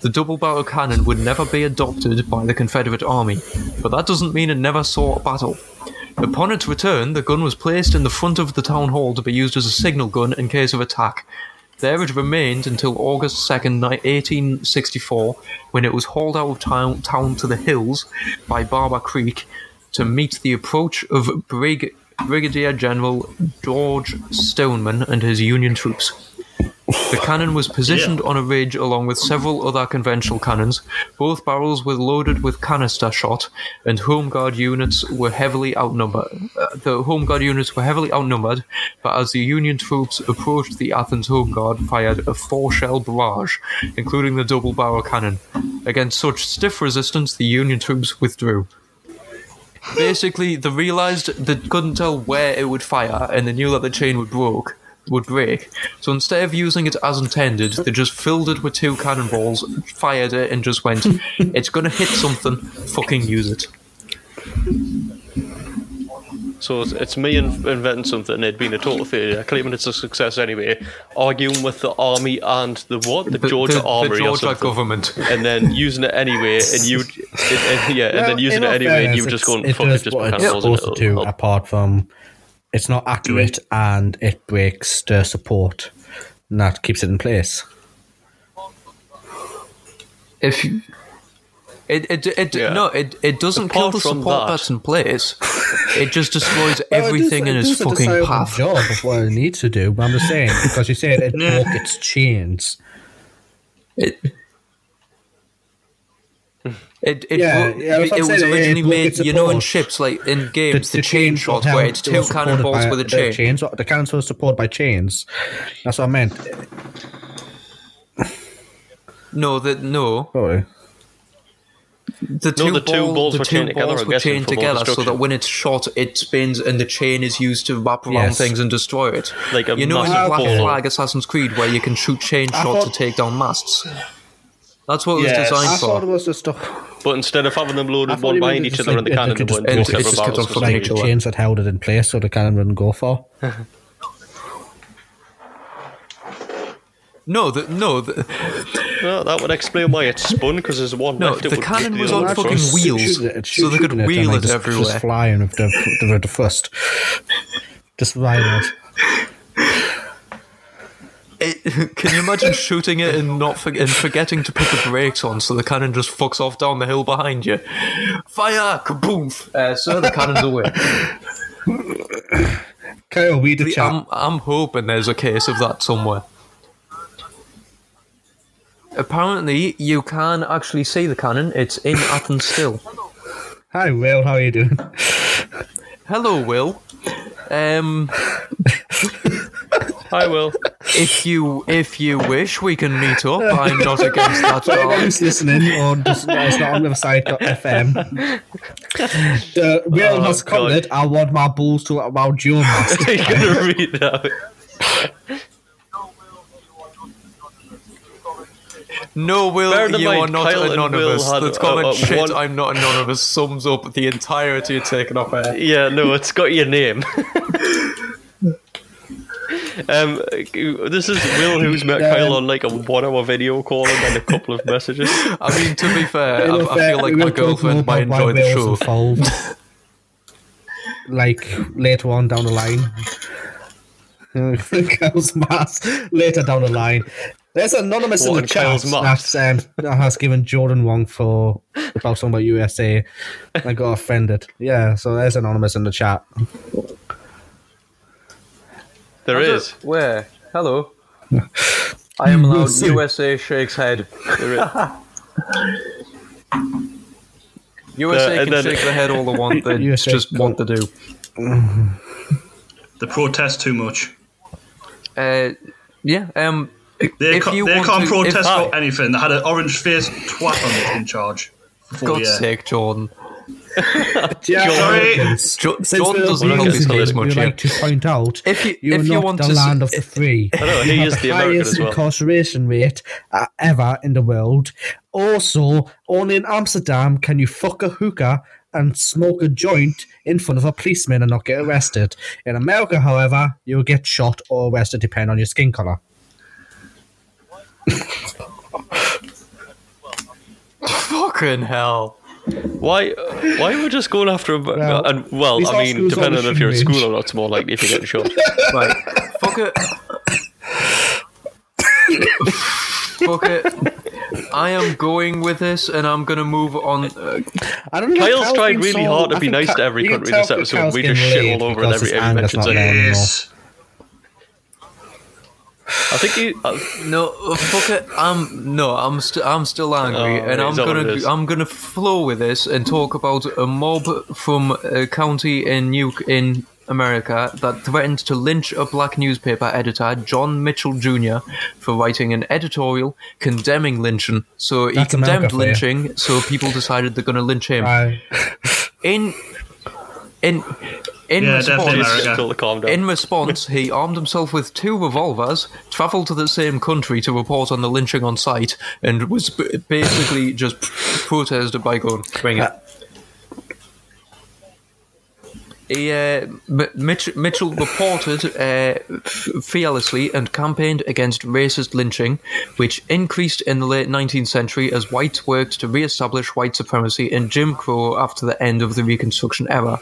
Speaker 1: The double barrel cannon would never be adopted by the Confederate Army, but that doesn't mean it never saw a battle. Upon its return, the gun was placed in the front of the town hall to be used as a signal gun in case of attack. There it remained until August 2nd, ni- 1864, when it was hauled out of town, town to the hills by Barber Creek to meet the approach of Brig- Brigadier General George Stoneman and his Union troops. The cannon was positioned on a ridge along with several other conventional cannons. Both barrels were loaded with canister shot, and home guard units were heavily outnumbered. uh, the home guard units were heavily outnumbered, but as the Union troops approached, the Athens home guard fired a four-shell barrage, including the double-barrel cannon. Against such stiff resistance, the Union troops withdrew. Basically, they realized they couldn't tell where it would fire, and they knew that the chain would broke would break. So instead of using it as intended, they just filled it with two cannonballs,
Speaker 4: (laughs)
Speaker 1: fired it, and just went, "It's gonna hit something. Fucking use it."
Speaker 2: So it's, it's me in, inventing something and it being a total failure, claiming it's a success anyway, arguing with the army and the what? The,
Speaker 1: The-
Speaker 2: Georgia
Speaker 1: the- the
Speaker 2: army or
Speaker 1: Georgia
Speaker 2: something.
Speaker 1: government.
Speaker 2: And then using it anyway, and you, and- and- yeah, and
Speaker 4: Well,
Speaker 2: then using
Speaker 4: in
Speaker 2: it
Speaker 4: all
Speaker 2: anyway, and
Speaker 4: fairness,
Speaker 2: you were just
Speaker 4: it's-
Speaker 2: going, fuck
Speaker 4: does
Speaker 2: it, just
Speaker 4: what
Speaker 2: put
Speaker 4: it's
Speaker 2: cannibals in it.
Speaker 4: supposed to do, apart from it's not accurate
Speaker 2: Mm-hmm.
Speaker 4: and it breaks stir support, and that keeps it in place.
Speaker 1: If you, it it, it no it it doesn't kill
Speaker 2: Apart
Speaker 1: the
Speaker 2: from
Speaker 1: support
Speaker 2: that-
Speaker 1: that's in place. It just destroys
Speaker 4: (laughs) Well, it
Speaker 1: everything
Speaker 4: does-
Speaker 1: in
Speaker 4: it
Speaker 1: its
Speaker 4: does a
Speaker 1: fucking
Speaker 4: desirable
Speaker 1: path.
Speaker 4: Job of what it needs to do, but I'm just saying because you said (laughs) it broke its chains.
Speaker 1: It It it,
Speaker 4: Yeah,
Speaker 1: wo-
Speaker 4: yeah, I
Speaker 1: it
Speaker 4: was about to
Speaker 1: was
Speaker 4: say that it
Speaker 1: originally
Speaker 4: broke
Speaker 1: made
Speaker 4: its
Speaker 1: you know in
Speaker 4: support.
Speaker 1: ships like in games the, chain shot where it's two cannonballs with a chain.
Speaker 4: Chains. The cannons were supported by chains. That's what I meant.
Speaker 1: No, the no.
Speaker 4: Sorry.
Speaker 1: The two,
Speaker 2: No, the two
Speaker 1: ball-
Speaker 2: balls
Speaker 1: the
Speaker 2: were
Speaker 1: two
Speaker 2: chained together,
Speaker 1: balls
Speaker 2: I'm
Speaker 1: were
Speaker 2: guessing,
Speaker 1: chained
Speaker 2: for more
Speaker 1: together so
Speaker 2: destruction.
Speaker 1: that when it's shot, it spins and the chain is used to wrap around
Speaker 2: Yes.
Speaker 1: things and destroy it.
Speaker 2: Like a
Speaker 1: you know, in
Speaker 2: massive
Speaker 1: Black
Speaker 2: ball.
Speaker 1: Flag Assassin's Creed, where you can shoot chain
Speaker 4: I
Speaker 1: shots to
Speaker 4: thought-
Speaker 1: take down masts. That's what it was
Speaker 2: Yes.
Speaker 1: designed
Speaker 2: I
Speaker 1: for.
Speaker 2: thought
Speaker 4: it was just
Speaker 2: But instead of having them
Speaker 4: I
Speaker 2: loaded
Speaker 4: thought
Speaker 2: one
Speaker 4: you
Speaker 2: behind
Speaker 4: meant
Speaker 2: each
Speaker 4: just
Speaker 2: other in the
Speaker 4: like-
Speaker 2: cannon
Speaker 4: it
Speaker 2: and
Speaker 4: could
Speaker 2: one
Speaker 4: just-
Speaker 2: in
Speaker 4: it could
Speaker 2: separate
Speaker 4: just
Speaker 2: barrels.
Speaker 4: just like chains that held it in place so the cannon wouldn't go far.
Speaker 1: No, the, no, the,
Speaker 2: no, that would explain why it spun because there's one
Speaker 1: No,
Speaker 2: left. it
Speaker 1: the
Speaker 2: would
Speaker 1: cannon
Speaker 2: hit
Speaker 1: was
Speaker 2: the
Speaker 1: on
Speaker 2: other
Speaker 1: fucking
Speaker 2: front.
Speaker 1: wheels. So they could
Speaker 4: shooting
Speaker 1: wheel
Speaker 4: and, like,
Speaker 1: it
Speaker 4: just,
Speaker 1: everywhere.
Speaker 4: Just flying with the, the, the first. Just flying it.
Speaker 1: It, (laughs) can you imagine shooting it and not for, and forgetting to put the brakes on, so the cannon just fucks off down the hill behind you? Fire! Kaboom! Uh, so the cannon's away.
Speaker 4: Kyle, we
Speaker 1: the um, I'm, I'm hoping there's a case of that somewhere. Apparently, you can actually see the cannon. It's in Athens still.
Speaker 4: Hi, Will. How are you doing?
Speaker 1: Hello, Will. Um,
Speaker 2: Hi, Will. (laughs)
Speaker 1: If you if you wish, we can meet up. I'm not against that at all.
Speaker 4: Who's listening or just no, it's not on riverside.fm. Uh, Will
Speaker 2: Oh,
Speaker 4: has
Speaker 2: God.
Speaker 4: commented, I want my balls to around your mast.
Speaker 2: You're gonna read that.
Speaker 1: No, Will,
Speaker 2: Bear in
Speaker 1: you
Speaker 2: mind,
Speaker 1: are not
Speaker 2: Kyle and
Speaker 1: anonymous.
Speaker 2: Will had,
Speaker 1: That's comment
Speaker 2: uh, uh,
Speaker 1: shit.
Speaker 2: one-
Speaker 1: I'm not anonymous. Sums up the entirety of taken off air.
Speaker 2: Yeah, no, it's got your name. um, this is Will who's met Kyle on like a one-hour video call and then a couple of messages.
Speaker 1: (laughs) I mean, to be fair, I,
Speaker 4: In
Speaker 1: I feel
Speaker 4: fact,
Speaker 1: like
Speaker 4: we
Speaker 1: my
Speaker 4: will talk
Speaker 1: girlfriend
Speaker 4: more
Speaker 1: might
Speaker 4: about why
Speaker 1: enjoy the
Speaker 4: Will's
Speaker 1: show.
Speaker 4: involved, like later on down the line. (laughs) Kyle's mask later down the line. There's anonymous
Speaker 2: What,
Speaker 4: in the
Speaker 2: in
Speaker 4: chat
Speaker 2: Kyle's mask?
Speaker 4: that's, um, that has given Jordan Wong for about something about USA. I got offended. Yeah, so there's anonymous in the chat.
Speaker 2: There is.
Speaker 1: Where?
Speaker 4: (laughs)
Speaker 1: Hello. I am
Speaker 4: We'll
Speaker 1: allowed
Speaker 4: see.
Speaker 1: USA shakes (laughs) head.
Speaker 2: There is.
Speaker 1: Uh, USA
Speaker 2: Uh, and
Speaker 1: can
Speaker 2: then-
Speaker 1: shake their head all they want.
Speaker 4: (laughs)
Speaker 1: They
Speaker 4: USA
Speaker 1: just want to (laughs) do.
Speaker 3: They protest too much.
Speaker 1: Uh, yeah. Um.
Speaker 3: They,
Speaker 1: if
Speaker 3: ca-
Speaker 1: you
Speaker 3: they
Speaker 1: want
Speaker 3: can't
Speaker 1: to,
Speaker 3: protest
Speaker 1: if,
Speaker 3: for anything. They had an orange faced twat on it in charge.
Speaker 1: For
Speaker 3: Before,
Speaker 1: God's
Speaker 3: yeah.
Speaker 1: sake, Jordan.
Speaker 4: Jack
Speaker 3: Sorry.
Speaker 4: Hawkins.
Speaker 1: Jo-
Speaker 4: Since
Speaker 1: Jordan
Speaker 4: we're
Speaker 1: doesn't
Speaker 4: being
Speaker 1: help his
Speaker 4: visited,
Speaker 1: case much
Speaker 4: We'd like
Speaker 1: here.
Speaker 4: to point out
Speaker 1: If you
Speaker 4: you're
Speaker 1: if you
Speaker 4: not
Speaker 1: want
Speaker 4: the
Speaker 1: to,
Speaker 4: land
Speaker 1: s-
Speaker 4: of the free.
Speaker 2: I know he is the American
Speaker 4: highest
Speaker 2: as well.
Speaker 4: incarceration rate uh, ever in the world. Also, only in Amsterdam can you fuck a hookah and smoke a joint in front of a policeman and not get arrested. In America, however, you'll get shot or arrested depending on your skin color.
Speaker 1: fucking hell.
Speaker 2: Why? Why are we just going after? A,
Speaker 4: Well,
Speaker 2: and well,
Speaker 4: these
Speaker 2: I
Speaker 4: are
Speaker 2: mean,
Speaker 4: schools on
Speaker 2: depending
Speaker 4: the
Speaker 2: on if you're at
Speaker 4: shooting
Speaker 2: school or not, it's more likely if you're getting shot.
Speaker 1: Right. Fuck it. Fuck it. I am going with this, and I'm gonna move on. Uh,
Speaker 4: I don't know.
Speaker 2: Kyle's tried really hard to be nice to every country in this episode. We just shit all over it every- every mention
Speaker 4: mentions.
Speaker 2: today.
Speaker 3: Yes.
Speaker 2: I think he. Uh,
Speaker 1: no, uh, fuck it. I'm no. I'm still. I'm still angry,
Speaker 2: Oh,
Speaker 1: and I'm
Speaker 2: is that what
Speaker 1: gonna.
Speaker 2: it is?
Speaker 1: I'm gonna flow with this and talk about a mob from a county in New in America that threatened to lynch a black newspaper editor, John Mitchell Jr., for writing an editorial condemning lynching. So he
Speaker 4: That's America
Speaker 1: condemned
Speaker 4: for you.
Speaker 1: lynching. So people decided they're gonna lynch him. in in in
Speaker 3: Yeah, definitely
Speaker 1: response
Speaker 3: America.
Speaker 2: told to calm down.
Speaker 1: in response he armed himself with two revolvers traveled to the same country to report on the lynching on site and was b- basically just protested by going bring it He, uh, M- Mitch- Mitchell reported uh, f- fearlessly and campaigned against racist lynching, which increased in the late 19th century as whites worked to re establish white supremacy and Jim Crow after the end of the Reconstruction era.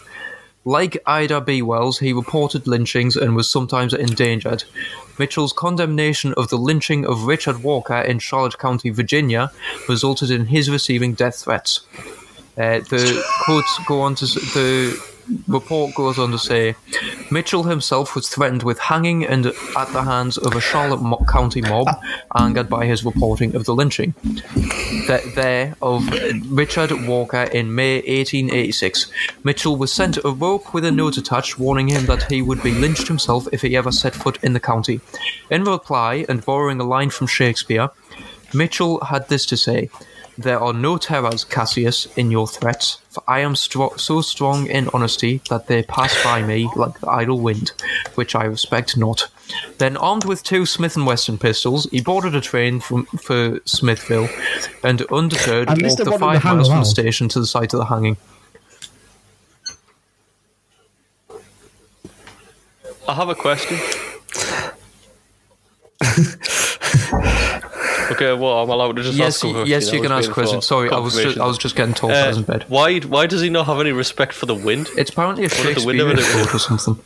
Speaker 1: Like Ida B. Wells, he reported lynchings and was sometimes endangered. Mitchell's condemnation of the lynching of Richard Walker in Charlotte County, Virginia, resulted in his receiving death threats. Uh, the quotes go on to s- the report goes on to say Mitchell himself was threatened with hanging and at the hands of a Charlotte mo- County mob, angered by his reporting of the lynching. Th- there of Richard Walker in May 1886, Mitchell was sent a rope with a note attached warning him that he would be lynched himself if he ever set foot in the county. In reply, and borrowing a line from Shakespeare, Mitchell had this to say There are no terrors, Cassius, in your threats, for I am stro- so strong in honesty that they pass by me like the idle wind, which I respect not. Then, armed with two Smith and Wesson pistols, he boarded a train from, for Smithville and, undeterred,
Speaker 4: I missed
Speaker 1: walked
Speaker 4: the
Speaker 1: the
Speaker 4: one with
Speaker 1: five
Speaker 4: the hang
Speaker 1: miles from the
Speaker 4: around.
Speaker 1: station to the site of the hanging.
Speaker 8: I have a question. okay, well, I'm allowed to just
Speaker 1: Yes,
Speaker 8: ask a
Speaker 1: y-
Speaker 8: question.
Speaker 1: yes,
Speaker 8: That
Speaker 1: you can
Speaker 8: was
Speaker 1: ask
Speaker 8: made
Speaker 1: questions.
Speaker 8: for
Speaker 1: Sorry, I was ju-
Speaker 8: confirmation.
Speaker 1: I was just getting told I was in bed.
Speaker 8: Uh, Why, why does he not have any respect for the wind?
Speaker 1: It's apparently a
Speaker 8: the
Speaker 1: Shakespearean
Speaker 8: wind
Speaker 1: quote or something.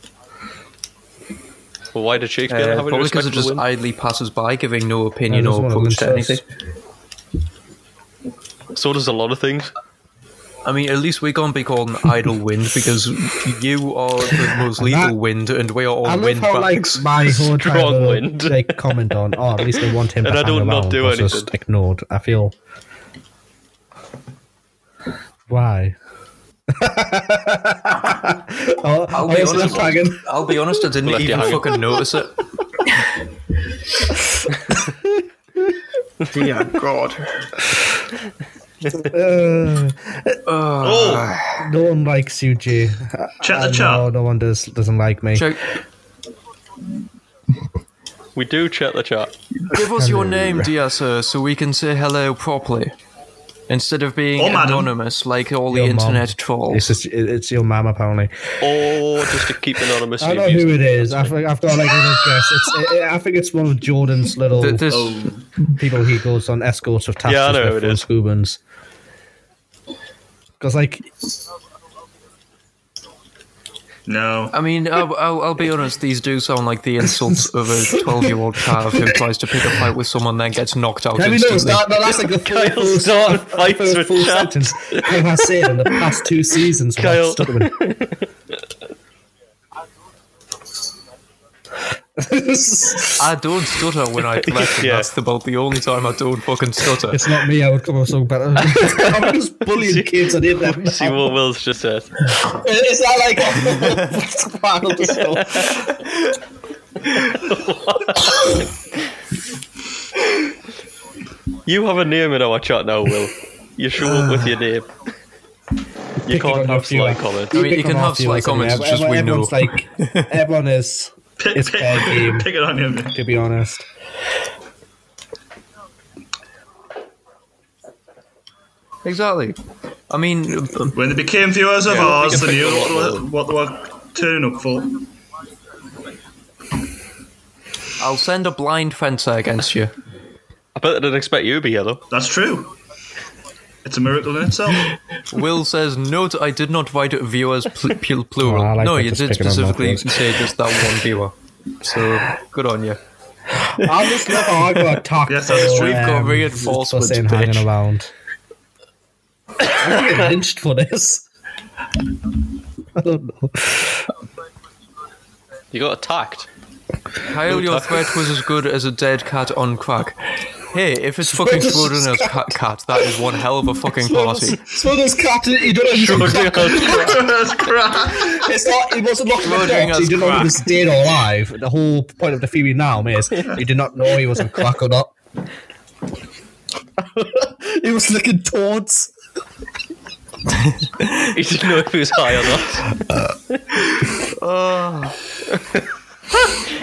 Speaker 8: Well, why did Shakespeare not
Speaker 1: Uh,
Speaker 8: have any
Speaker 1: probably
Speaker 8: respect for
Speaker 1: because it
Speaker 8: the
Speaker 1: just
Speaker 8: wind?
Speaker 1: idly passes by, giving no opinion
Speaker 8: Yeah, there's
Speaker 1: or
Speaker 8: one of
Speaker 1: approach to
Speaker 8: them says-
Speaker 1: anything.
Speaker 8: So does a lot of things.
Speaker 1: I mean, at least we can't be called an idle
Speaker 4: (laughs)
Speaker 1: wind because you are the most lethal wind, and we are all
Speaker 4: I love
Speaker 1: wind
Speaker 4: how like
Speaker 1: bugs.
Speaker 4: (laughs) my whole
Speaker 1: Strong
Speaker 4: tribal
Speaker 1: wind.
Speaker 4: (laughs) like comment on, or at least they want
Speaker 1: (laughs)
Speaker 4: him
Speaker 1: And
Speaker 4: to
Speaker 1: I
Speaker 4: hang
Speaker 1: do not
Speaker 4: around,
Speaker 1: do
Speaker 4: was just
Speaker 1: anything.
Speaker 4: ignored. I feel why. (laughs) oh,
Speaker 1: I'll, be honest, I'll be honest, I didn't
Speaker 4: Left you
Speaker 1: even
Speaker 4: hanging.
Speaker 1: fucking notice
Speaker 4: (laughs)
Speaker 1: it.
Speaker 10: Dear God.
Speaker 4: Uh, No one likes you, Jay.
Speaker 8: Chat
Speaker 4: I
Speaker 8: the chat.
Speaker 4: know No one does, doesn't like me.
Speaker 1: Uh, Check.
Speaker 8: We do chat the chat.
Speaker 1: Give us your name, dear sir, so we can say hello properly. Instead of being
Speaker 8: Or madam.
Speaker 1: anonymous like all the
Speaker 4: Your mum.
Speaker 1: internet trolls.
Speaker 4: It's, just, it- it's your mum, apparently.
Speaker 8: Or just to keep anonymous.
Speaker 4: I know who it is. I've, I've got like a little guess. It's, it, it- I think it's one of Jordan's little Oh,
Speaker 8: Th- this-
Speaker 1: Oh.
Speaker 4: people he goes on escorts of taxis
Speaker 8: Yeah, I know who
Speaker 4: with
Speaker 8: it is.
Speaker 4: Scoobans. Because like
Speaker 1: No. I mean, I'll, I'll, I'll be honest, these do sound like the insults of a
Speaker 4: (laughs)
Speaker 1: 12 year old calf who tries to pick a fight with someone then gets knocked out
Speaker 4: Have you noticed
Speaker 1: instantly.
Speaker 4: that? No, that's like (laughs) the
Speaker 8: (laughs)
Speaker 4: full, full, full, full, full sentence I have said in the past two seasons. when I've
Speaker 8: Kyle.
Speaker 4: stuck with him. (laughs)
Speaker 1: I don't stutter when
Speaker 4: (laughs)
Speaker 1: I collect, and that's about the only time I don't fucking stutter.
Speaker 4: It's not me. I would come up with something better. I'm just bullying kids
Speaker 2: (laughs)
Speaker 4: on internet. (laughs)
Speaker 8: See what Will's just said.
Speaker 4: Is that like Arnold just go,
Speaker 8: You have a name in our chat now, Will. You show
Speaker 1: (sighs)
Speaker 8: up with your name. You can't have sly comments.
Speaker 1: I mean, you can have sly comments, it's just we know.
Speaker 4: Everyone's like, everyone is.
Speaker 3: (laughs)
Speaker 4: It's fair game.
Speaker 3: pick it on him.
Speaker 4: To be honest,
Speaker 1: Exactly. I mean,
Speaker 3: when they became viewers of
Speaker 1: Yeah, I
Speaker 3: ours,
Speaker 1: think I
Speaker 3: they knew
Speaker 1: picked
Speaker 3: what,
Speaker 1: them
Speaker 3: they were- what they were turning up for.
Speaker 1: I'll send a blind fencer against you.
Speaker 8: I bet they didn't expect you to be here, though.
Speaker 3: That's true. It's a miracle in
Speaker 1: (laughs)
Speaker 3: itself.
Speaker 1: Will says, Note I did not write viewers pl- pl- plural.
Speaker 4: Oh, I like
Speaker 1: no,
Speaker 4: that
Speaker 1: you
Speaker 4: just
Speaker 1: did
Speaker 4: picking on
Speaker 1: specifically
Speaker 4: Matthews.
Speaker 1: say just that one viewer. So, good on you.
Speaker 4: I just love how I got attacked.
Speaker 1: Yes, that's
Speaker 4: for,
Speaker 1: true. We've got
Speaker 4: um,
Speaker 1: reinforcements,
Speaker 4: for saying
Speaker 1: bitch.
Speaker 4: hanging around. I get lynched for this. I don't know.
Speaker 8: You got
Speaker 4: (laughs)
Speaker 8: attacked. (laughs)
Speaker 1: Kyle, your threat was as good as a dead cat on crack. Hey, if it's fucking
Speaker 4: Schrodinger's
Speaker 1: Schrodinger's cat, cat, that is one hell of a fucking party.
Speaker 4: So does Cat. He don't have his
Speaker 1: Schrodinger's
Speaker 4: crack. (laughs) It's not. He wasn't locked in the box. He
Speaker 1: Schrodinger's
Speaker 4: did not know
Speaker 1: crack.
Speaker 4: he was dead or alive. The whole point of the theory now is he did not know he was on crack or not. he was looking towards.
Speaker 8: (laughs) He didn't know if he was high or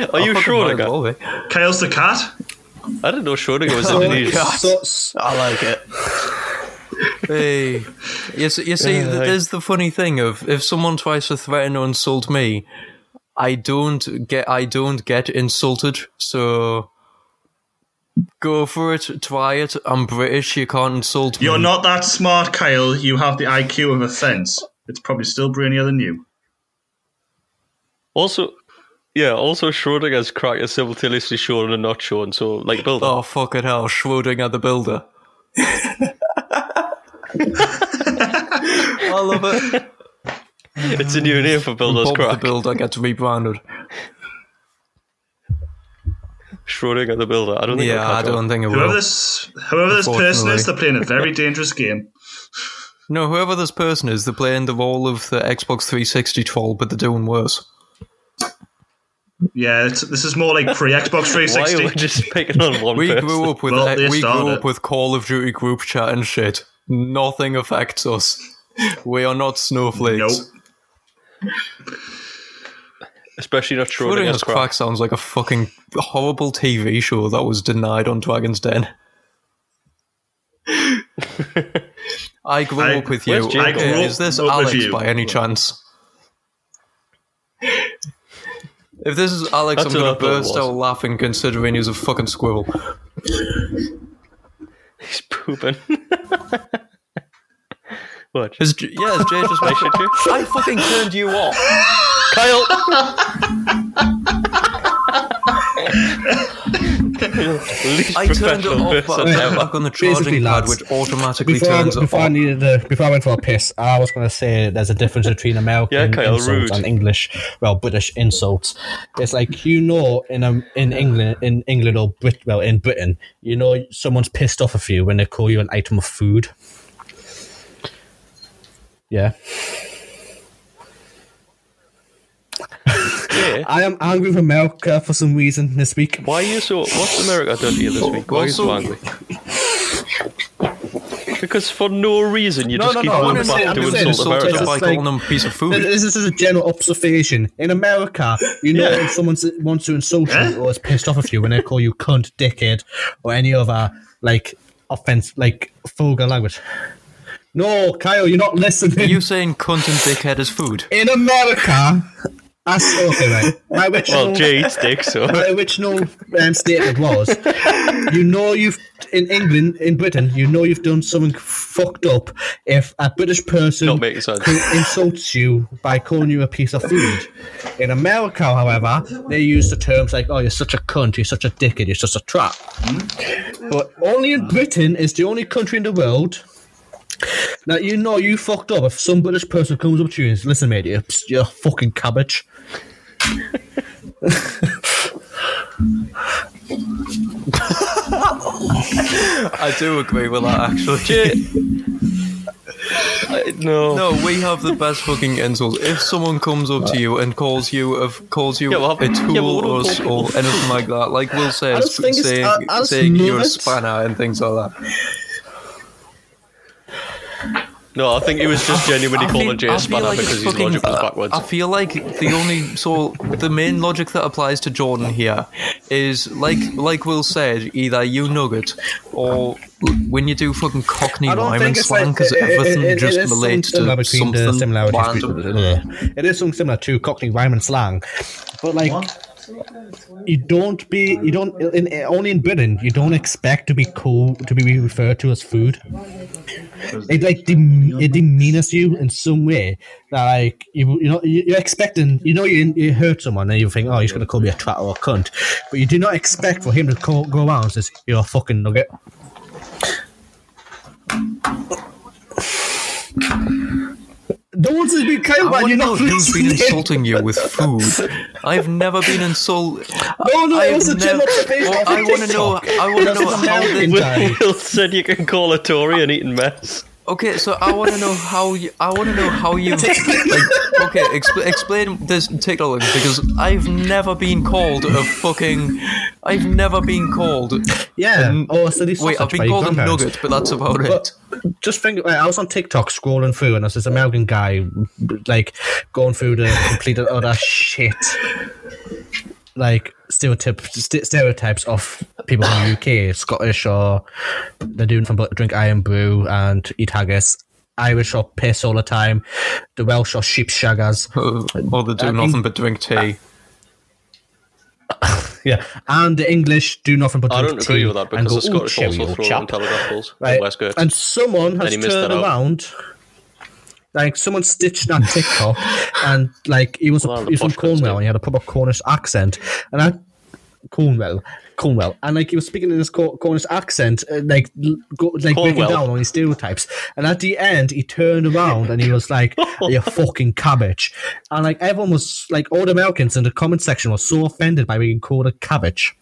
Speaker 8: not.
Speaker 1: (laughs)
Speaker 8: Are you Schrodinger?
Speaker 3: Kyle's the cat.
Speaker 8: I
Speaker 1: (laughs) Oh
Speaker 8: didn't know Schrodinger was in the news.
Speaker 1: I like it. Hey, You see, you see th-
Speaker 8: Uh,
Speaker 1: there's the funny thing of if someone tries to threaten or insult me, I don't get I don't get insulted. So go for it, try it. I'm British. You can't insult me.
Speaker 3: You're not that smart, Kyle. You have the IQ of a fence. It's probably still brainier than you.
Speaker 8: Also, yeah, also Schrodinger's crack is simultaneously shown and not shown, so like builder.
Speaker 1: Oh fucking hell, Schrodinger the builder. I love it.
Speaker 8: It's a new name for builder's
Speaker 1: Bob
Speaker 8: crack.
Speaker 1: Oh. the builder gets rebranded.
Speaker 8: Schrodinger the builder. I don't think.
Speaker 1: Yeah,
Speaker 8: I'll
Speaker 1: I
Speaker 8: catch on.
Speaker 1: don't think it
Speaker 3: Whoever
Speaker 1: will.
Speaker 3: this, whoever this person is, they're playing a very dangerous game.
Speaker 1: No, whoever this person is, they're playing the role of the Xbox 360 troll, but they're doing worse.
Speaker 3: Yeah, it's, this is more like pre-Xbox 360.
Speaker 8: Why are we just picking on one (laughs)
Speaker 1: We
Speaker 8: person?
Speaker 1: grew up with
Speaker 3: Well, they
Speaker 1: we grew
Speaker 3: started.
Speaker 1: up with Call of Duty group chat and shit. Nothing affects us. We are not snowflakes.
Speaker 3: Nope.
Speaker 8: Especially not
Speaker 1: Schrodinger's
Speaker 8: Schrodinger's
Speaker 1: crack.
Speaker 8: crack.
Speaker 1: sounds like a fucking horrible TV show that was denied on
Speaker 8: (laughs)
Speaker 1: Dragon's Den. I grew
Speaker 3: I-
Speaker 1: up with
Speaker 8: where's
Speaker 1: you.
Speaker 8: Jacob?
Speaker 3: I grew
Speaker 1: is this
Speaker 3: up with
Speaker 1: Alex
Speaker 3: you.
Speaker 1: by any chance? If this is Alex,
Speaker 8: That's
Speaker 1: I'm
Speaker 8: what
Speaker 1: gonna
Speaker 8: I thought it
Speaker 1: burst
Speaker 8: was.
Speaker 1: out laughing considering he's a fucking squirrel.
Speaker 8: He's
Speaker 1: (laughs)
Speaker 8: pooping. Watch.
Speaker 1: Is J- yeah, is
Speaker 8: (laughs)
Speaker 1: Jay just
Speaker 8: I should do.
Speaker 1: I fucking turned you off.
Speaker 8: Kyle. Least
Speaker 1: I turned it
Speaker 8: professional person
Speaker 1: off, but (laughs) I turned it
Speaker 8: ever.
Speaker 1: back on the
Speaker 4: Basically,
Speaker 1: charging pad,
Speaker 4: lads,
Speaker 1: which automatically
Speaker 4: Before, I,
Speaker 1: turns it
Speaker 4: before I
Speaker 1: off.
Speaker 4: needed to, before I went for a piss, I was going to say there's a difference between American
Speaker 8: Yeah, Kyle,
Speaker 4: insults
Speaker 8: rude.
Speaker 4: and English, well, British insults. It's like you know, in um, in England, in England or Brit, well, in Britain, you know, someone's pissed off of you when they call you an item of food. Yeah,
Speaker 8: Yeah.
Speaker 4: I am angry with America for some reason this week.
Speaker 8: Why are you so? What's America done to you this week? Why are you so
Speaker 1: Also-
Speaker 8: angry? Because for no reason you
Speaker 4: No,
Speaker 8: just
Speaker 4: no,
Speaker 8: keep
Speaker 4: no,
Speaker 8: going
Speaker 4: I'm
Speaker 8: back
Speaker 4: saying- I'm
Speaker 8: to insult
Speaker 4: saying insulted
Speaker 8: America.
Speaker 4: It's
Speaker 1: by
Speaker 4: like-
Speaker 1: calling them a piece of food.
Speaker 4: (laughs) This is just a general observation. In America, you know
Speaker 3: Yeah.
Speaker 4: when someone s- wants to insult you or is pissed off of you when they call you cunt, dickhead, or any other like offense, like vulgar language. No, Kyle, you're not listening.
Speaker 1: you saying cunt and dickhead is food?
Speaker 4: (laughs) in America, that's okay, right? My original,
Speaker 8: Well, Jay eats dick, (laughs) so
Speaker 4: my original um, statement was, you know, you've in England, in Britain, you know, you've done something fucked up if a British person
Speaker 8: not making sense.
Speaker 4: who insults you by calling you a piece of food. In America, however, they use the terms like, oh, you're such a cunt, you're such a dickhead, you're such a trap. But only in Britain is the only country in the world that you know you fucked up if some British person comes up to you and says, listen, mate, you're, you're a fucking cabbage.
Speaker 1: I do agree with that, actually. (laughs)
Speaker 8: Jay. I- no.
Speaker 1: No, we have the best fucking insults. If someone comes up to you and calls you a, calls you
Speaker 8: Yeah, well,
Speaker 1: a tool
Speaker 8: yeah, well, we
Speaker 1: or,
Speaker 8: don't
Speaker 1: s-
Speaker 8: call
Speaker 1: or
Speaker 8: people
Speaker 1: anything like that, like Will says,
Speaker 4: just think it's-
Speaker 1: saying,
Speaker 4: I- I just
Speaker 1: saying
Speaker 4: love
Speaker 1: you're a
Speaker 4: it.
Speaker 1: spanner and things like that.
Speaker 8: No, I think he was just genuinely calling Jay a spanner because
Speaker 1: it's
Speaker 8: his
Speaker 1: fucking-
Speaker 8: logic was
Speaker 1: I-
Speaker 8: backwards.
Speaker 1: I feel like the only so the main logic that applies to Jordan here is like like Will said, either you nugget or when you do fucking Cockney
Speaker 4: I don't
Speaker 1: rhyme
Speaker 4: think
Speaker 1: and
Speaker 4: it's like
Speaker 1: slang because
Speaker 4: it- it-
Speaker 1: everything
Speaker 4: it- it
Speaker 1: just
Speaker 4: is something
Speaker 1: relates
Speaker 4: similar
Speaker 1: to
Speaker 4: between
Speaker 1: something
Speaker 4: the similarities.
Speaker 1: random.
Speaker 4: between- It is something similar to Cockney rhyme and slang, but like you don't be you don't in, in- only in Britain you don't expect to be cool to be referred to as food. It like dem- it demeans you in some way that like you you know you- you're expecting you know you you hurt someone and you think oh he's gonna call me a twat or a cunt, but you do not expect for him to call, go around and says you're a fucking nugget. Don't be kind,
Speaker 1: I
Speaker 4: man. You're
Speaker 1: wouldn't
Speaker 4: not
Speaker 1: know who's
Speaker 4: (laughs)
Speaker 1: been
Speaker 4: listening.
Speaker 1: insulting you with food. I've never been insulted.
Speaker 4: No, no, it
Speaker 1: I've
Speaker 4: was a general
Speaker 1: never-
Speaker 4: observation
Speaker 1: Well,
Speaker 4: off
Speaker 1: I want to know.
Speaker 4: TikTok.
Speaker 1: I want to
Speaker 4: That's
Speaker 1: know
Speaker 4: an
Speaker 1: how
Speaker 4: American
Speaker 1: the,
Speaker 4: guy.
Speaker 8: (laughs) Will (laughs) said you can call a Tory an eating mess.
Speaker 1: Okay, so I want to know how you. I want to know how you. Like, okay, expl- explain this TikTok because I've never been called a fucking. I've never been called.
Speaker 4: Yeah.
Speaker 1: Um,
Speaker 4: oh, so these
Speaker 1: Wait, I've been called a nugget, but that's about
Speaker 4: But
Speaker 1: it.
Speaker 4: just think, like, I was on TikTok scrolling through, and there's this American guy, like, going through the complete and utter shit, like stereotypes, st- stereotypes of people
Speaker 8: (coughs)
Speaker 4: in the UK, Scottish, or they're doing from drink iron brew and eat haggis. Irish are piss all the time. The Welsh are sheep
Speaker 8: (laughs)
Speaker 4: shaggers.
Speaker 1: (laughs) Or they do nothing but drink tea.
Speaker 4: Yeah, and the English do nothing but
Speaker 8: I
Speaker 4: drink
Speaker 8: don't agree
Speaker 4: tea
Speaker 8: with that
Speaker 4: and
Speaker 8: because
Speaker 4: go,
Speaker 8: the
Speaker 4: "Ooh,
Speaker 8: Scottish
Speaker 4: cheerio,
Speaker 8: also throw
Speaker 4: chap."
Speaker 8: on telegraph poles
Speaker 4: Right.
Speaker 8: and waistcoats.
Speaker 4: And someone has
Speaker 8: he missed
Speaker 4: turned
Speaker 8: that out.
Speaker 4: around. Like someone stitched that TikTok, and like he was, a, he was from Cornwall, and he had a proper Cornish accent, and I Cornwall, Cornwall, and like he was speaking in this Cor- Cornish accent, uh, like l- go, like breaking
Speaker 8: Cornwall.
Speaker 4: down on his stereotypes. And at the end, he turned around and he was like, "You fucking cabbage," and like everyone was like, all the Americans in the comment section was so offended by being called a cabbage.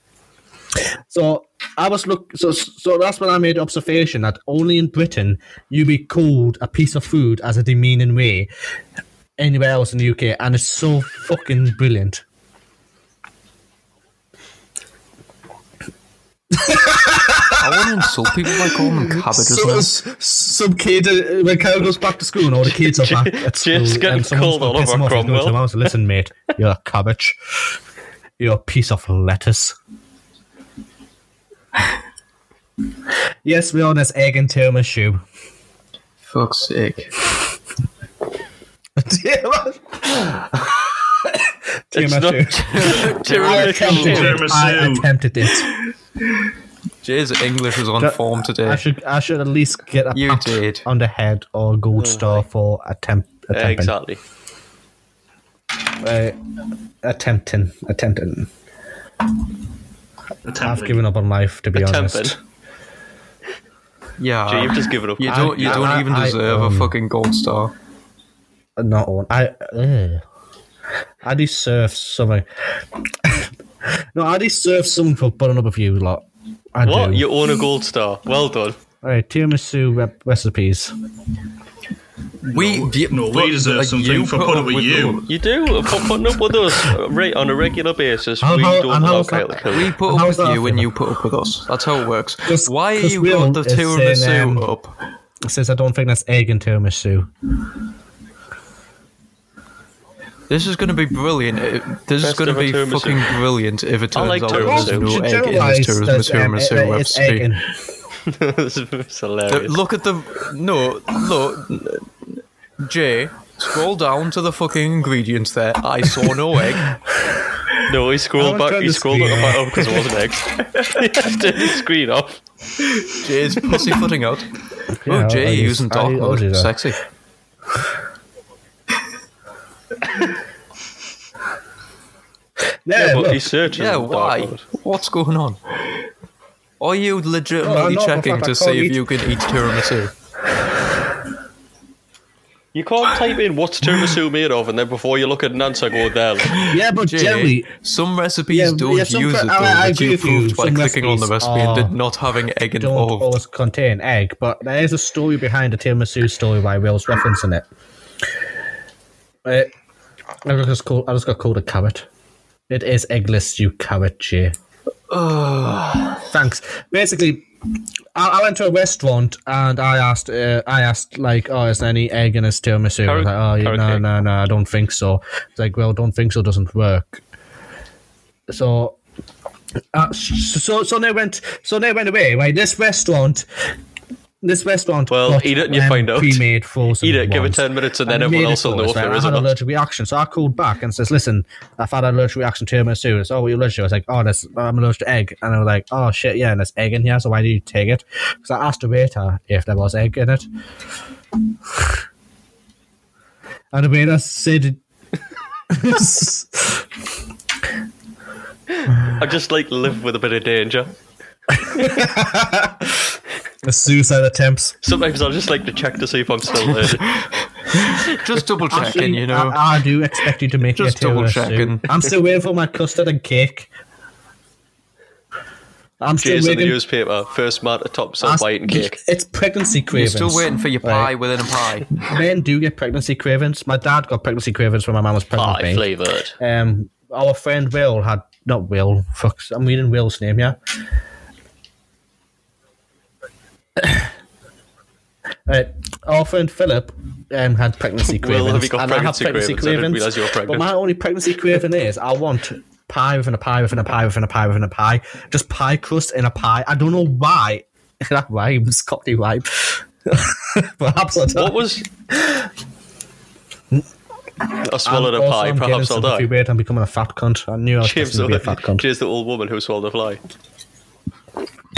Speaker 4: So I was look. So so that's when I made the observation that only in Britain you be called a piece of food as a demeaning way. Anywhere else in the UK, and it's so fucking brilliant.
Speaker 1: I want to insult people by calling them cabbages.
Speaker 4: So,
Speaker 1: now.
Speaker 4: s- some kid uh, when Kyle goes back to school and all
Speaker 8: (laughs)
Speaker 4: the kids are back at school.
Speaker 8: Jeff's getting
Speaker 4: and someone's
Speaker 8: called
Speaker 4: gonna
Speaker 8: all
Speaker 4: piss
Speaker 8: over
Speaker 4: him off. He's going to
Speaker 8: Cromwell.
Speaker 4: the
Speaker 8: (laughs)
Speaker 4: mouse, Listen, mate, you're a cabbage. You're a piece of lettuce. yes, we're on this egg and tiramisu. shoe. (laughs)
Speaker 1: Fuck's sake.
Speaker 8: It's not-
Speaker 4: I
Speaker 8: Tiramisu.
Speaker 4: attempted it. I attempted it.
Speaker 1: Jay's English is on
Speaker 4: Ju-
Speaker 1: form
Speaker 4: I
Speaker 1: today.
Speaker 4: should, I should at least get a
Speaker 1: You
Speaker 4: pat
Speaker 1: did. Oh
Speaker 4: on the head or a gold star for attempt.
Speaker 8: Yeah, exactly.
Speaker 4: attempting. uh, attempting, attempting. I've given up on life, to be
Speaker 8: Attempted.
Speaker 4: honest.
Speaker 1: Yeah.
Speaker 8: Jay, you've just given up.
Speaker 1: You don't, you
Speaker 4: I-
Speaker 1: don't
Speaker 4: I-
Speaker 1: even
Speaker 4: I-
Speaker 1: deserve
Speaker 4: um,
Speaker 1: a fucking gold star.
Speaker 4: Not on. I. Uh, I deserve something. (laughs) no, I deserve something for putting up with you lot. I
Speaker 8: What?
Speaker 4: do.
Speaker 8: You own a gold star. Well done.
Speaker 4: All right, tiramisu rep- recipes.
Speaker 1: We, you-
Speaker 3: no, we
Speaker 1: but,
Speaker 3: deserve something for
Speaker 1: put
Speaker 3: putting
Speaker 1: up
Speaker 3: with you.
Speaker 1: them.
Speaker 8: You do. For putting up with us uh, right on a regular basis,
Speaker 4: How-
Speaker 8: we
Speaker 4: how-
Speaker 8: don't
Speaker 4: and how
Speaker 8: allow
Speaker 4: is
Speaker 8: Kyle
Speaker 4: that-
Speaker 8: to kill
Speaker 1: We
Speaker 8: you.
Speaker 1: put
Speaker 4: And
Speaker 1: up
Speaker 4: how
Speaker 1: with
Speaker 4: is that
Speaker 1: you and
Speaker 4: fair?
Speaker 1: you put up with us. That's how it works.
Speaker 4: Just-
Speaker 1: Why
Speaker 4: just
Speaker 1: you
Speaker 4: Will
Speaker 1: got the
Speaker 4: is saying,
Speaker 1: tiramisu
Speaker 4: um,
Speaker 1: up?
Speaker 4: It says I don't think that's egg and tiramisu.
Speaker 1: This is going to be brilliant. It- This is
Speaker 8: Best
Speaker 1: going to
Speaker 8: ever
Speaker 1: be
Speaker 8: tiramisu.
Speaker 1: fucking brilliant if it
Speaker 8: I
Speaker 1: turns
Speaker 8: like
Speaker 1: out
Speaker 8: tiramisu.
Speaker 1: there's
Speaker 4: Should
Speaker 1: no egg in
Speaker 4: generalise
Speaker 1: this tiramisu,
Speaker 4: that, um, it-
Speaker 1: tiramisu
Speaker 4: it's egg
Speaker 1: recipe. Oh,
Speaker 4: in.
Speaker 8: (laughs) this is
Speaker 1: Uh,
Speaker 8: hilarious.
Speaker 1: Look at the no, look, Jay. Scroll down to the fucking ingredients there. I saw no egg.
Speaker 8: No, he
Speaker 4: I was
Speaker 8: scrolled back.
Speaker 4: trying
Speaker 8: He
Speaker 4: to
Speaker 8: scrolled
Speaker 4: screen
Speaker 8: up
Speaker 4: off.
Speaker 8: back up because it wasn't
Speaker 4: (laughs)
Speaker 8: eggs. he just turned his screen off.
Speaker 1: Jay's pussyfooting out.
Speaker 4: Yeah,
Speaker 1: oh,
Speaker 4: I'll
Speaker 1: Jay, you're
Speaker 4: use-
Speaker 1: using
Speaker 4: I'll-
Speaker 1: dark
Speaker 4: I'll do
Speaker 1: mode.
Speaker 4: that.
Speaker 1: Sexy.
Speaker 8: Yeah,
Speaker 4: Yeah,
Speaker 8: but
Speaker 4: look.
Speaker 8: he searches.
Speaker 1: Yeah,
Speaker 8: in the
Speaker 1: why?
Speaker 8: dark mode.
Speaker 1: What's going on? Are you
Speaker 4: No, I'm
Speaker 1: legitimately
Speaker 4: not, in
Speaker 1: checking
Speaker 4: fact,
Speaker 1: to
Speaker 4: I
Speaker 1: see
Speaker 4: can't
Speaker 1: if
Speaker 4: eat-
Speaker 1: you can eat tiramisu?
Speaker 8: You can't type in what's tiramisu made of, and then before you look at an answer, go there. Like,
Speaker 4: yeah, but
Speaker 1: Jay,
Speaker 4: generally,
Speaker 1: some recipes
Speaker 4: Yeah,
Speaker 1: don't
Speaker 4: yeah, some
Speaker 1: use
Speaker 4: cra-
Speaker 1: it though,
Speaker 4: I- I
Speaker 1: I,
Speaker 4: agree
Speaker 1: you
Speaker 4: with you.
Speaker 1: proved by
Speaker 4: Some
Speaker 1: clicking on the
Speaker 4: recipes
Speaker 1: recipe and
Speaker 4: are-
Speaker 1: did not having egg
Speaker 4: don't
Speaker 1: involved.
Speaker 4: always contain egg, but there is a story behind the tiramisu story by Will's referencing it. Uh, I just called, I just got called a carrot. It is eggless, you
Speaker 8: (sighs)
Speaker 4: carrot, Jay. Thanks. Basically, I, I went to a restaurant and I asked, uh, I asked like, oh, is there any egg in this tiramisu? I was
Speaker 8: Carrot-
Speaker 4: like, oh, yeah,
Speaker 8: carrot
Speaker 4: no,
Speaker 8: cake.
Speaker 4: no, no, I don't think so. It's like, well, don't think so doesn't work. So uh, so so they went so they went away right this restaurant this restaurant um,
Speaker 8: Well, eat it and you find out.
Speaker 4: pre-made frozen
Speaker 8: Eat it, give it
Speaker 4: ones.
Speaker 8: 10 minutes, and then
Speaker 4: And
Speaker 8: everyone
Speaker 4: made it
Speaker 8: else will
Speaker 4: for
Speaker 8: know
Speaker 4: us,
Speaker 8: if
Speaker 4: right?
Speaker 8: there
Speaker 4: I
Speaker 8: is
Speaker 4: had
Speaker 8: or
Speaker 4: an
Speaker 8: not.
Speaker 4: allergic reaction so I called back and says listen I've had an allergic reaction to tiramisu it's oh you're allergic I was like oh this, I'm allergic to egg and I was like oh shit yeah and there's egg in here so why do you take it because I asked the waiter if there was egg in it (sighs) and the waiter said
Speaker 8: I just like live with a bit of danger.
Speaker 4: suicide attempts
Speaker 8: Sometimes I just like to check to see if I'm still
Speaker 4: (laughs)
Speaker 8: there.
Speaker 1: Just double checking, you know.
Speaker 4: I, I do expect you to make
Speaker 1: Just
Speaker 4: it a
Speaker 1: double
Speaker 4: tiramisu.
Speaker 1: checking.
Speaker 4: I'm still waiting for my custard and cake. I'm still
Speaker 8: Jay's in the
Speaker 4: waiting.
Speaker 8: newspaper. First man to top
Speaker 4: I-
Speaker 8: self biting cake.
Speaker 4: It's pregnancy
Speaker 1: You're
Speaker 4: cravings.
Speaker 1: still waiting for your pie
Speaker 4: Right.
Speaker 1: within a pie.
Speaker 4: Men do get pregnancy cravings. My dad got pregnancy cravings when my mum was pregnant.
Speaker 8: Pie
Speaker 4: with me.
Speaker 8: flavoured.
Speaker 4: Um, our friend Will had not Will. Fuck, I'm reading Will's name. Yeah. (coughs) Right. Our friend Philip um, had pregnancy
Speaker 8: (laughs)
Speaker 4: cravings.
Speaker 8: Will, have you got
Speaker 4: and I have
Speaker 8: pregnancy
Speaker 4: pregnancy
Speaker 8: cravings? I didn't realise you were
Speaker 4: But
Speaker 8: pregnant.
Speaker 4: my only pregnancy craving is I want pie within a pie within a pie within a pie within a (laughs) pie. Just pie crust in a pie. I don't know why. that rhymes. Cockney rhyme. (laughs) perhaps I
Speaker 2: What was? I swallowed
Speaker 4: I'm
Speaker 2: a
Speaker 4: also
Speaker 2: pie.
Speaker 4: on
Speaker 2: Perhaps
Speaker 4: Guinness
Speaker 2: I'll
Speaker 4: and If
Speaker 2: die.
Speaker 4: you wait, I'm becoming a fat cunt. I knew I was
Speaker 2: Cheers
Speaker 4: destined to be a fat
Speaker 2: the, (laughs)
Speaker 4: cunt.
Speaker 2: cheers the old woman who swallowed a fly.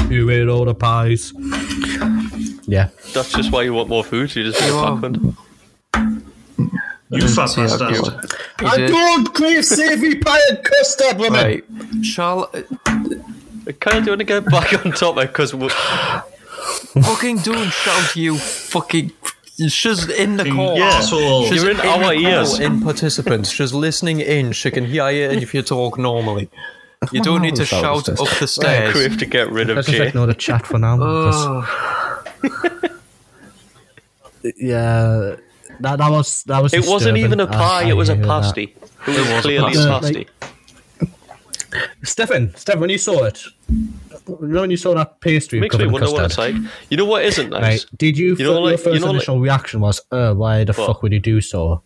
Speaker 4: You ate all the pies. Yeah.
Speaker 2: That's just why you want more food. You just you happened.
Speaker 3: You fat bastard.
Speaker 11: I don't crave savory pie and custard, women.
Speaker 1: Right. Shall uh,
Speaker 2: I kind of do want to get back on topic because
Speaker 4: (laughs)
Speaker 1: fucking don't shout, you fucking. She's in the call.
Speaker 3: Yeah. Asshole.
Speaker 1: She's
Speaker 2: You're in our
Speaker 1: the call,
Speaker 2: ears.
Speaker 1: In participants, she's listening in. She can hear you if you talk normally. You
Speaker 4: What
Speaker 1: don't need to
Speaker 4: the hell is
Speaker 1: shout
Speaker 4: this?
Speaker 1: up the
Speaker 2: I
Speaker 1: stairs.
Speaker 2: have to get rid of
Speaker 4: Let's just
Speaker 2: Jay.
Speaker 4: ignore the chat
Speaker 2: (laughs)
Speaker 4: for now.
Speaker 2: Oh.
Speaker 4: because- yeah. That, that was that was.
Speaker 2: It wasn't
Speaker 4: disturbing.
Speaker 2: even a
Speaker 4: I-
Speaker 2: pie.
Speaker 4: I
Speaker 2: it was a
Speaker 4: hated that.
Speaker 2: pasty. It was, clearly
Speaker 4: pasty.
Speaker 2: a
Speaker 4: Uh,
Speaker 2: pasty.
Speaker 4: Stefan, Stefan, when you saw it, you know when you saw that pastry
Speaker 2: Makes me
Speaker 4: covered in
Speaker 2: wonder what
Speaker 4: custard,
Speaker 2: it's like. You know what isn't nice?
Speaker 4: Right. Did you,
Speaker 2: You know,
Speaker 4: feel
Speaker 2: like-
Speaker 4: your first
Speaker 2: you know, like-
Speaker 4: initial reaction was, "Uh, why the
Speaker 2: What?
Speaker 4: fuck would you do so?"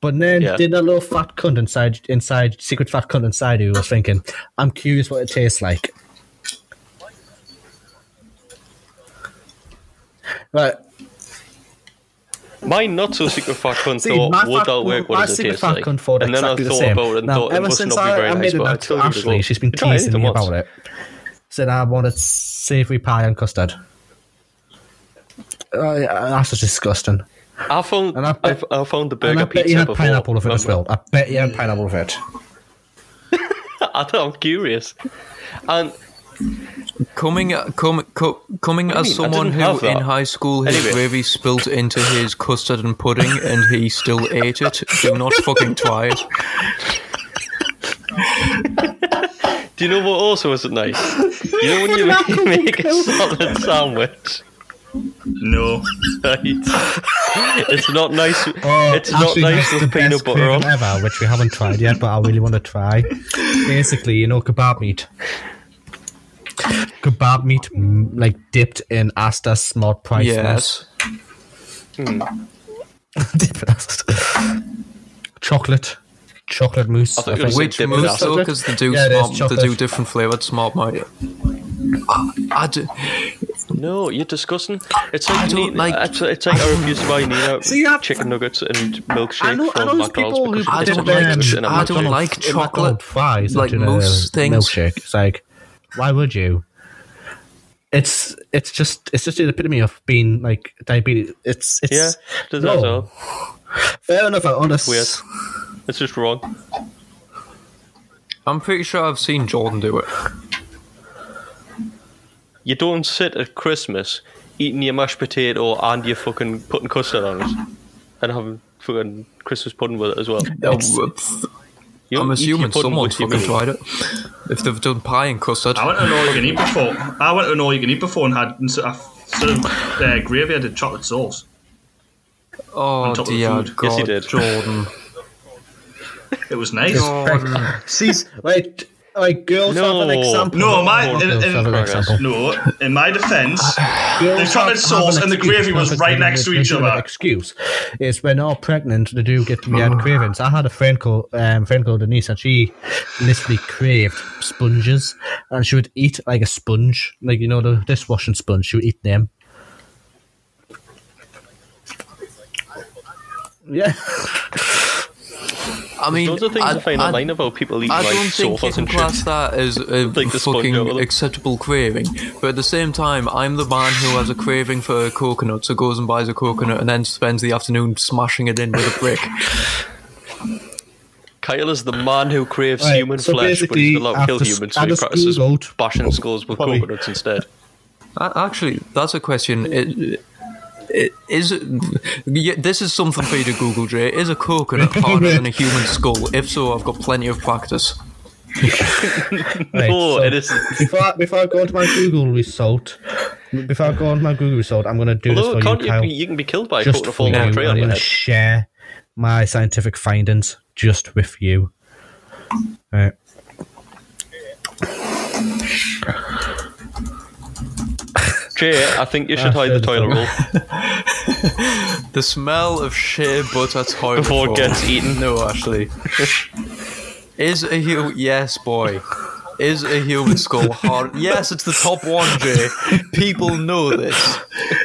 Speaker 4: But then,
Speaker 2: Yeah.
Speaker 4: did that little fat cunt inside, inside, secret fat cunt inside you was thinking, "I'm curious what it tastes like." Right.
Speaker 2: My not so secret fat cunt
Speaker 4: See, my
Speaker 2: thought, would
Speaker 4: fat-
Speaker 2: that work?
Speaker 4: my
Speaker 2: What does it
Speaker 4: secret
Speaker 2: taste
Speaker 4: fat
Speaker 2: like?
Speaker 4: cunt thought
Speaker 2: and then I
Speaker 4: exactly the
Speaker 2: thought
Speaker 4: same.
Speaker 2: about it and
Speaker 4: Now,
Speaker 2: thought, it
Speaker 4: ever
Speaker 2: must
Speaker 4: since
Speaker 2: not
Speaker 4: I-
Speaker 2: be very
Speaker 4: I
Speaker 2: nice,
Speaker 4: made it
Speaker 2: but I
Speaker 4: up to
Speaker 2: still give it a
Speaker 4: Ashley,
Speaker 2: go.
Speaker 4: she's been
Speaker 2: You tried
Speaker 4: teasing me
Speaker 2: once.
Speaker 4: about it. Said I wanted savoury pie and custard. Uh, yeah, that's just disgusting.
Speaker 2: I found,
Speaker 4: And I bet-
Speaker 2: I, I found the
Speaker 4: And I
Speaker 2: burger
Speaker 4: bet
Speaker 2: pizza
Speaker 4: you had
Speaker 2: before.
Speaker 4: pineapple of it as
Speaker 2: remember?
Speaker 4: well. I bet you had pineapple of it.
Speaker 2: (laughs) I don't, I'm curious. And
Speaker 1: Coming, com, co, coming
Speaker 2: What do
Speaker 1: as
Speaker 2: you mean? I
Speaker 1: someone
Speaker 2: didn't
Speaker 1: who
Speaker 2: have that.
Speaker 1: in high school his
Speaker 2: Anyway.
Speaker 1: gravy spilt into his custard and pudding, and he still ate it. Do not fucking try
Speaker 4: (laughs)
Speaker 1: it.
Speaker 2: do you know what also isn't nice? You know when you make,
Speaker 4: (laughs)
Speaker 2: make a salad sandwich,
Speaker 3: No.
Speaker 2: right? It's not
Speaker 4: (laughs)
Speaker 2: nice. it's not
Speaker 4: Oh, Actually,
Speaker 2: nice
Speaker 4: that's
Speaker 2: with
Speaker 4: the
Speaker 2: peanut
Speaker 4: best
Speaker 2: butter on.
Speaker 4: craving ever, which we haven't tried yet, but I really want to try. Basically, you know, kebab meat. Kebab meat, mm, like dipped in Asta smart price (laughs)
Speaker 1: Yes.
Speaker 4: chocolate, chocolate mousse.
Speaker 2: I thought you were
Speaker 4: think.
Speaker 2: saying
Speaker 1: Which
Speaker 2: dip in
Speaker 1: moves
Speaker 2: Asta.
Speaker 1: though, because they do
Speaker 4: Yeah, it is
Speaker 1: smart, they do
Speaker 4: chocolate.
Speaker 1: different flavored smart might. I, I do,
Speaker 2: No, you're disgusting. It's like,
Speaker 1: I don't
Speaker 2: Nina-
Speaker 1: like-
Speaker 2: it's, it's like I refuse to buy Nina
Speaker 4: So you have-
Speaker 2: chicken nuggets and milkshake
Speaker 4: I know- I
Speaker 2: from
Speaker 4: know those
Speaker 2: McDonald's
Speaker 4: people
Speaker 2: because
Speaker 4: who
Speaker 1: I
Speaker 2: she
Speaker 4: dip
Speaker 1: don't
Speaker 2: doesn't like
Speaker 4: them-
Speaker 2: it
Speaker 1: like
Speaker 2: in a
Speaker 1: I don't
Speaker 2: McDonald's.
Speaker 1: like
Speaker 4: in my cold
Speaker 1: chocolate
Speaker 4: fries
Speaker 1: like
Speaker 4: into the
Speaker 1: most things.
Speaker 4: milkshake. It's like, why would you? It's it's just it's just the epitome of being like diabetes. It's it's
Speaker 2: Yeah, does that
Speaker 4: no.
Speaker 2: all?
Speaker 4: fair enough. I
Speaker 2: (laughs)
Speaker 4: honest.
Speaker 2: Weird. It's just wrong.
Speaker 1: I'm pretty sure I've seen Jordan do it.
Speaker 2: You don't sit at Christmas eating your mashed potato and your fucking putting custard on it and having fucking Christmas pudding with it as well.
Speaker 1: Uh,
Speaker 2: You
Speaker 1: I'm
Speaker 2: don't eat your
Speaker 1: assuming
Speaker 2: pudding
Speaker 1: someone's
Speaker 2: with your
Speaker 1: fucking
Speaker 2: meal.
Speaker 1: tried it. If they've done pie and custard,
Speaker 3: I went to an all you can eat before. I went to an all you can eat before and had and so- I sort of uh, gravy. I did chocolate sauce.
Speaker 1: oh
Speaker 3: on top of the
Speaker 1: dear
Speaker 3: food.
Speaker 1: God,
Speaker 2: Yes, he did.
Speaker 1: Jordan.
Speaker 3: It was nice.
Speaker 4: She's like like girls have an
Speaker 2: No.
Speaker 4: example.
Speaker 3: No, my
Speaker 4: Girls
Speaker 3: in,
Speaker 4: have an
Speaker 3: in,
Speaker 4: example.
Speaker 3: no. In my defense,
Speaker 4: Girls
Speaker 3: the
Speaker 4: have-
Speaker 3: chocolate
Speaker 4: have
Speaker 3: sauce
Speaker 4: an
Speaker 3: and the
Speaker 4: excuse.
Speaker 3: gravy was
Speaker 4: That's
Speaker 3: right
Speaker 4: a
Speaker 3: next to each
Speaker 4: legitimate
Speaker 3: other. Oh.
Speaker 4: Excuse is when all pregnant they do get weird cravings. I had a friend called um, friend called Denise, and she literally craved sponges, and she would eat like a sponge, like you know the dishwashing sponge. She would eat them. Yeah,
Speaker 1: I mean,
Speaker 2: Those are things I, find online about people eating
Speaker 1: I
Speaker 2: like
Speaker 1: don't think you
Speaker 2: sofas
Speaker 1: can
Speaker 2: and shit.
Speaker 1: class that as a
Speaker 2: Like the sponge
Speaker 1: fucking
Speaker 2: over them.
Speaker 1: acceptable craving. But at the same time, I'm the man who has a craving for a coconut, so goes and buys a coconut and then spends the afternoon smashing it in with a brick.
Speaker 2: Kyle is the man who craves
Speaker 4: Right,
Speaker 2: human
Speaker 4: so
Speaker 2: flesh, but
Speaker 4: basically,
Speaker 2: he's allowed to
Speaker 4: I
Speaker 2: kill
Speaker 4: just-
Speaker 2: humans, so
Speaker 4: I
Speaker 2: he
Speaker 4: just
Speaker 2: practices
Speaker 4: Googled-
Speaker 2: bashing skulls with
Speaker 4: oh, Probably.
Speaker 2: coconuts instead.
Speaker 1: A- Actually, that's a question. It, it, is it, yeah, this is something for you to Google, Jay. Is a coconut harder than a human skull? If so, I've got plenty of practice.
Speaker 4: (laughs) Right,
Speaker 2: no,
Speaker 4: so-
Speaker 2: Oh, it isn't.
Speaker 4: before I, before I go into my Google result, before I go into my Google result, I'm gonna do
Speaker 2: Although,
Speaker 4: this for
Speaker 2: can't
Speaker 4: you, Kyle.
Speaker 2: you, be, you can be killed by a
Speaker 4: just
Speaker 2: coconut
Speaker 4: for
Speaker 2: falling
Speaker 4: you.
Speaker 2: down
Speaker 4: I'm
Speaker 2: a tree on your
Speaker 4: going to
Speaker 2: head.
Speaker 4: share my scientific findings just with you. Right.
Speaker 2: Jay, I think you should hide the
Speaker 4: that's
Speaker 2: toilet roll
Speaker 1: The smell of shea
Speaker 2: (laughs)
Speaker 1: butter toilet
Speaker 2: before
Speaker 1: roll.
Speaker 2: it gets eaten.
Speaker 1: No, Ashley. Is a human? Yes, boy. Is a human skull hard? Yes, it's the top one, Jay. People know this.
Speaker 4: No,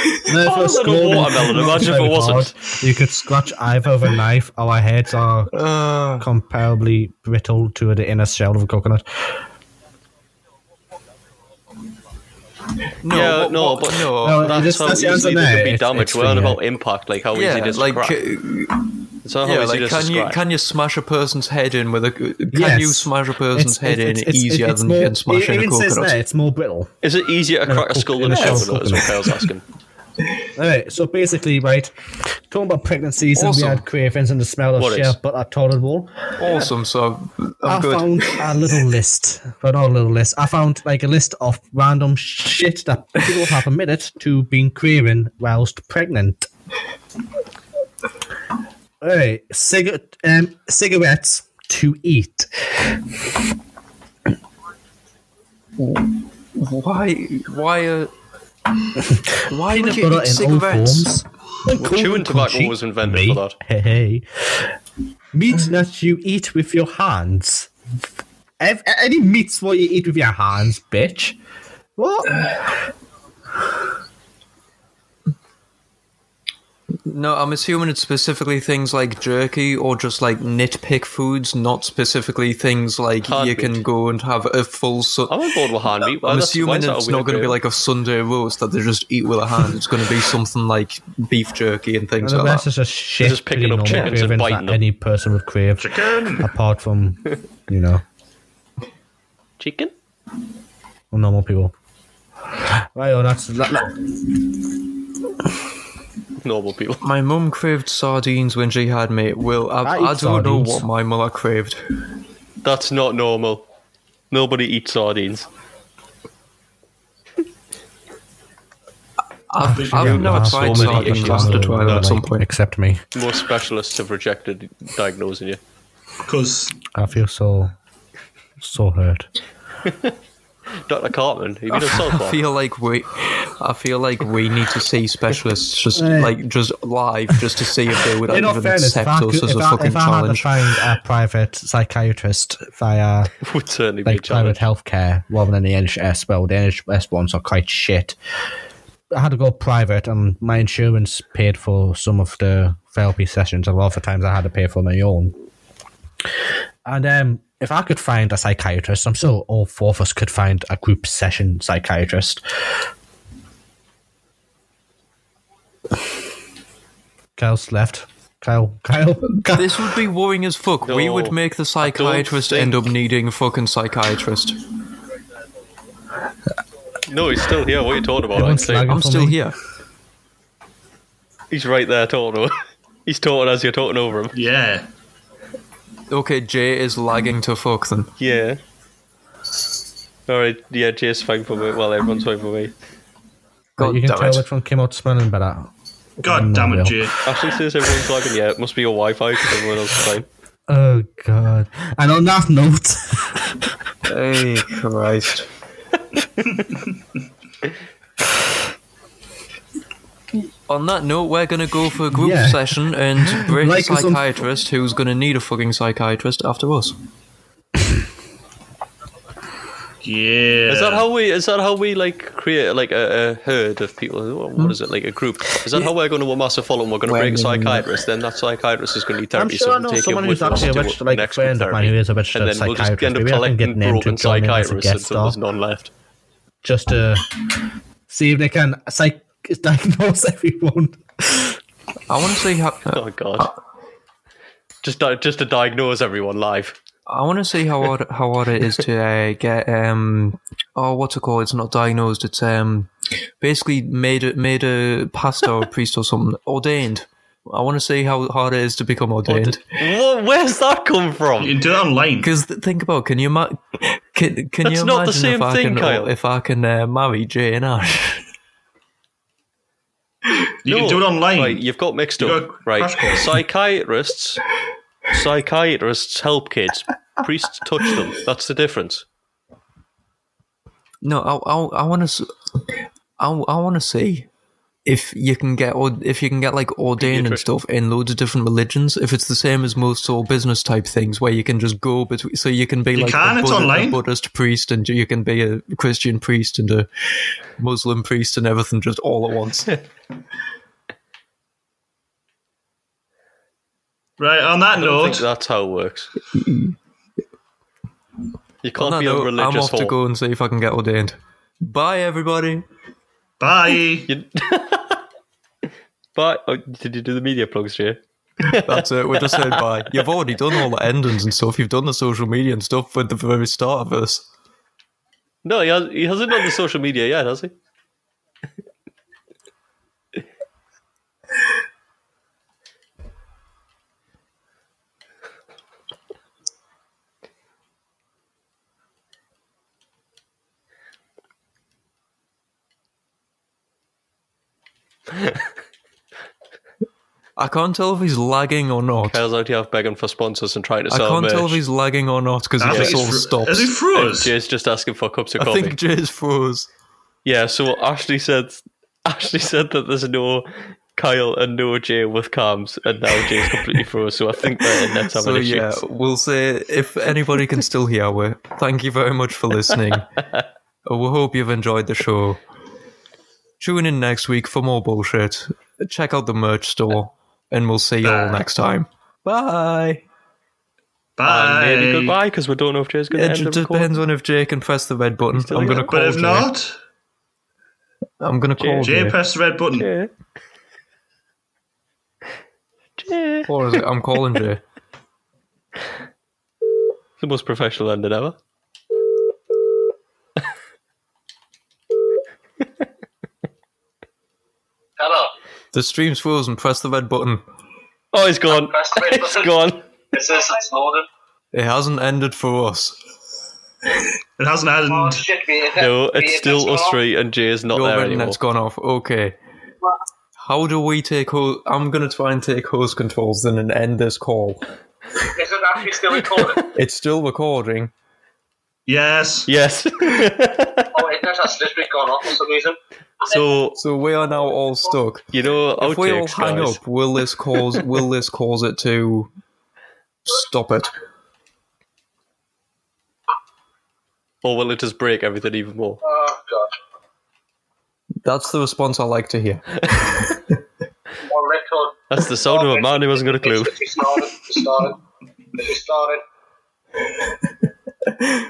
Speaker 2: Oh,
Speaker 4: if
Speaker 2: little
Speaker 4: scrolling
Speaker 2: watermelon,
Speaker 4: (laughs) not
Speaker 2: imagine if
Speaker 4: very
Speaker 2: it wasn't.
Speaker 4: hard, you could scratch either with a knife. Our heads are
Speaker 1: Uh,
Speaker 4: comparably brittle to the inner shell of a coconut.
Speaker 1: No,
Speaker 2: yeah,
Speaker 1: what-
Speaker 2: no,
Speaker 1: what-
Speaker 2: but
Speaker 1: no.
Speaker 4: No,
Speaker 2: that's
Speaker 4: it's-
Speaker 2: how
Speaker 4: (laughs) that's the answer
Speaker 2: easily there
Speaker 4: there.
Speaker 2: could be
Speaker 4: It's-
Speaker 2: damage.
Speaker 4: it's
Speaker 2: We're on
Speaker 4: the, uh,
Speaker 2: about impact, like how easy
Speaker 1: yeah,
Speaker 2: it is
Speaker 1: like
Speaker 2: to crack.
Speaker 1: ca-
Speaker 2: It's not how
Speaker 1: yeah,
Speaker 2: easy
Speaker 1: like
Speaker 2: it is to
Speaker 1: can you
Speaker 2: scratch.
Speaker 1: can you smash a person's head in with a can
Speaker 4: Yes.
Speaker 1: you smash a person's
Speaker 4: It's-
Speaker 1: head
Speaker 4: it's-
Speaker 1: in
Speaker 4: it's- it's-
Speaker 1: easier
Speaker 4: it's
Speaker 1: than,
Speaker 4: more-
Speaker 1: than smashing
Speaker 4: it
Speaker 1: a
Speaker 4: even says
Speaker 1: coconut?
Speaker 4: there, it's more brittle.
Speaker 2: Is it easier to
Speaker 4: And a
Speaker 2: crack a
Speaker 4: coconut-
Speaker 2: skull than
Speaker 4: and
Speaker 2: a
Speaker 4: a shell
Speaker 2: coconut? Is what I was asking.
Speaker 4: All right, so basically, right, talking about pregnancies and
Speaker 1: Awesome.
Speaker 4: we had cravings and the smell of
Speaker 2: What
Speaker 4: shit,
Speaker 2: is?
Speaker 4: but I told it all.
Speaker 1: Awesome. So
Speaker 4: i
Speaker 1: I'm Oh, good.
Speaker 4: found a little list, but not a little list. I found like a list of random shit that people have admitted to being craving whilst pregnant. All right, cigarette, um, cigarettes to eat.
Speaker 1: Why? Why? Uh, why would
Speaker 4: Peanut butter
Speaker 1: you
Speaker 4: in all
Speaker 1: eat cigarettes?
Speaker 4: forms. Like corn
Speaker 2: chewing
Speaker 4: and
Speaker 2: tobacco
Speaker 4: crunchy.
Speaker 2: was invented for that.
Speaker 4: Hey, hey. Meat that you eat with your hands. Ev- any meat's what you eat with your hands, bitch. What?
Speaker 1: No, I'm assuming it's specifically things like jerky or just like nitpick foods, not specifically things like
Speaker 2: Hard
Speaker 1: you can
Speaker 2: meat.
Speaker 1: go and have a full. Su-
Speaker 2: I'm on board with hand meat. Why-
Speaker 1: I'm
Speaker 2: that's- why
Speaker 1: assuming
Speaker 2: is that a
Speaker 1: it's not
Speaker 2: weird
Speaker 1: going to be
Speaker 2: grade?
Speaker 1: like a Sunday roast that they just eat with a hand. It's going to be something like beef jerky and
Speaker 4: And
Speaker 1: things
Speaker 4: the
Speaker 1: like
Speaker 4: rest
Speaker 1: that.
Speaker 4: is just shit.
Speaker 2: just picking
Speaker 4: pretty
Speaker 2: up
Speaker 4: normal
Speaker 2: chickens and
Speaker 4: cravings
Speaker 2: biting
Speaker 4: that
Speaker 2: them.
Speaker 4: Any person would crave,
Speaker 3: Chicken.
Speaker 4: apart from, you know,
Speaker 2: chicken.
Speaker 4: normal people. Right, oh, that's that, that-
Speaker 2: Normal people.
Speaker 1: My mum craved sardines when she had me. Well, I,
Speaker 4: I
Speaker 1: I,
Speaker 4: eat
Speaker 1: don't know
Speaker 4: sardines.
Speaker 1: what my mother craved.
Speaker 2: That's not normal. Nobody eats sardines.
Speaker 3: Big
Speaker 1: I've
Speaker 3: man.
Speaker 1: not
Speaker 4: Wow.
Speaker 1: tried
Speaker 2: So many
Speaker 1: sardines
Speaker 2: issues
Speaker 1: after
Speaker 2: with
Speaker 1: 12 at
Speaker 2: that,
Speaker 1: some point.
Speaker 4: Accept me.
Speaker 2: Most specialists have rejected diagnosing you.
Speaker 3: Because
Speaker 4: I feel so, so hurt.
Speaker 2: Dr. Cartman, have
Speaker 1: (laughs)
Speaker 2: you been to South
Speaker 1: I
Speaker 2: Park?
Speaker 1: feel like we, I feel like we need to see specialists just
Speaker 4: Right.
Speaker 1: like just live just to see if they would
Speaker 4: (laughs) In all
Speaker 1: even
Speaker 4: fairness, if
Speaker 1: accept
Speaker 4: I,
Speaker 1: us
Speaker 4: could,
Speaker 1: as
Speaker 4: if,
Speaker 1: a
Speaker 4: I,
Speaker 1: fucking
Speaker 4: if I had to
Speaker 1: challenge.
Speaker 4: find a private psychiatrist via
Speaker 2: would certainly be a
Speaker 4: like private
Speaker 2: challenge.
Speaker 4: healthcare rather than the NHS. Well, the NHS ones are quite shit. I had to go private, and my insurance paid for some of the therapy sessions. A lot of the times, I had to pay for my own. And um, if I could find a psychiatrist, I'm sure all four of us could find a group session psychiatrist. Kyle's left. Kyle, Kyle, (laughs) Kyle.
Speaker 1: This would be worrying as fuck. we
Speaker 2: No,
Speaker 1: would make the psychiatrist
Speaker 2: think-
Speaker 1: end up needing a fucking psychiatrist.
Speaker 2: No, he's still here. What are you talking about?
Speaker 4: Everyone's
Speaker 2: Actually,
Speaker 4: slagging
Speaker 1: I'm
Speaker 4: for
Speaker 1: still
Speaker 4: me.
Speaker 1: here.
Speaker 2: he's right there talking to (laughs) He's talking as you're talking over him.
Speaker 3: yeah,
Speaker 1: Okay, Jay is lagging to fuck then.
Speaker 2: Yeah. Alright, yeah, Jay's fine for me. Well, everyone's fine for me.
Speaker 1: God
Speaker 4: you can
Speaker 1: damn
Speaker 4: tell
Speaker 1: it.
Speaker 4: which one came out smelling better.
Speaker 3: god damn
Speaker 4: Unreal.
Speaker 3: it, Jay.
Speaker 2: Ashley says everyone's lagging. Yeah, it must be your Wi Fi because everyone else is fine.
Speaker 4: Oh god! And on that note,
Speaker 1: Hey Christ. On that note, we're going to go for a group
Speaker 4: Yeah.
Speaker 1: session
Speaker 4: (laughs)
Speaker 1: and break
Speaker 4: Like
Speaker 1: a
Speaker 4: some-
Speaker 1: psychiatrist who's going to need a fucking psychiatrist after us.
Speaker 3: Yeah.
Speaker 2: Is that how we? Is that how we like create like a, a herd of people? What- What is it like a group? Is that how we're going to massive follow? And we're going to
Speaker 1: Well,
Speaker 2: bring a
Speaker 1: mm,
Speaker 2: psychiatrist. Then that psychiatrist is going to need
Speaker 4: I'm
Speaker 2: therapy.
Speaker 4: sure
Speaker 2: so
Speaker 4: I
Speaker 2: we'll
Speaker 4: know
Speaker 2: take him
Speaker 4: someone
Speaker 2: with
Speaker 4: who's actually
Speaker 2: us
Speaker 4: a
Speaker 2: to
Speaker 4: registered, like,
Speaker 2: next group
Speaker 4: friend of mine who
Speaker 2: therapy.
Speaker 4: is a registered
Speaker 2: And then we'll just
Speaker 4: psychiatrist.
Speaker 2: end up
Speaker 4: Maybe I can get
Speaker 2: collecting
Speaker 4: an
Speaker 2: broken
Speaker 4: entrance on him as a
Speaker 2: psychiatrists
Speaker 4: guest
Speaker 2: until there's
Speaker 4: star.
Speaker 2: none left.
Speaker 4: just to see if they can psych diagnose everyone.
Speaker 1: I want to see how
Speaker 2: Oh god! Just di- just to diagnose everyone live.
Speaker 1: I want to see how hard how hard it is to uh, get um oh what's it called? It's not diagnosed. It's um basically made a, made a pastor or priest or something ordained. I want to see how hard it is to become ordained.
Speaker 2: What, where's that come
Speaker 3: You
Speaker 2: from?
Speaker 3: can do that online.
Speaker 1: Because th- think about can you ma- can can
Speaker 2: That's
Speaker 1: you imagine
Speaker 2: not the
Speaker 1: if
Speaker 2: same
Speaker 1: I
Speaker 2: thing,
Speaker 1: can
Speaker 2: Kyle.
Speaker 1: if I can uh, marry Jay and (laughs) Ash?
Speaker 3: You can do it online.
Speaker 2: Right, you've got mixed
Speaker 3: You
Speaker 2: up.
Speaker 3: got
Speaker 2: Right,
Speaker 3: crash course.
Speaker 2: psychiatrists, psychiatrists help kids. Priests touch them. That's the difference.
Speaker 1: No, I I, I want to I, I want to see if you can get or if you can get like ordained and stuff in loads of different religions, if it's the same as most sort of business type things where you can just go between, so you can be
Speaker 3: You
Speaker 1: like
Speaker 3: can,
Speaker 1: a,
Speaker 3: it's
Speaker 1: Buddha- a
Speaker 3: online.
Speaker 1: Buddhist priest and you can be a Christian priest and a Muslim priest and everything just all at
Speaker 2: (laughs)
Speaker 1: once.
Speaker 3: Right, on that
Speaker 2: I don't
Speaker 3: note,
Speaker 2: think that's how it works. You can't
Speaker 1: On
Speaker 2: be
Speaker 1: that
Speaker 2: a
Speaker 1: note,
Speaker 2: religious
Speaker 1: I'm off to
Speaker 2: whore.
Speaker 1: go and see if I can get ordained. Bye, everybody.
Speaker 2: (laughs)
Speaker 3: Bye.
Speaker 2: But oh, did you do the media plugs, Jay?
Speaker 1: That's it. We're just saying bye. You've already done all the endings and stuff. You've done the social media and stuff with the very start of this.
Speaker 2: No, he, has, he hasn't done the social media yet, has he?
Speaker 1: I can't tell if he's lagging or not.
Speaker 2: Kyle's out here begging for sponsors and trying to
Speaker 1: I
Speaker 2: sell
Speaker 1: can't
Speaker 2: merch.
Speaker 1: tell if he's lagging or not because
Speaker 2: I
Speaker 1: he
Speaker 2: think
Speaker 1: just
Speaker 2: he's
Speaker 1: all
Speaker 2: fro-
Speaker 1: stops.
Speaker 3: is he froze?
Speaker 2: Jay's just asking for cups of
Speaker 1: I
Speaker 2: coffee.
Speaker 1: think Jay's froze.
Speaker 2: yeah, so Ashley said Ashley said that there's no Kyle and no Jay with cams, and now Jay's completely froze, so I think that
Speaker 1: (laughs)
Speaker 2: that's having
Speaker 1: So
Speaker 2: issues.
Speaker 1: yeah, we'll say if anybody can still hear, we thank you very much for listening. Uh, we hope you've enjoyed the show. Tune in next week for more bullshit. Check out the merch store, and we'll see you all next time. Bye.
Speaker 2: And
Speaker 3: Bye.
Speaker 2: maybe goodbye, because we don't know if Jay's going to
Speaker 1: It
Speaker 2: end
Speaker 1: just
Speaker 2: the recording.
Speaker 1: depends on if Jay can press the red button.
Speaker 2: still
Speaker 1: I'm
Speaker 2: here.
Speaker 1: going to call
Speaker 3: But if
Speaker 1: Jay.
Speaker 3: not,
Speaker 1: I'm going to call Jay.
Speaker 3: Jay, press the red button.
Speaker 2: Jay. Jay.
Speaker 1: Or is it? I'm calling Jay.
Speaker 2: The most professional ending ever.
Speaker 5: Hello.
Speaker 1: The stream's frozen. Press the red button.
Speaker 2: Oh, he's gone.
Speaker 5: Press the
Speaker 2: (laughs)
Speaker 5: red
Speaker 2: He's
Speaker 5: button.
Speaker 2: gone.
Speaker 5: It says it's loaded.
Speaker 1: It hasn't ended for us.
Speaker 3: It hasn't added.
Speaker 5: Oh shit, me. Is it-
Speaker 2: No,
Speaker 5: me,
Speaker 2: it's
Speaker 5: is
Speaker 2: still
Speaker 5: it
Speaker 2: us
Speaker 5: gone?
Speaker 2: three, and Jay's not
Speaker 1: Your
Speaker 2: there
Speaker 1: red
Speaker 2: anymore.
Speaker 1: net's gone off. Okay. How do we take ho I'm going to try and take host controls then and end this call.
Speaker 5: Is it actually still recorded?
Speaker 1: It's still recording.
Speaker 3: Yes.
Speaker 2: Yes. (laughs)
Speaker 5: oh, it has literally gone off for some reason.
Speaker 2: so
Speaker 1: So we are now all stuck.
Speaker 2: you know,
Speaker 1: If we all
Speaker 2: outtakes,
Speaker 1: hang
Speaker 2: guys.
Speaker 1: up, will this cause will this cause it to stop it?
Speaker 2: or will it just break everything even more?
Speaker 5: Oh god.
Speaker 1: That's the response I like to hear.
Speaker 5: One record.
Speaker 2: That's the sound of a man who hasn't got a clue.
Speaker 5: It's it's started. It's started. It's started.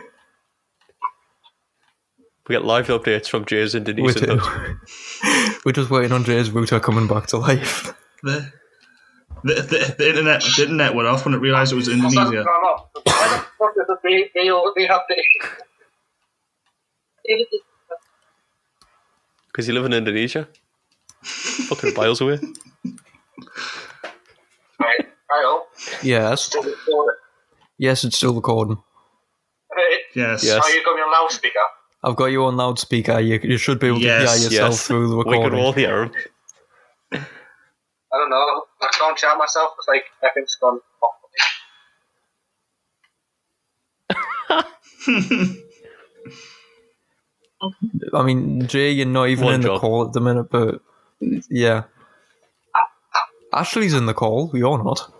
Speaker 2: We get live updates from Jay's
Speaker 1: We're,
Speaker 2: Indonesian.
Speaker 1: ju-
Speaker 2: Dutch.
Speaker 1: (laughs) we're just waiting on Jay's router coming back to life.
Speaker 3: The, the, the, the internet the internet went off when it realised it was
Speaker 5: What's that
Speaker 3: Indonesia.
Speaker 5: gone off? Why the fuck is it they, they, all- they have the issue?
Speaker 2: Because you live in Indonesia? Fucking miles away.
Speaker 5: Right, I hope.
Speaker 1: Yes.
Speaker 5: Still recorded.
Speaker 1: Yes, it's still recording.
Speaker 5: Hey,
Speaker 3: Yes.
Speaker 2: Yes.
Speaker 5: Are you going on loudspeaker?
Speaker 1: I've got you on loudspeaker. You, you should be able
Speaker 3: Yes,
Speaker 1: to hear yourself
Speaker 2: yes.
Speaker 1: through the
Speaker 2: We
Speaker 1: recording.
Speaker 2: can all hear him.
Speaker 5: I don't know. I can't shout myself. It's like everything's gone off.
Speaker 1: I mean, Jay, you're not even
Speaker 2: One
Speaker 1: in the
Speaker 2: job.
Speaker 1: call at the minute, but yeah. Ashley's in the call. You're not.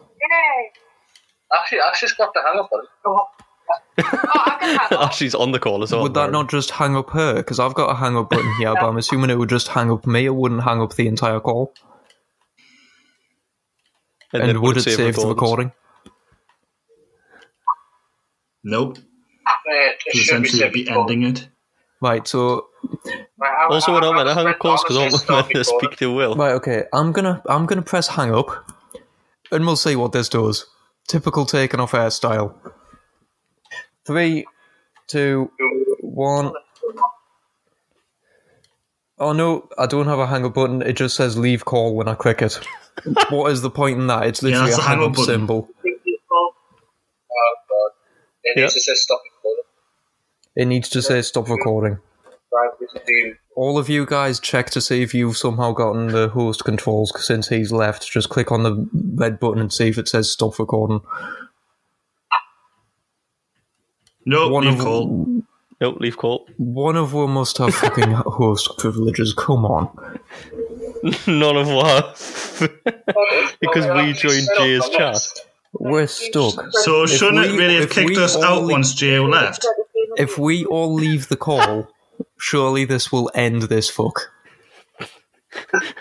Speaker 5: Actually, I just got the hang up on it. Come
Speaker 2: (laughs)
Speaker 5: on.
Speaker 2: Ashley's on the call as well.
Speaker 1: would that not just hang up her? Because I've got a hang up button here, but I'm assuming it would just hang up me. It wouldn't hang up the entire call. And,
Speaker 2: then
Speaker 1: would it save, the
Speaker 2: recordings?
Speaker 1: recording?
Speaker 3: Nope.
Speaker 5: Right, it
Speaker 3: So
Speaker 5: uh, should be
Speaker 3: essentially, it'd be
Speaker 5: simple.
Speaker 3: ending it.
Speaker 1: Right. So
Speaker 5: Right, I-
Speaker 2: Also,
Speaker 5: I-
Speaker 2: when I'm
Speaker 5: I-
Speaker 2: at a hang
Speaker 5: I-
Speaker 2: up calls, because
Speaker 5: I
Speaker 2: I'm
Speaker 5: was
Speaker 2: not to
Speaker 5: just
Speaker 2: speak to Will.
Speaker 1: right. Okay. I'm gonna I'm gonna press hang up, and we'll see what this does. Typical taken off air style. Three, two, one. Oh no, I don't have a hang up button. It just says leave call when I click
Speaker 3: (laughs)
Speaker 1: it. what is the point in that? It's
Speaker 3: Yeah,
Speaker 1: literally
Speaker 3: that's
Speaker 1: a
Speaker 3: the hang
Speaker 1: hang
Speaker 3: up
Speaker 1: up
Speaker 3: button.
Speaker 1: symbol.
Speaker 5: Oh, God. It
Speaker 2: Yeah.
Speaker 5: needs to say stop recording.
Speaker 1: It needs to say stop recording.
Speaker 5: Right, we can do.
Speaker 1: All of you guys check to see if you've somehow gotten the host controls 'cause since he's left. Just click on the red button and see if it says stop recording.
Speaker 3: Nope.
Speaker 1: One
Speaker 3: One
Speaker 1: of-
Speaker 3: call.
Speaker 2: Nope, leave call. (laughs)
Speaker 3: (laughs)
Speaker 1: One of them must have fucking host privileges. Come on.
Speaker 2: None of what. (laughs) because we joined Jay's chat.
Speaker 1: We're stuck.
Speaker 3: So shouldn't it really have kicked us out once
Speaker 1: Jay
Speaker 3: left?
Speaker 1: If we all leave the call, surely this will end this fuck.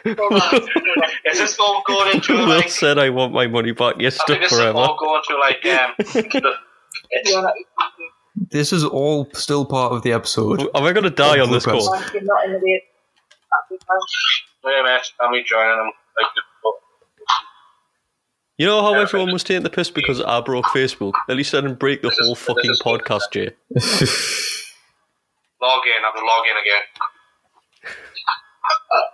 Speaker 5: Is this all going into
Speaker 2: Will
Speaker 5: like?
Speaker 2: said I want my money back. Yes,
Speaker 5: I think
Speaker 2: stuck
Speaker 5: this is
Speaker 2: forever.
Speaker 5: all going to like um. the, it's,
Speaker 1: This is all still part of the episode.
Speaker 2: Am I going to die on this call?
Speaker 6: You're not in the way.
Speaker 5: yeah, mate, I'm enjoying them. Like,
Speaker 2: You know how everyone was taking the piss because I broke Facebook? At least I didn't break the whole fucking podcast, Jay.
Speaker 5: log in. I'm log in again.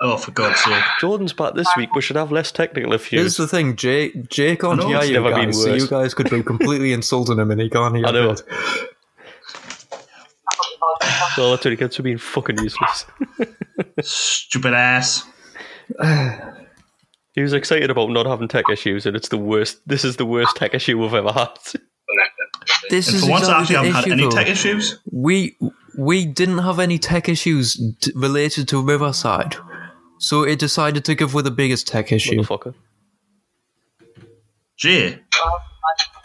Speaker 2: Oh, for God's sake. Jordan's back this week. We should have less technical issues.
Speaker 1: Here's the thing, Jay. Jay can't
Speaker 2: No,
Speaker 1: hear
Speaker 2: it's
Speaker 1: you
Speaker 2: never been
Speaker 1: guys, so
Speaker 2: worse.
Speaker 1: you guys could be completely insulting him, and he can't hear.
Speaker 2: I know.
Speaker 1: it.
Speaker 2: Well, that's what he gets for being fucking useless. (laughs) Stupid ass. he was excited about not having tech issues, and it's the worst. This is the worst tech issue we've ever had. (laughs)
Speaker 1: This
Speaker 3: And
Speaker 1: is
Speaker 3: for once, I
Speaker 1: exactly
Speaker 3: actually
Speaker 1: the
Speaker 3: haven't had
Speaker 1: issue,
Speaker 3: any
Speaker 1: though.
Speaker 3: tech issues.
Speaker 1: We we didn't have any tech issues d- related to Riverside, so it decided to give with the biggest tech issue.
Speaker 2: Motherfucker. Jay.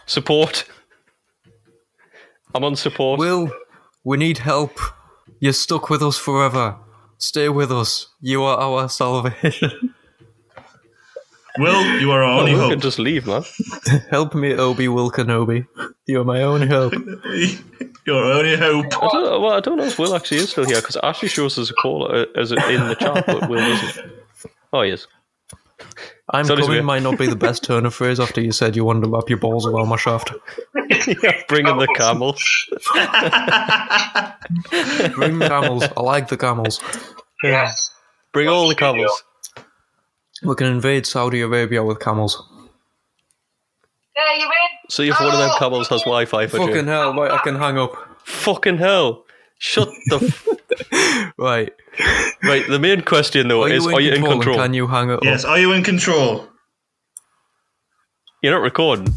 Speaker 2: Support. I'm on support.
Speaker 1: Will, we need help. You're stuck with us forever. Stay with us. You are our salvation.
Speaker 3: Will, you are our
Speaker 1: Oh,
Speaker 3: only
Speaker 1: Will
Speaker 3: hope.
Speaker 1: can
Speaker 2: just leave, man.
Speaker 1: help me, Obi Will Kenobi. You're my only hope.
Speaker 2: Your only hope. I don't, well, I don't know if Will actually is still here because Ashley shows us a call uh, as a- in the chat, but Will isn't. Oh, yes.
Speaker 1: I'm
Speaker 2: Sorry,
Speaker 1: coming
Speaker 2: Sophia.
Speaker 1: might not be the best turn of phrase after you said you wanted to wrap your balls around my shaft.
Speaker 2: Bring in the camel.
Speaker 1: Bring the camels. I like the camels.
Speaker 5: Yes.
Speaker 2: Bring all the camels.
Speaker 1: We can invade Saudi Arabia with camels.
Speaker 6: Yeah, you win.
Speaker 2: See if one of them camels has Wi Fi for
Speaker 1: Fucking
Speaker 2: you.
Speaker 1: hell, right, I can hang up.
Speaker 2: Fucking hell. Shut the. F- (laughs)
Speaker 1: right.
Speaker 2: Right, the main question though
Speaker 1: Are you
Speaker 2: is
Speaker 1: in
Speaker 2: are you in
Speaker 1: control and
Speaker 2: control?
Speaker 1: can you hang it
Speaker 3: Yes,
Speaker 2: are you in control? You're not recording.